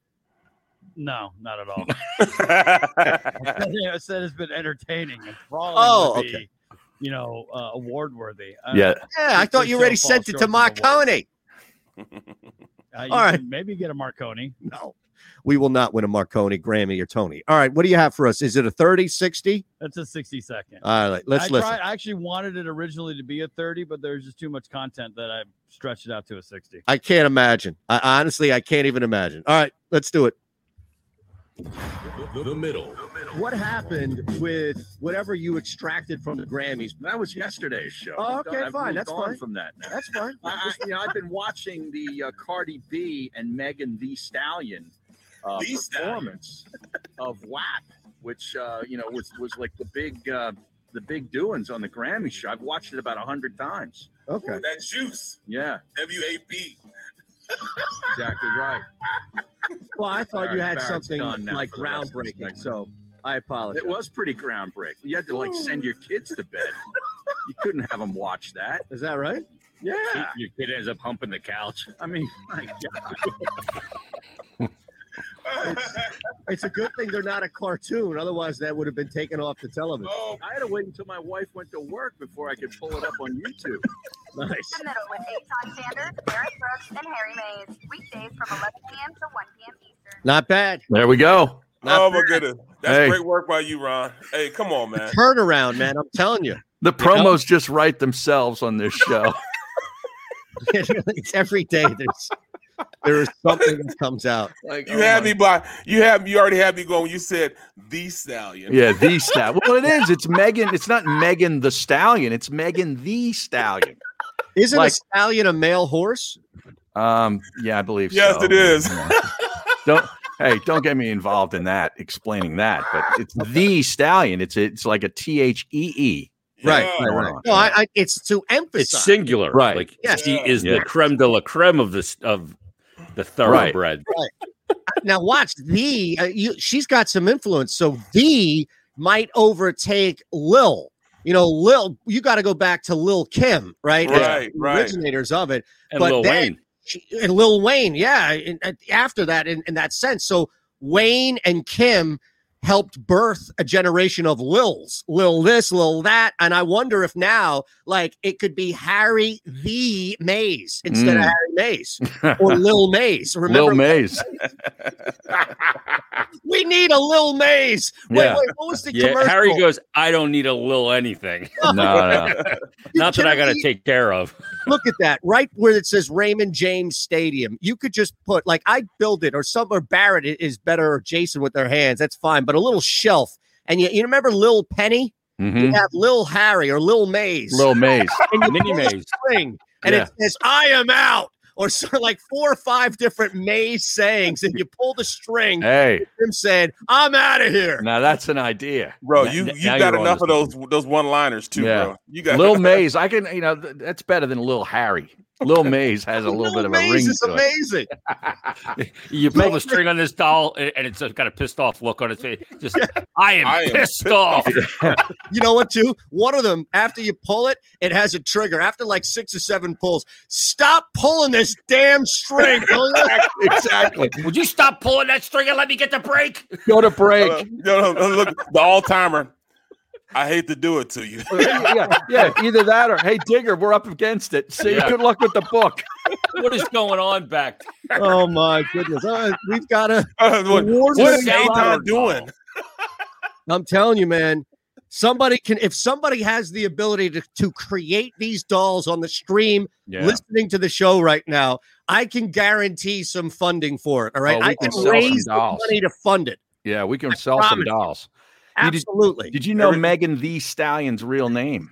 No, not at all. I said it's been entertaining. It's Oh, oh, okay. okay. You know, uh, award worthy. Yeah. yeah i thought you already sent it to marconi Uh, you All right. can Maybe get a Marconi. No. we will not win a marconi grammy or tony all right what do you have for us is it a 30 60 That's a 60 second. all right let's I listen Tried, I actually wanted it originally to be a 30, but there's just too much content that I stretched it out to a 60. i can't imagine i honestly i can't even imagine all right let's do it The, the middle. What happened with whatever you extracted from the Grammys? That was yesterday's show. Oh, okay, I've fine. moved That's on fine. From that, now. That's fine. I, I- you know, I've been watching the uh, Cardi B and Megan The Stallion uh, The performance of WAP, which uh, you know was was like the big uh, the big doings on the Grammy show. I've watched it about a hundred times. okay. That juice. Yeah. W A B. Exactly right. Well, I thought All you right, had Barrett's something gone now like for the rest of the segment. groundbreaking, so I apologize. It was pretty groundbreaking. You had to like send your kids to bed. You couldn't have them watch that. Is that right? Yeah. Your kid ends up humping the couch. I mean, my God. It's a good thing they're not a cartoon, otherwise that would have been taken off the television. Oh, I had to wait until my wife went to work before I could pull it up on YouTube. nice. The Middle with Aton Sanders, Barrett Brooks, and Harry Mays. Weekdays from 11 a.m. to 1 p.m. Eastern. Not bad. There we go. oh my goodness, that's Hey. great work by you, Ron. Hey, come on, man. Turnaround, man. I'm telling you. The promos just write themselves on this show. it's every day there's there is something that comes out. Like, You had me by you have you already had me going. when You said the stallion. yeah, the stallion. Well, it is. It's Megan. It's not Megan the stallion. It's Megan the stallion. Isn't Like- a stallion a male horse? Um, yeah, I believe Yes, so. it is. Yeah. don't hey, don't get me involved in that explaining that, but it's the stallion. It's it's like a T H E E. Right. Yeah. right, right. No, I, I, it's to emphasize. It's singular, Right. Like Yes. she is Yeah. the creme de la creme of this of the thoroughbred. Right. now watch the uh, you, she's got some influence, so the might overtake Lil. You know, Lil, you got to go back to Lil Kim, right? As Right, the right. Originators of it, And Lil Wayne. she- and Lil Wayne, yeah. and- and after that, in, in that sense, so Wayne and Kim helped birth a generation of Lils, Lil this, Lil that, and I wonder if now, like, it could be Harry the Mays instead Hmm. of Mm. Harry Mays or Lil Mays. Remember Lil Mays. we need a Lil Maze. Wait, Yeah. wait, what was the yeah, commercial? Harry goes, I don't need a little anything. No, no. Not that I got to You- take care of. Look at that, right where it says Raymond James Stadium. You could just put like I build it, or some or Barrett i- is better, or Jason with their hands. That's fine, but a little shelf. And you, you remember Lil Penny? Mm-hmm. You Mhm. have Lil Harry or Lil Maze. Lil Maze. and you Mini pull the Maze. string, and it says "I am out." Or so, like four or five different Maze sayings, and you pull the string. Hey. him saying, "I'm out of here." Now that's an idea, Bro, Now- you now you you're got on enough to of those those one liners too, bro. You got Lil Mays. I can, you know, th- that's better than Lil Harry. Lil Mays has a little bit of a ring Maze is to it. amazing. You pull the string on this doll, and and it's just got a pissed off look on its face. Just, I am, pissed, off. you know what, too? One of them, after you pull it, it has a trigger. After like six or seven pulls, stop pulling this damn string. will you?" exactly. Would you stop pulling that string and let me get the break? Go to break. Uh, no, no, no, look, the all timer. I hate to do it to you. yeah, yeah, either that or hey Digger, we're up against it. See, Yeah. good luck with the book. What is going on back Oh my goodness. All right, we've got a Uh, what- award what is winning Aton hour. doing? I'm telling you, man. Somebody can if somebody has the ability to, to create these dolls on the stream Yeah. listening to the show right now, I can guarantee some funding for it. All right. Oh, we I can can sell some raise the dolls. money to fund it. Yeah, we can sell some promise you. dolls. You did- Absolutely. Did you know Megan the Stallion's real name?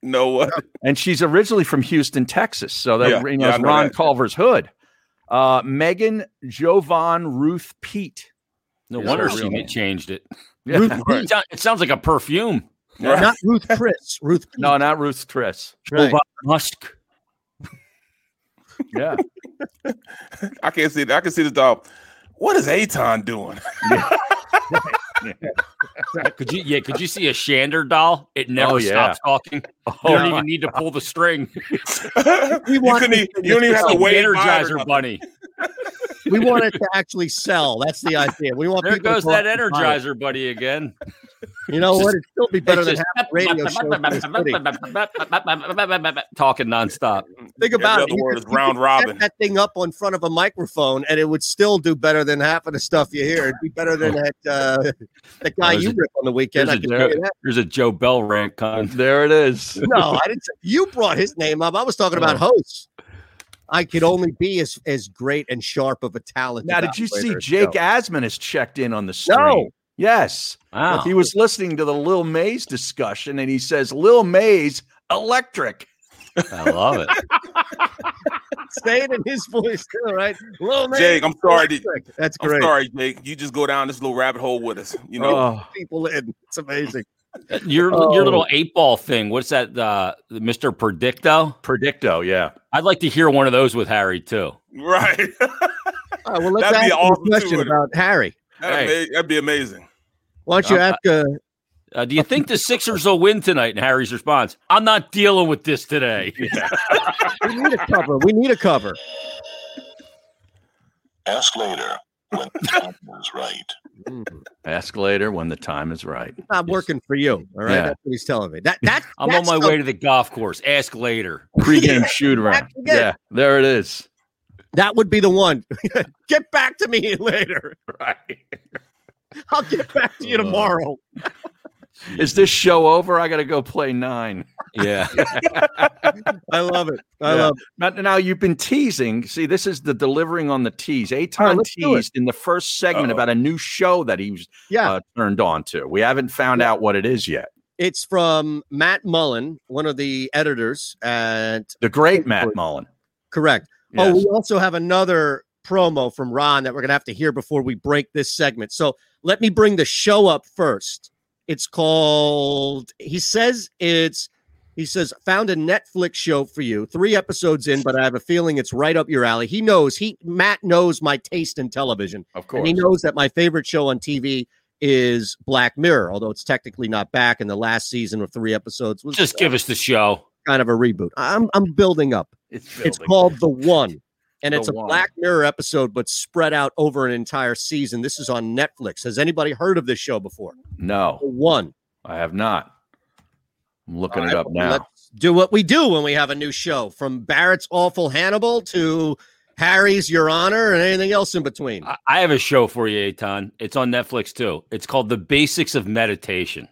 No what? And she's originally from Houston, Texas. So that Yeah, you know, yeah, I it's know Ron that. Culver's hood. Uh, Megan Jovan Ruth Pete. No is wonder her she real name. changed it. Yeah. Ruth Right. It sound- it sounds like a perfume. Yeah. Not Ruth Chris. Ruth. No, not Ruth Chris. Right. Jovan Musk. Yeah. I can't see. I can see the dog. What is Aton doing? Could you? Yeah. Could you see a Shander doll? It never Oh, yeah. stops talking. Oh, you don't my even need to pull the string. We you, want couldn't this even- to you don't even be have to sold. wait. in line or Energizer nothing. bunny. We want it to actually sell. That's the idea. We want There people to goes go that out and buy it. Energizer bunny again. You know It's what? just- It'd still be better than It's half the radio show. in this city. just- talking nonstop. Think about it. other You word could- is you could round set robin. That thing up on front of a microphone, and it would still do better than half of the stuff you hear. It'd be better than that uh, the guy There's you a- rip on the weekend. There's I a, can tell Joe, you that. there's a Joe Bell rant coming. There it is. No, I didn't. Say, you brought his name up. I was talking about Oh. hosts. I could only be as as great and sharp of a talent. Now, did you see evaluator as Jake Joe. Asman has checked in on the stream? Yes. Wow. He was listening to the Lil Mays discussion and he says, Lil Mays, electric. I love it. Say it in his voice, too, right? Lil Nas Jake, I'm sorry. to- Electric. That's I'm great. sorry, Jake. You just go down this little rabbit hole with us. You know, Oh. People in. It's amazing. Your Oh. your little eight ball thing. What's that, uh, Mr. Predicto? Predicto, yeah. I'd like to hear one of those with Harry too. right? All right, well, let's That'd ask him be a awesome, too, question wouldn't it? about Harry. That'd, Hey. be, that'd be amazing. Why don't you I'm- ask? Uh, Uh, do you think the Sixers will win tonight? And Harry's response: I'm not dealing with this today. uh, we need a cover. We need a cover. Ask later when the time is right. Mm. Ask later when the time is right. Not working for you. All right, Yeah. that's what he's telling me. That that I'm on that's my the- way to the golf course. Ask later. Pre-game shoot around. That's good. Yeah, there it is. That would be the one. get back to me later. Right. I'll get back Uh, to you tomorrow. Is this show over? I got to go play nine. Yeah. I love it. I Yeah. love it. Now, now you've been teasing. See, this is the delivering on the tease. All right, Aton let's do it. teased in the first segment Uh-oh. about a new show that he was Yeah. uh, turned on to. We haven't found out what it is yet. It's from Matt Mullen, one of the editors at The great Matt Mullen. correct. Yes. Oh, we also have another promo from Ron that we're gonna have to hear before we break this segment. So let me bring the show up first. It's called. He says it's. He says found a Netflix show for you. Three episodes in, but I have a feeling it's right up your alley. He knows. He Matt knows my taste in television. Of And he knows that my favorite show on TV is Black Mirror, although it's technically not back. And the last season of three episodes was Just give us the show. kind of a reboot. I'm I'm building up. It's it's called The One, and The it's a One. Black Mirror episode, but spread out over an entire season. This is on Netflix. Has anybody heard of this show before? No. One. I have not. I'm looking All it up right, well, now. Let's do what we do when we have a new show, from Barrett's Awful Hannibal to Harry's Your Honor, and anything else in between. I have a show for you, Aton. It's on Netflix too. It's called The Basics of Meditation.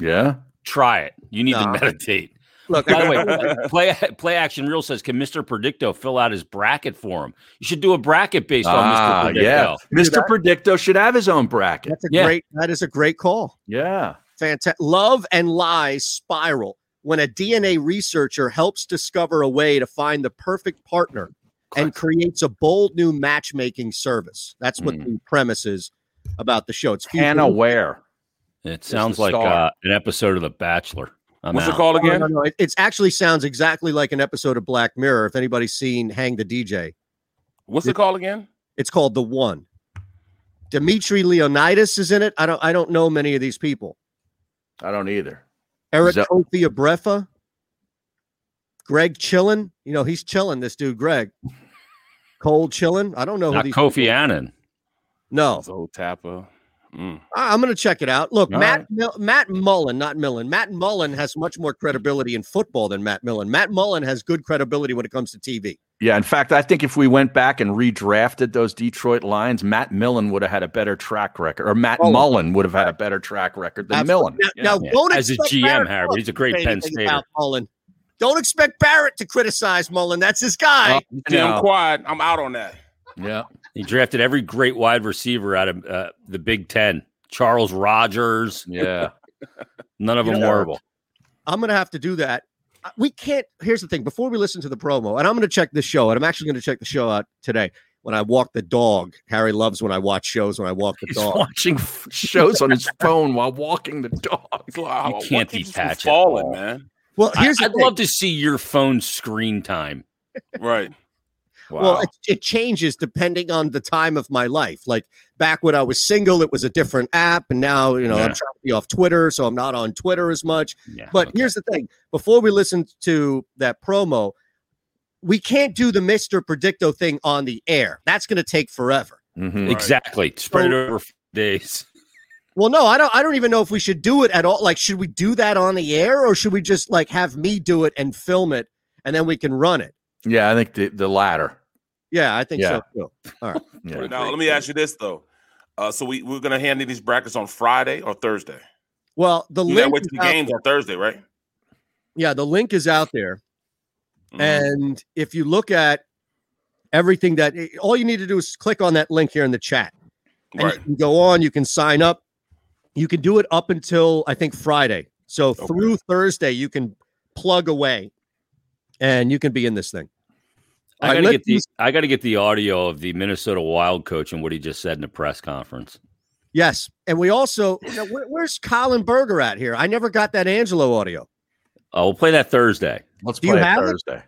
Yeah. Try it. You need Nah. to meditate. Look, by the I- way, uh, play play action real says, can Mr. Predicto fill out his bracket for him? You should do a bracket based Ah, on Mr. Predicto. yeah. Mr. Predicto should have his own bracket. That's a great. That is a great call. Yeah. Fantastic. Love and lies spiral when a DNA researcher helps discover a way to find the perfect partner and creates a bold new matchmaking service. That's what the premise is about the show. It's Hmm. Hannah futuristic. Ware. It sounds the like star. uh, an episode of The Bachelor. I'm out. No, no, no. It it's actually sounds exactly like an episode of Black Mirror. If anybody's seen Hang the DJ, What's it called again? it's called The One. Dimitri Leonidas is in it. I don't. I don't know many of these people. I don't either. Eric Zo- Kofi Abrefa, Greg Chillin. You know, he's chilling, this dude, Greg. Cole Chillin. I don't know Not who these Kofi Annan. No. Zoe Tappa. Oh. Mm. I- I'm going to check it out. Look, All Matt right. Mil- Matt Mullen, not Millen. Matt Mullen has much more credibility in football than Matt Millen. Matt Mullen has good credibility when it comes to TV. Yeah, in fact, I think if we went back and redrafted those Detroit Lions, Matt Millen would have had a better track record, or Matt Mullen. Mullen would have had a better track record than Oh, Absolutely. Millen. Now, now Yeah. don't As a expect GM, Barrett Howard, Cook he's a to great say Penn anything Stater. about Mullen. Don't expect Barrett to criticize Mullen. That's his guy. Oh, Damn quiet. I'm out on that. Yeah. He drafted every great wide receiver out of uh, the Big Ten. Charles Rogers. Yeah. None of You them know- horrible. I'm going to have to do that. Uh, We can't. Here's the thing. Before we listen to the promo, and I'm going to check this show out. I'm actually going to check the show out today when I walk the dog. Harry loves when I watch shows when I walk the He's dog. watching f- shows on his phone while walking the dog. You can't detach it. falling, man. Well, here's I, would love to see your phone screen time. Right. Well, it, it changes depending on the time of my life. Like back when I was single, it was a different app, and now you know I'm Yeah. trying to be off Twitter, so I'm not on Twitter as much. Yeah, but here's the thing: before we listen to that promo, we can't do the Mister Predicto thing on the air. That's going to take forever. Mhm. Mm-hmm. Exactly. Spread it over f- days. Well, no, I don't. I don't even know if we should do it at all. Like, should we do that on the air, or should we just like have me do it and film it, and then we can run it? Yeah, I think the, the latter. Yeah, I think Yeah. so. Too. All right. Yeah. Now let me ask you this though. Uh, so we, we're gonna hand in these brackets on Friday or Thursday. Well, the You link. gotta wait is till out the games there. on Thursday, right? Yeah, the link is out there. And if you look at everything that eh, all you need to do is click on that link here in the chat. And you Right. can go on, you can sign up. You can do it up until I think Friday. So through Thursday, you can plug away and you can be in this thing. I All right, gotta let's get the use- I gotta get the audio of the Minnesota Wild coach and what he just said in the press conference. Yes. And we also, you know, where- where's Colin Berger at here? I never got that Angelo audio. Uh, we'll play that Thursday. Let's Do you play it have it?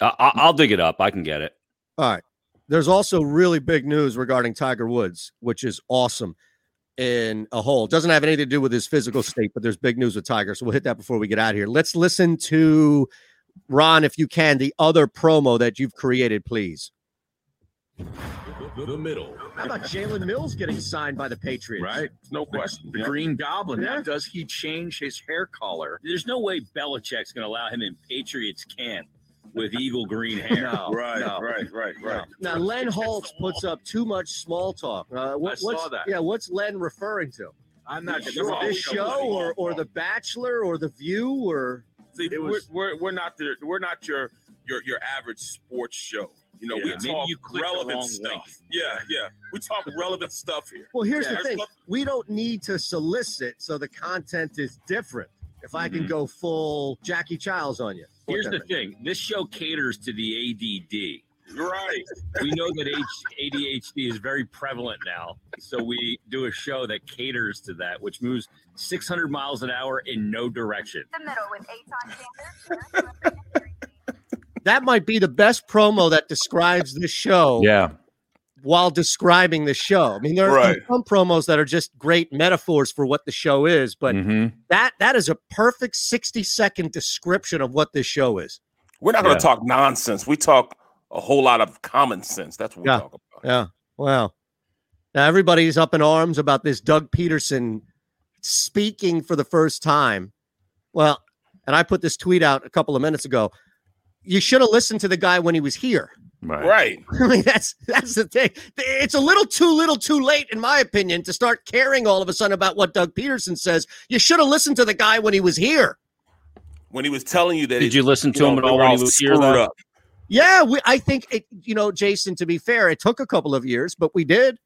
I, I, I'll dig it up. I can get it. All right. There's also really big news regarding Tiger Woods, which is awesome in a whole. It doesn't have anything to do with his physical state, but there's big news with Tiger. So we'll hit that before we get out of here. Let's listen to Ron, if you can, the other promo that you've created, please. The, the middle. How about Jalen Mills getting signed by the Patriots? Right, no question. The Yeah. Green Goblin. Yeah. Now, does he change his hair color? There's no way Belichick's going to allow him in Patriots camp with Eagle Green hair. No, right, no. right, right, right. Now, Len Holtz puts up too much small talk. Uh, what, I saw what's, that. Yeah, what's Len referring to? I'm not Is sure. This show or, or The Bachelor or The View or. See, was- we're, we're, we're not the, we're not your your your average sports show. You know, Yeah, we maybe talk you clicked the relevant wrong stuff. link. Yeah, yeah, we talk relevant stuff here. Well, here's Yeah, the there's thing: stuff- we don't need to solicit, so the content is different. If I can go full Jackie Childs on you, Here's the thing this show caters to the ADD. Right. We know that H- ADHD is very prevalent now. So we do a show that caters to that, which moves 600 miles an hour in no direction. The middle with Aton Sanders. That might be the best promo that describes the show. Yeah. While describing the show, I mean, there are Right. some promos that are just great metaphors for what the show is, but Mhm. that that is a perfect sixty second description of what this show is. We're not going Yeah. to talk nonsense. We talk a whole lot of common sense. That's what Yeah. we talk about. Yeah. Wow. Now everybody's up in arms about this Doug Peterson speaking for the first time. Well, and I put this tweet out a couple of minutes ago. You should have listened to the guy when he was here. Right. Right. I mean, that's that's the thing. It's a little too little too late, in my opinion, to start caring all of a sudden about what Doug Peterson says. You should have listened to the guy when he was here. When he was telling you that, Did you listen to know, him at they all were when he was here, screwed though? up. Yeah, we, I think it, you know, Jason. To be fair, it took a couple of years, but we did.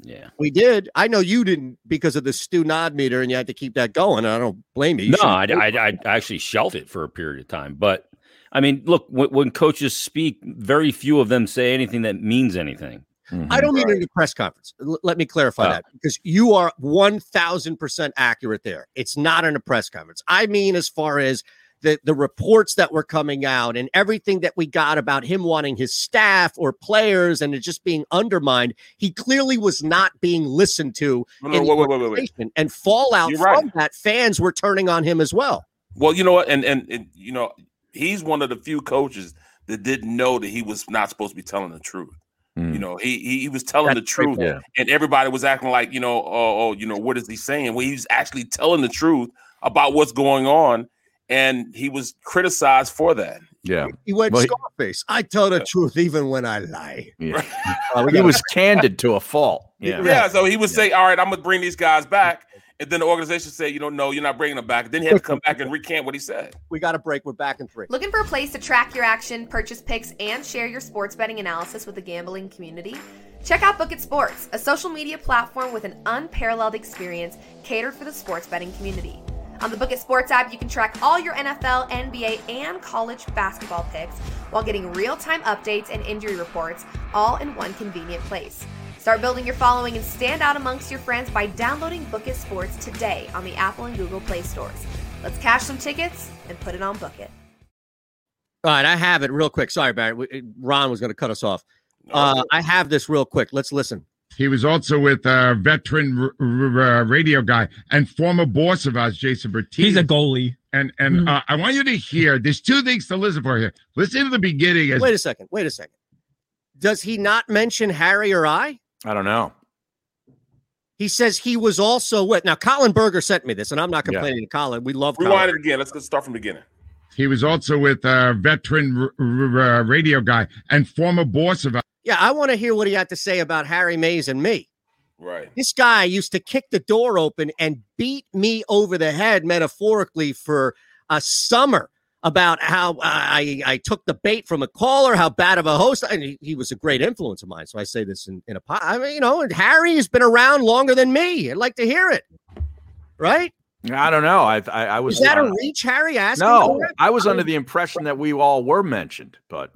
Yeah, we did. I know you didn't because of the Stu Nod meter, and you had to keep that going. I don't blame you. You No, shouldn't I, I, I actually shelved it for a period of time. But I mean, look, when, when coaches speak, very few of them say anything that means anything. I don't mean in the press conference. L- let me clarify Oh. that because you are 1000% accurate there. It's not in a press conference. I mean, as far as the, the reports that were coming out and everything that we got about him wanting his staff or players and it just being undermined, he clearly was not being listened to. No, no, in the wait, wait, wait, wait, wait. organization. And fallout You're from right. that, fans were turning on him as well. Well, you know what, and, and and you know, he's one of the few coaches that didn't know that he was not supposed to be telling the truth. You Mm. know, he he, he was telling the truth, yeah. and everybody was acting like you know, oh, oh, you know, what is he saying? Well, he's actually telling the truth about what's going on, and he was criticized for that. Yeah. He went Well, he- Scarface. I tell the truth even when I lie. Yeah. Oh, we he gotta- was candid to a fault. Yeah. Yeah. so he would say, "All right, I'm gonna bring these guys back," and then the organization said, "You know, no, you're not bringing them back." Then he had to come back and recant what he said. We got a break. We're back in three. Looking for a place to track your action, purchase picks, and share your sports betting analysis with the gambling community? Check out Book It Sports, a social media platform with an unparalleled experience catered for the sports betting community. On the Book It Sports app, you can track all your NFL, NBA, and college basketball picks while getting real time updates and injury reports all in one convenient place. Start building your following and stand out amongst your friends by downloading Book It Sports today on the Apple and Google Play stores. Let's cash some tickets and put it on Book It. All right, I have it real quick. Sorry, Barry. We- Ron was going to cut us off. Uh, I have this real quick. Let's listen. He was also with uh, veteran r- r- r- radio guy and former boss of ours, Jason Bertini. He's a goalie. And and uh, I want you to hear. There's two things to listen for here. Listen to the beginning. As Wait a second. Wait a second. Does he not mention Harry or I? I don't know. He says he was also with. Now, Colin Berger sent me this, and I'm not Yeah. complaining to Colin. We love Colin. Rewind it again. Let's go start from the beginning. he was also with uh, veteran r- r- r- radio guy and former boss of ours. Yeah, I want to hear what he had to say about Harry Mays and me. Right. This guy used to kick the door open and beat me over the head metaphorically for a summer about how I, I took the bait from a caller, how bad of a host. And he, he was a great influence of mine. So I say this in, in a po- I mean, you know, and Harry has been around longer than me. I'd like to hear it. Right? I don't know. I I, I was Is that uh, a reach, Harry? Asking No, for it? I was under the impression that we all were mentioned, but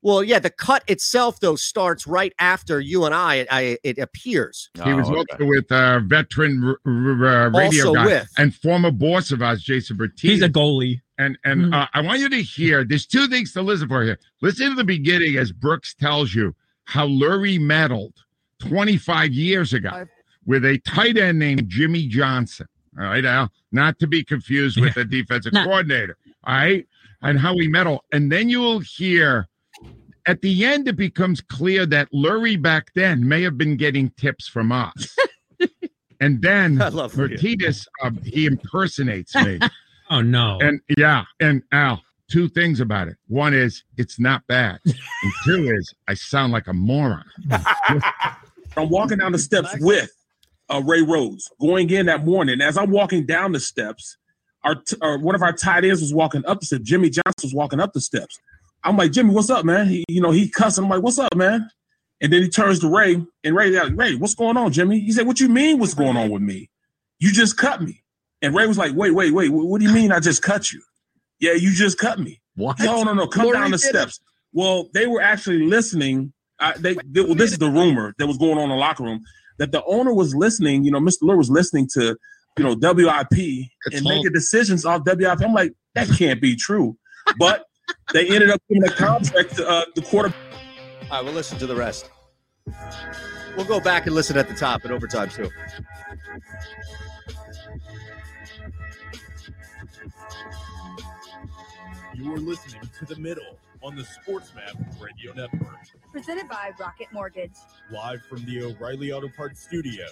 Well, yeah, the cut itself, though, starts right after you and I, I it appears. He was also with uh, veteran r- r- r- uh, radio Also guy with. and former boss of ours, Jason Bertini. He's a goalie. And and uh, I want you to hear. There's two things to listen for here. Listen to the beginning as Brooks tells you how Lurie meddled 25 years ago with a tight end named Jimmy Johnson. All right, Al, not to be confused with the defensive coordinator. All right, and how he meddled, and then you will hear at the end, it becomes clear that Lurie back then may have been getting tips from us. and then I love Lurie. Mertitas, uh, he impersonates me. Oh no. and yeah, and Al, two things about it. One is it's not bad. and two is I sound like a moron. I'm walking down the steps with uh, Ray Rhodes going in that morning. As I'm walking down the steps, our t- or one of our tight ends was walking up the steps. Jimmy Johnson was walking up the steps. I'm like, Jimmy, what's up, man? He, you know, he cussing. I'm like, what's up, man? And then he turns to Ray, and Ray, like, Ray, what's going on, Jimmy? He said, What you mean? What's going on with me? You just cut me. And Ray was like, Wait, wait, wait. What, what do you mean? I just cut you? Yeah, you just cut me. What? No, no, no. Come Lori down the did it. steps. Well, they were actually listening. I, they, they- well, this is the rumor that was going on in the locker room that the owner was listening. You know, Mr. Lure was listening to you know WIP and all- making decisions off WIP. I'm like, that can't be true. But they ended up giving a contract to uh, the quarterback. All right, we'll listen to the rest. We'll go back and listen at the top and overtime too. You are listening to the middle on the SportsMap Radio Network. Presented by Rocket Mortgage. Live from the O'Reilly Auto Parts Studios,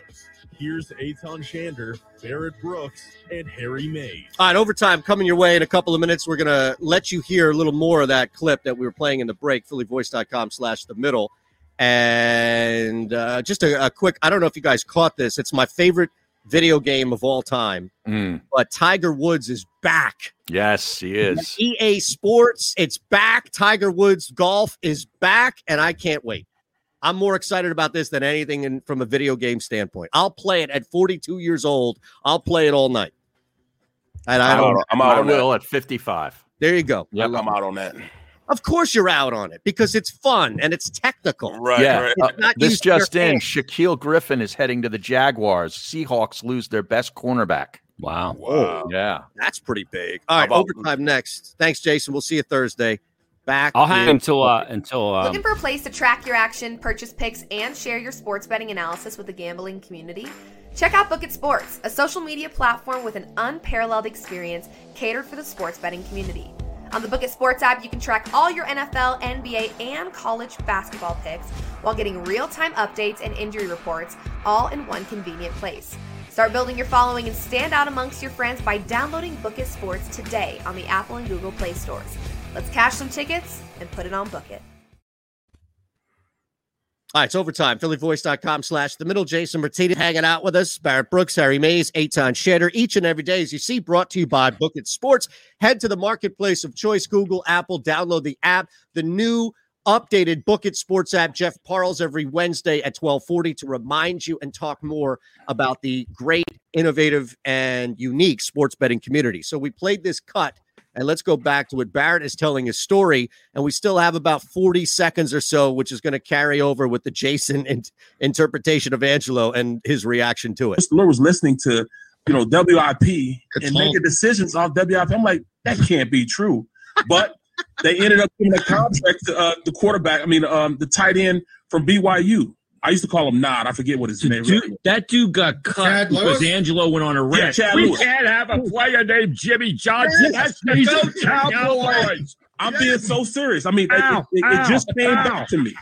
here's Aton Shander, Barrett Brooks, and Harry Mays. All right, overtime coming your way in a couple of minutes. We're going to let you hear a little more of that clip that we were playing in the break, phillyvoice.com slash the middle. And uh, just a, a quick, I don't know if you guys caught this. It's my favorite video game of all time. Mm. But Tiger Woods is back. Yes, he is. EA E Sports, it's back. Tiger Woods Golf is back, and I can't wait. I'm more excited about this than anything in, from a video game standpoint. I'll play it at 42 years old. I'll play it all night. And I I'm don't. out- I'm out I on that. will at 55. There you go. Yep. I'm out on that. Of course, you're out on it because it's fun and it's technical. yeah. It's Uh, not this used to your just in: hand. Shaquille Griffin is heading to the Jaguars. Seahawks lose their best cornerback. Wow. Whoa. Yeah. That's pretty big. All right, How about- overtime next. Thanks, Jason. We'll see you Thursday. Back. I'll hang in- until uh, until Looking um, for a place to track your action, purchase picks, and share your sports betting analysis with the gambling community? Check out Book It Sports, a social media platform with an unparalleled experience catered for the sports betting community. On the Book It Sports app, you can track all your NFL, NBA, and college basketball picks while getting real time updates and injury reports all in one convenient place. Start building your following and stand out amongst your friends by downloading Book It Sports today on the Apple and Google Play stores. Let's cash some tickets and put it on Book It. All right, it's overtime. PhillyVoice.com slash the middle. Jason Martinez hanging out with us. Barrett Brooks, Harry Mays, Aton Shatter, each and every day, as you see, brought to you by Book It Sports. Head to the marketplace of choice, Google, Apple, download the app, the new updated Book It Sports app. Jeff Parles every Wednesday at 1240 to remind you and talk more about the great, innovative, and unique sports betting community. So we played this cut and let's go back to what Barrett is telling his story. And we still have about 40 seconds or so, which is going to carry over with the Jason in- interpretation of Angelo and his reaction to it. Mr. Lure was listening to you know WIP and all- making decisions off WIP. I'm like, that can't be true. But they ended up giving a contract to uh, the quarterback. I mean, um, the tight end from BYU. I used to call him Nod. I forget what his name. Dude, that dude got cut Chad because Lewis? Angelo went on a Yeah, rant. Chad we Lewis. can't have a player named Jimmy Johnson. Yes, That's he's the a Cowboys. I'm being so serious. I mean, it- it, Ow, it- it ow, just came ow. back to me.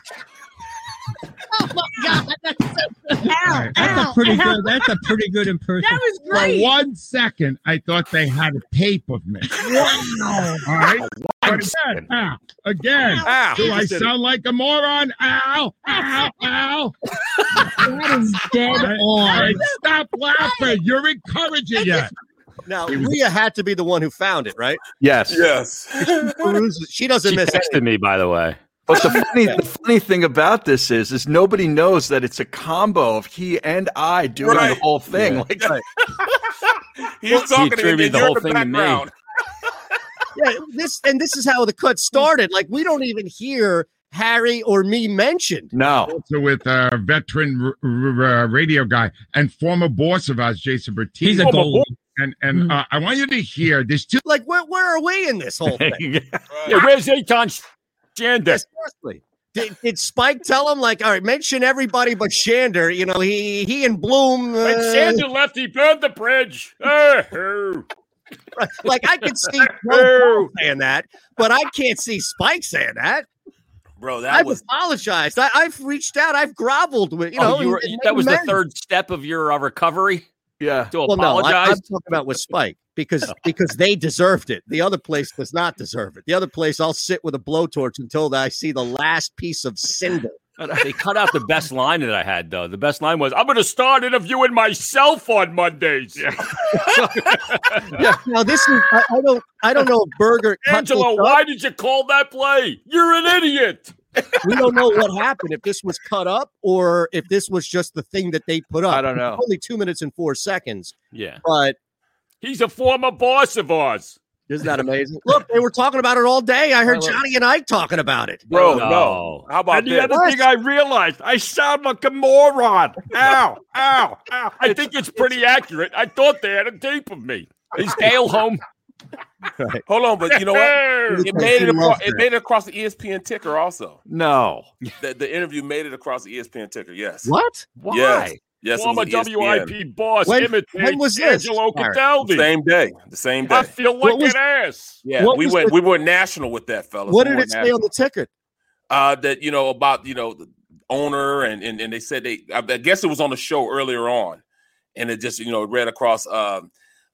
Oh my god, that's so ow, that's a ow, pretty ow. good- That's a pretty good impersonation. That was great. For one second, I thought they had a tape of me. Wow. All right. One But again, ow, again. Ow. Do He I just did it. sound like a moron? Ow, ow, ow. That is dead All right, all on. right, stop laughing. You're encouraging it. Now, Leah had to be the one who found it, right? Yes. Yes. she doesn't She miss texted anything. me, by the way. But the funny, the funny thing about this is, is nobody knows that it's a combo of he and I doing the Right. whole thing. Yeah. Like, He's talking to him, attributed and the you're whole in the thing to me. background. Yeah, this and this is how the cut started. Like we don't even hear Harry or me mentioned. No. Also with a uh, veteran r- r- r- radio guy and former boss of ours, Jason Bertini. He's a goalie. Hmm. And and uh, I want you to hear there's two. Like where where are we in this whole thing? Yeah, where's Aton Shander? Seriously. Did, did Spike tell him like, all right, mention everybody but Shander? You know, he he and Bloom. uh, When Shander left, he burned the bridge. Uh-huh. like I could see Joe Paul saying that, but I can't see Spike saying that. Bro, that I've was apologized. I, I've reached out. I've groveled with you know. oh, you were, and- and that was the made third step of your uh, recovery. Yeah. To Well, no, I, I'm apologize. talking about with Spike because because they deserved it. The other place does not deserve it. The other place, I'll sit with a blowtorch until I see the last piece of cinder. they cut out the best line that I had, though. The best line was, "I'm going to start interviewing myself on Mondays." Yeah. Now this is I, I don't I don't know if Berger cut Angelo, this why up. did you call that play? You're an idiot. we don't know what happened if this was cut up or if this was just the thing that they put up. I don't know. Only two minutes and four seconds, Yeah, but he's a former boss of ours. uh, Isn't that amazing? Look, they were talking about it all day. I heard Well, look- Johnny and Ike talking about it. Bro, no. No. How about and the this? other thing I realized, I sound like a moron. Ow, ow, ow. I think it's pretty accurate. I thought they had a tape of me. Is Dale home? Hold on, but you know what? It made it, He across, loves it that. made it across the E ESPN ticker also. No. The, the interview made it across the E ESPN ticker. Yes. What? Yes. Why? Yes. it Former was E ESPN. WIP boss When- imitates when was this? Angelo Cataldi. The Same day. The same day. I feel like was- an ass. Yeah, What we was went. the- we went national with that, fellas. What We did went it say on the ticket? uh, that you know about you know the owner and and, and they said they I, I guess it was on the show earlier on, and it just you know read across um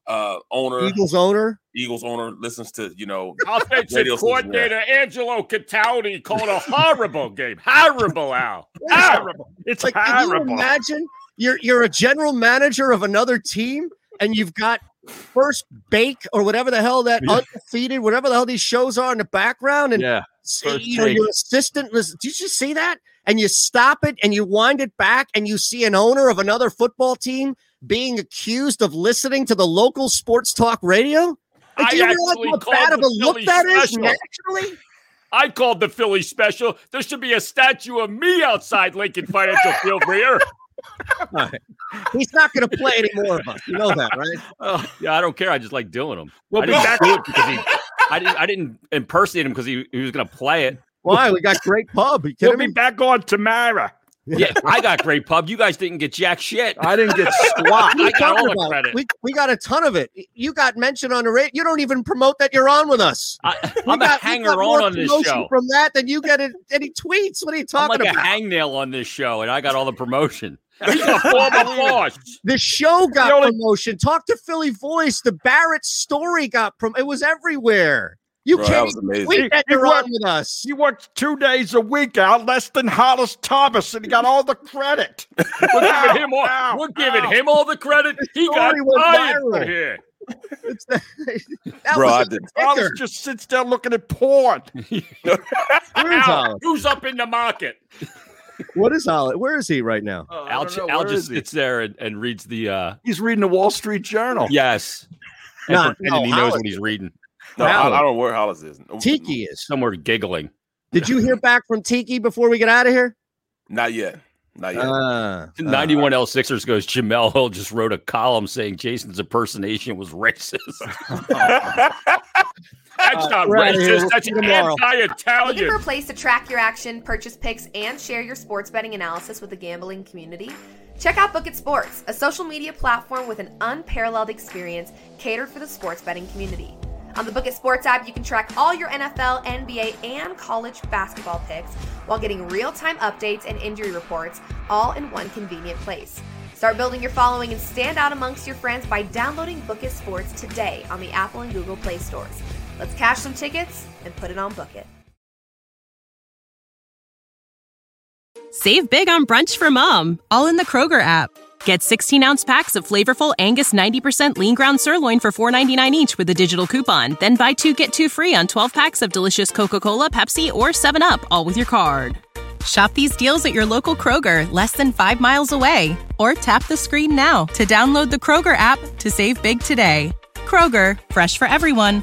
uh owner Eagles owner? Eagles owner listens to you know radio Offensive station. coordinator Angelo Cataldi called a horrible game. Horrible, Al. Horrible. It's Like, can you horrible. imagine you're you're a general manager of another team and you've got first bake or whatever the hell that undefeated, whatever the hell these shows are in the background, and Yeah. s- First you know, Take. your assistant listen, did you see that? And you stop it and you wind it back, and you see an owner of another football team being accused of listening to the local sports talk radio. Like, I do you realize actually how called bad of the a look Philly that is special. nationally? I called the Philly special. There should be a statue of me outside Lincoln Financial Field Rear. He's not going to play any more of us. You know that, right? Oh, yeah, I don't care. I just like doing them. We'll I be didn't back- do it because he. I didn't. I didn't impersonate him because he, he was going to play it. Why? We got great pub. We'll be back on tomorrow. Yeah, I got great pub. You guys didn't get jack shit. I didn't get squat. What are I you got all talking the about? credit. We, we got a ton of it. You got mentioned on the radio. You don't even promote that you're on with us. I, We I'm a got- we hanger got on more on this promotion show. From that, than you get in- any tweets. What are you I'm talking like a about? hangnail on this show, and I got all the promotion. The show got promotion. Talk to Philly Voice. The Barrett story got prom. It was everywhere. You Bro, that can't was even amazing. tweet that He- he you're on worked- with us. He works two days a week out, less than Hollis Thomas, and he got all the credit. We're giving him all, we're giving him all the credit. He got story went fired for viral. here. That Bro, I was did- Hollis just sits there looking at porn. Where's Ow, Hollis? who's up in the market? What is Holly? Where is he right now? Al, don't know. Al Where just is he? sits there and, and reads the. uh He's reading the Wall Street Journal. Yes. And Nah, pretending no, he knows Hollis- what he's reading. No, I, I don't know where Hollis is. Tiki is. Somewhere giggling. Did you hear back from Tiki before we get out of here? Not yet. Not yet. Uh, 91 L Sixers goes, Jamel Hill just wrote a column saying Jason's impersonation was racist. That's not we're outta here. racist. We'll That's see you tomorrow. Looking anti-Italian. for a place to track your action, purchase picks, and share your sports betting analysis with the gambling community? Check out Book It Sports, a social media platform with an unparalleled experience catered for the sports betting community. On the Book It Sports app, you can track all your NFL, NBA, and college basketball picks while getting real time updates and injury reports all in one convenient place. Start building your following and stand out amongst your friends by downloading Book It Sports today on the Apple and Google Play stores. Let's cash some tickets and put it on Book It. Save big on brunch for mom, all in the Kroger app. Get 16 ounce packs of flavorful Angus 90% lean ground sirloin for $4.99 each with a digital coupon. Then buy two get two free on 12 packs of delicious Coca Cola, Pepsi, or 7UP, all with your card. Shop these deals at your local Kroger, less than five miles away. Or tap the screen now to download the Kroger app to save big today. Kroger, fresh for everyone.